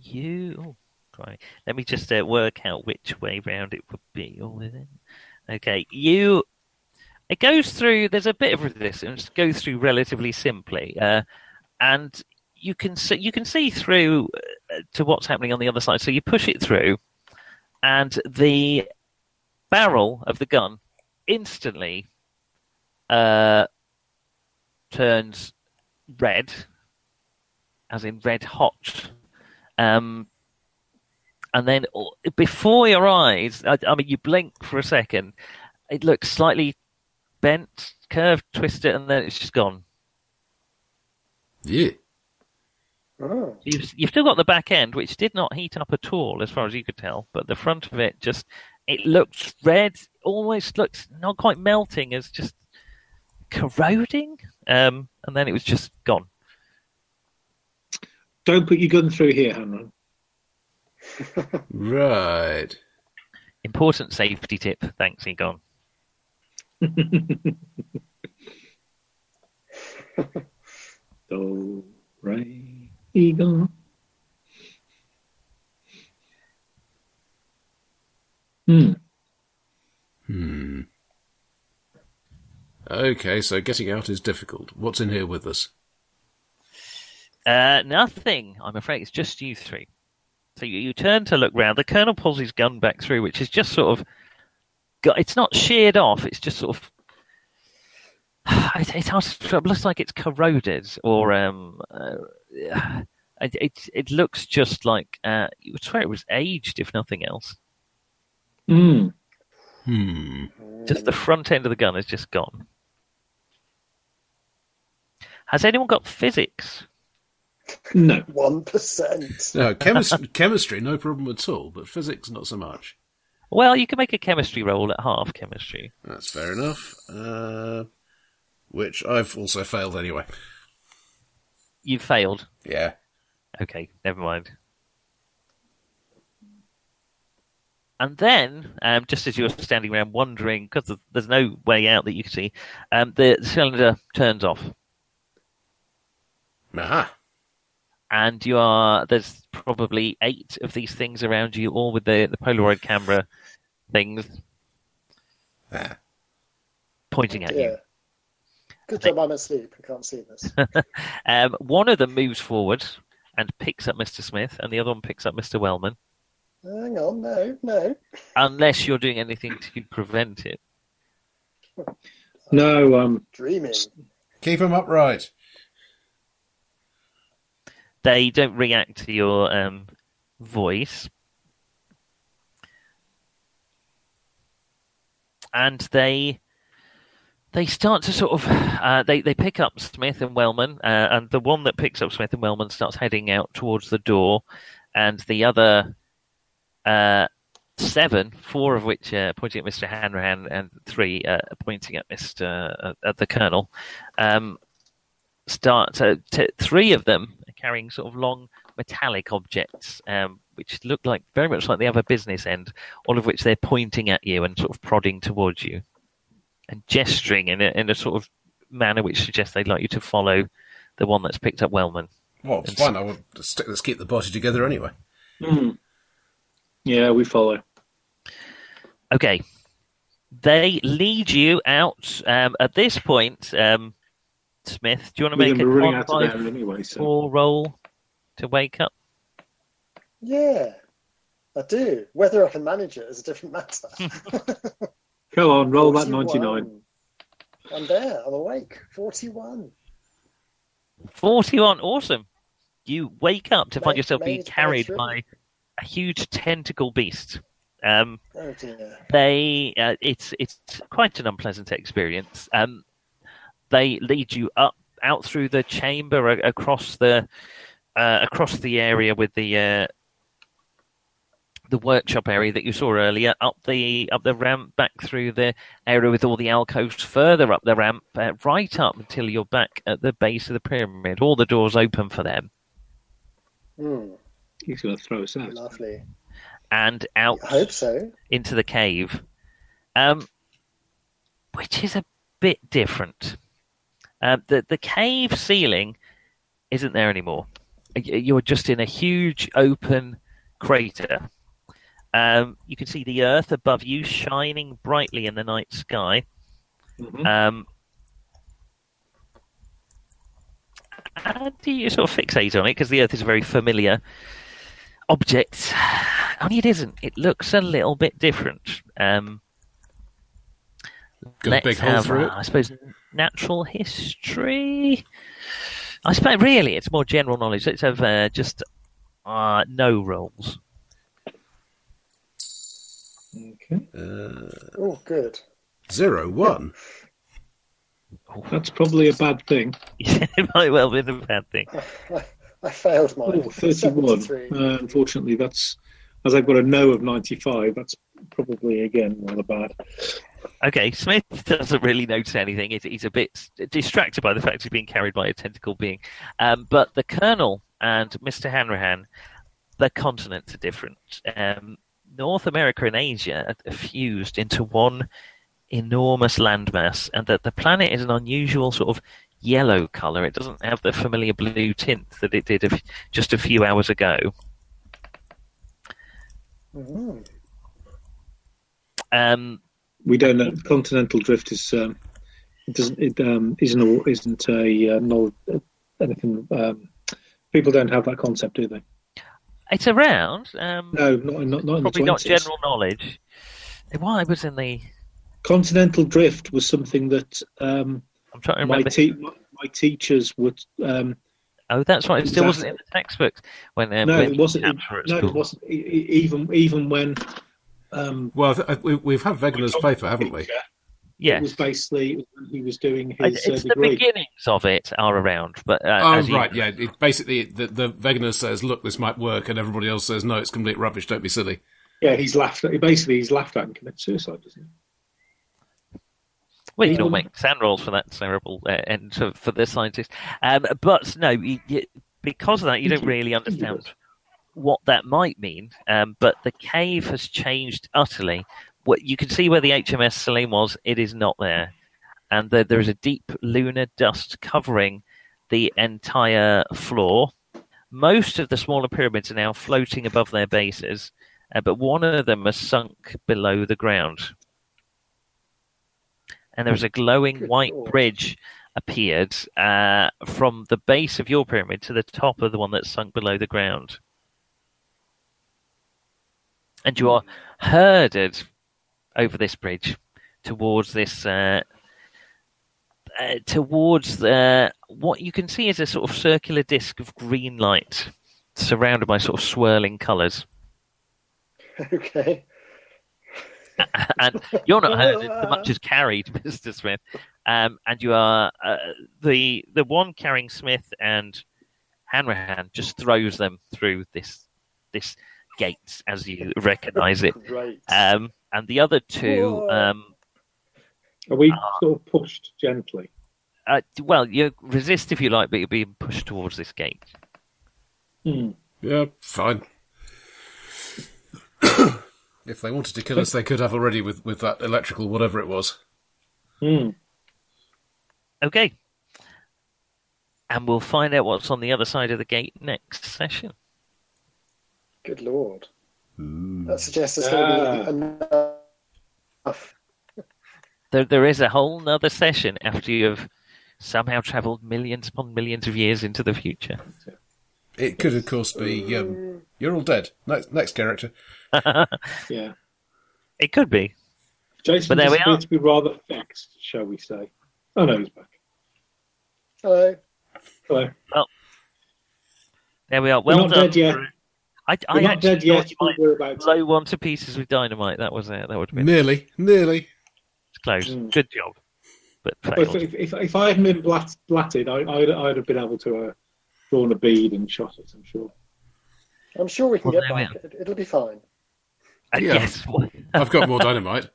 S4: you, oh, cry. Let me just uh, work out which way round it would be. Or within. Okay, you. It goes through. There's a bit of resistance. It Goes through relatively simply, uh, and you can see you can see through uh, to what's happening on the other side. So you push it through, and the barrel of the gun instantly uh, turns red, as in red hot. Um, and then all- before your eyes, I, I mean, you blink for a second. It looks slightly bent, curved, twisted, and then it's just gone.
S6: Yeah.
S7: Oh.
S4: You've, you've still got the back end, which did not heat up at all, as far as you could tell, but the front of it just it looks red, almost looks not quite melting, as just corroding. Um, and then it was just gone.
S5: Don't put your gun through here, Hanron. <laughs>
S6: Right.
S4: Important safety tip. Thanks, Egon.
S5: Do, re, Grey Eagle. Hmm.
S1: Hmm. Okay, so getting out is difficult. What's in here with us?
S4: Uh, nothing, I'm afraid. It's just you three. So you, you turn to look round. The colonel pulls his gun back through, which is just sort of. Got, it's not sheared off. It's just sort of. <sighs> It, it's hard to- it looks like it's corroded, or um, uh, <sighs> it, it it looks just like uh, you would swear it was aged, if nothing else.
S5: Hmm.
S1: Hmm.
S4: Just the front end of the gun is just gone. Has anyone got physics?
S5: No.
S7: One percent.
S1: No, chemis- <laughs> chemistry, no problem at all, but physics, not so much.
S4: Well, you can make a chemistry roll at half chemistry.
S1: That's fair enough. Uh, which I've also failed anyway.
S4: You failed.
S1: Yeah.
S4: Okay, never mind. And then, um, just as you're standing around wondering, because there's no way out that you can see, um, the cylinder turns off,
S1: Aha.
S4: and you are there's probably eight of these things around you, all with the, the Polaroid camera things
S1: Ah.
S4: pointing at
S7: Yeah.
S4: you.
S7: Good job I'm asleep. I can't see
S4: <laughs>
S7: this.
S4: Um, one of them moves forward and picks up Mr. Smith, and the other one picks up Mr. Wellman,
S7: Hang on, no, no.
S4: unless you're doing anything to prevent it.
S5: No, um,
S7: Dreaming.
S6: Keep him upright.
S4: they don't react to your um, voice. And they they start to sort of uh, they they pick up Smith and Wellman, uh, and the one that picks up Smith and Wellman starts heading out towards the door, and the other uh, seven, four of which are pointing at Mister Hanrahan, and three uh, are pointing at Mister uh, at the Colonel, um, start so t- three of them are carrying sort of long metallic objects um, which look like very much like the other business end all of which they're pointing at you and sort of prodding towards you and gesturing in a, in a sort of manner which suggests they'd like you to follow the one that's picked up wellman
S6: Well, it's fine. I will stick, let's keep the party together anyway.
S5: hmm. Yeah, we follow.
S4: okay they lead you out um, at this point um, smith do you want to
S5: We're
S4: make
S5: gonna
S4: a
S5: be running out of there
S4: five,
S5: anyway, so.
S4: four roll to wake up
S7: Yeah, I do. Whether I can manage it is a
S4: <laughs>
S7: different matter.
S5: Go on, roll that
S7: 41.
S5: 99.
S7: I'm there. I'm awake. Forty-one.
S4: 41. Awesome. You wake up to find
S7: Made-
S4: yourself being
S7: made by
S4: carried
S7: three.
S4: by a huge tentacle beast. Um,
S7: Oh dear.
S4: they uh, it's it's quite an unpleasant experience. Um, they lead you up out through the chamber a- across the uh, across the area with the uh, the workshop area that you saw earlier up the up the ramp back through the area with all the alcoves further up the ramp uh, right up until you're back at the base of the pyramid all the doors open for them
S7: Hmm.
S5: He's going to throw us out.
S7: lovely.
S4: and out
S7: I hope so.
S4: into the cave, um, which is a bit different. Uh, the the cave ceiling isn't there anymore. Y- You're just in a huge open crater. Um, you can see the earth above you shining brightly in the night sky.
S5: Mhm.
S4: Um, and you sort of fixate on it because the Earth is a very familiar object. <sighs> Only it isn't. It looks a little bit different. Um,
S1: Got
S4: let's
S1: a big hole
S4: have,
S1: through
S4: uh,
S1: it.
S4: I suppose natural history. I suppose really it's more general knowledge. Let's have uh, just uh, no rolls.
S5: Okay.
S6: Uh,
S7: Oh, good.
S1: Zero, one.
S5: That's probably a bad thing.
S4: <laughs> it might well be the bad thing.
S7: I, I failed mine.
S5: Oh, 31.
S7: 73.
S5: Uh, unfortunately, that's, as I've got a no of 95, that's probably, again, rather bad.
S4: Okay, Smith doesn't really notice anything. He's, he's a bit distracted by the fact he's being carried by a tentacle being. Um, but the Colonel and Mr. Hanrahan, their continents are different. Um, North America and Asia are fused into one enormous landmass, and that the planet is an unusual sort of yellow colour. It doesn't have the familiar blue tint that it did a f- just a few hours ago.
S7: Mm.
S4: Um,
S5: We don't know. Continental drift is um, it doesn't it um, isn't a, isn't a uh, no anything. Um, people don't have that concept, do they?
S4: it's around. Um,
S5: No, not in- not, not in
S4: probably
S5: the
S4: not
S5: 20s.
S4: general knowledge. Why it was in the?
S5: Continental drift was something that um,
S4: I'm trying to
S5: my,
S4: remember.
S5: te- my, my teachers would. Um,
S4: oh, that's right. It still
S5: Exactly.
S4: wasn't in the textbooks when. Um,
S5: no,
S4: when
S5: it wasn't.
S4: camps were at
S5: no, it
S4: school.
S5: wasn't. E- e- Even even when um,
S1: Well, I th- I- we, we've had Wegener's paper, haven't we?
S4: Uh,
S5: Yeah,
S4: Yes.
S5: It was basically when he was doing
S4: I-
S5: his uh,
S4: it's the
S5: degree.
S4: beginnings of it are around, but uh,
S1: Oh,
S4: as you-
S1: right, yeah. It, basically, the, the Wegener says, look, this might work, and everybody else says, no, it's complete rubbish, don't be silly.
S5: Yeah, he's laughed. At, basically, he's laughed at and committed suicide, doesn't
S4: Well, you can all
S5: Even-
S4: make sand rolls for that terrible uh, end to, for the scientist. Um, but no, you, you, because of that, you don't really understand what that might mean. Um, but the cave has changed utterly. What you can see where the HMS Selene was, it is not there, and there, there is a deep lunar dust covering the entire floor. Most of the smaller pyramids are now floating above their bases, uh, but one of them has sunk below the ground and there was a glowing
S7: Good
S4: white
S7: lord.
S4: bridge appeared uh, from the base of your pyramid to the top of the one that sunk below the ground. And you are
S7: Hmm.
S4: herded over this bridge towards this uh, uh, towards the what you can see is a sort of circular disc of green light surrounded by sort of swirling colours.
S7: <laughs> Okay.
S4: <laughs> and you're not herded so much as carried, <laughs> Mister Smith. Um, and you are uh, the the one carrying Smith and Hanrahan just throws them through this this gate as you <laughs> recognise it.
S7: Great.
S4: Um, and the other two,
S7: Whoa.
S4: um,
S5: he? Are we
S4: Ah.
S5: sort of pushed gently?
S4: uh, well, you resist if you like, but you're being pushed towards this gate.
S5: Hmm,
S1: Yeah, fine. <coughs> if they wanted to kill us, they could have already with, with that electrical whatever it was.
S5: Hmm.
S4: Okay. And we'll find out what's on the other side of the gate next session.
S7: Good lord. That suggests there's going to
S5: Uh.
S7: be enough.
S4: there, there is a whole nother session after you've somehow travelled millions upon millions of years into the future. <laughs>
S8: It could, of course, be
S7: Hmm.
S8: um, you're all dead. Next, next character.
S5: Yeah.
S4: It could be.
S5: Jason
S4: But there we
S5: does appear
S4: are.
S5: to be rather fixed, shall we say? Oh no, he's back.
S7: Hello.
S5: Hello.
S4: There we are.
S5: We're
S4: Well
S5: not
S4: done.
S5: dead yet.
S4: I,
S5: We're
S4: I
S5: not
S4: actually
S5: dead yet.
S4: thought
S5: but
S4: you
S5: We're about
S4: might
S5: to.
S4: blow one to pieces with dynamite. That was it. That would have been
S1: Nearly, nearly.
S4: close.
S5: Mm.
S4: Good job. But
S5: If,
S4: failed.
S5: if, if, if I hadn't been blat- blatted, I, I'd, I'd have been able to uh, drawn a bead and shot it. I'm sure.
S7: I'm sure we can
S4: Well,
S7: get
S4: there we
S7: back. It, it'll be fine.
S4: Uh,
S1: yeah.
S4: Yes. <laughs>
S1: I've got more <laughs> dynamite.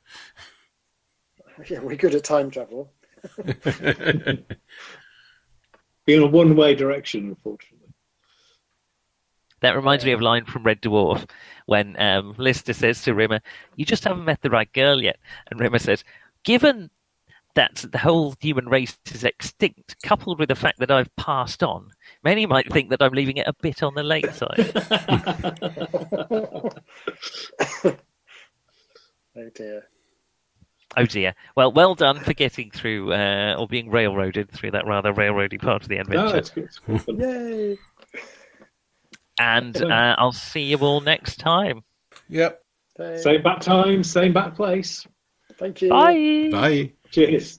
S7: <laughs> Yeah, we're good at time travel.
S5: <laughs> Be in a one-way direction, unfortunately. <laughs>
S4: That reminds me of a line from Red Dwarf when um, Lister says to Rimmer, You just haven't met the right girl yet. And Rimmer says, Given that the whole human race is extinct, coupled with the fact that I've passed on, many might think that I'm leaving it a bit on the late
S5: <laughs>
S4: side.
S7: Oh dear.
S4: oh dear. Well, well done for getting through uh, or being railroaded through that rather railroady part of the
S5: No,
S4: adventure.
S5: it's good. It's good fun.
S7: Yay.
S4: And uh, I'll see you all next time.
S8: Yep.
S7: Thank-
S5: Same back time, same back place.
S7: Thank you.
S4: Bye.
S1: Bye.
S5: Cheers.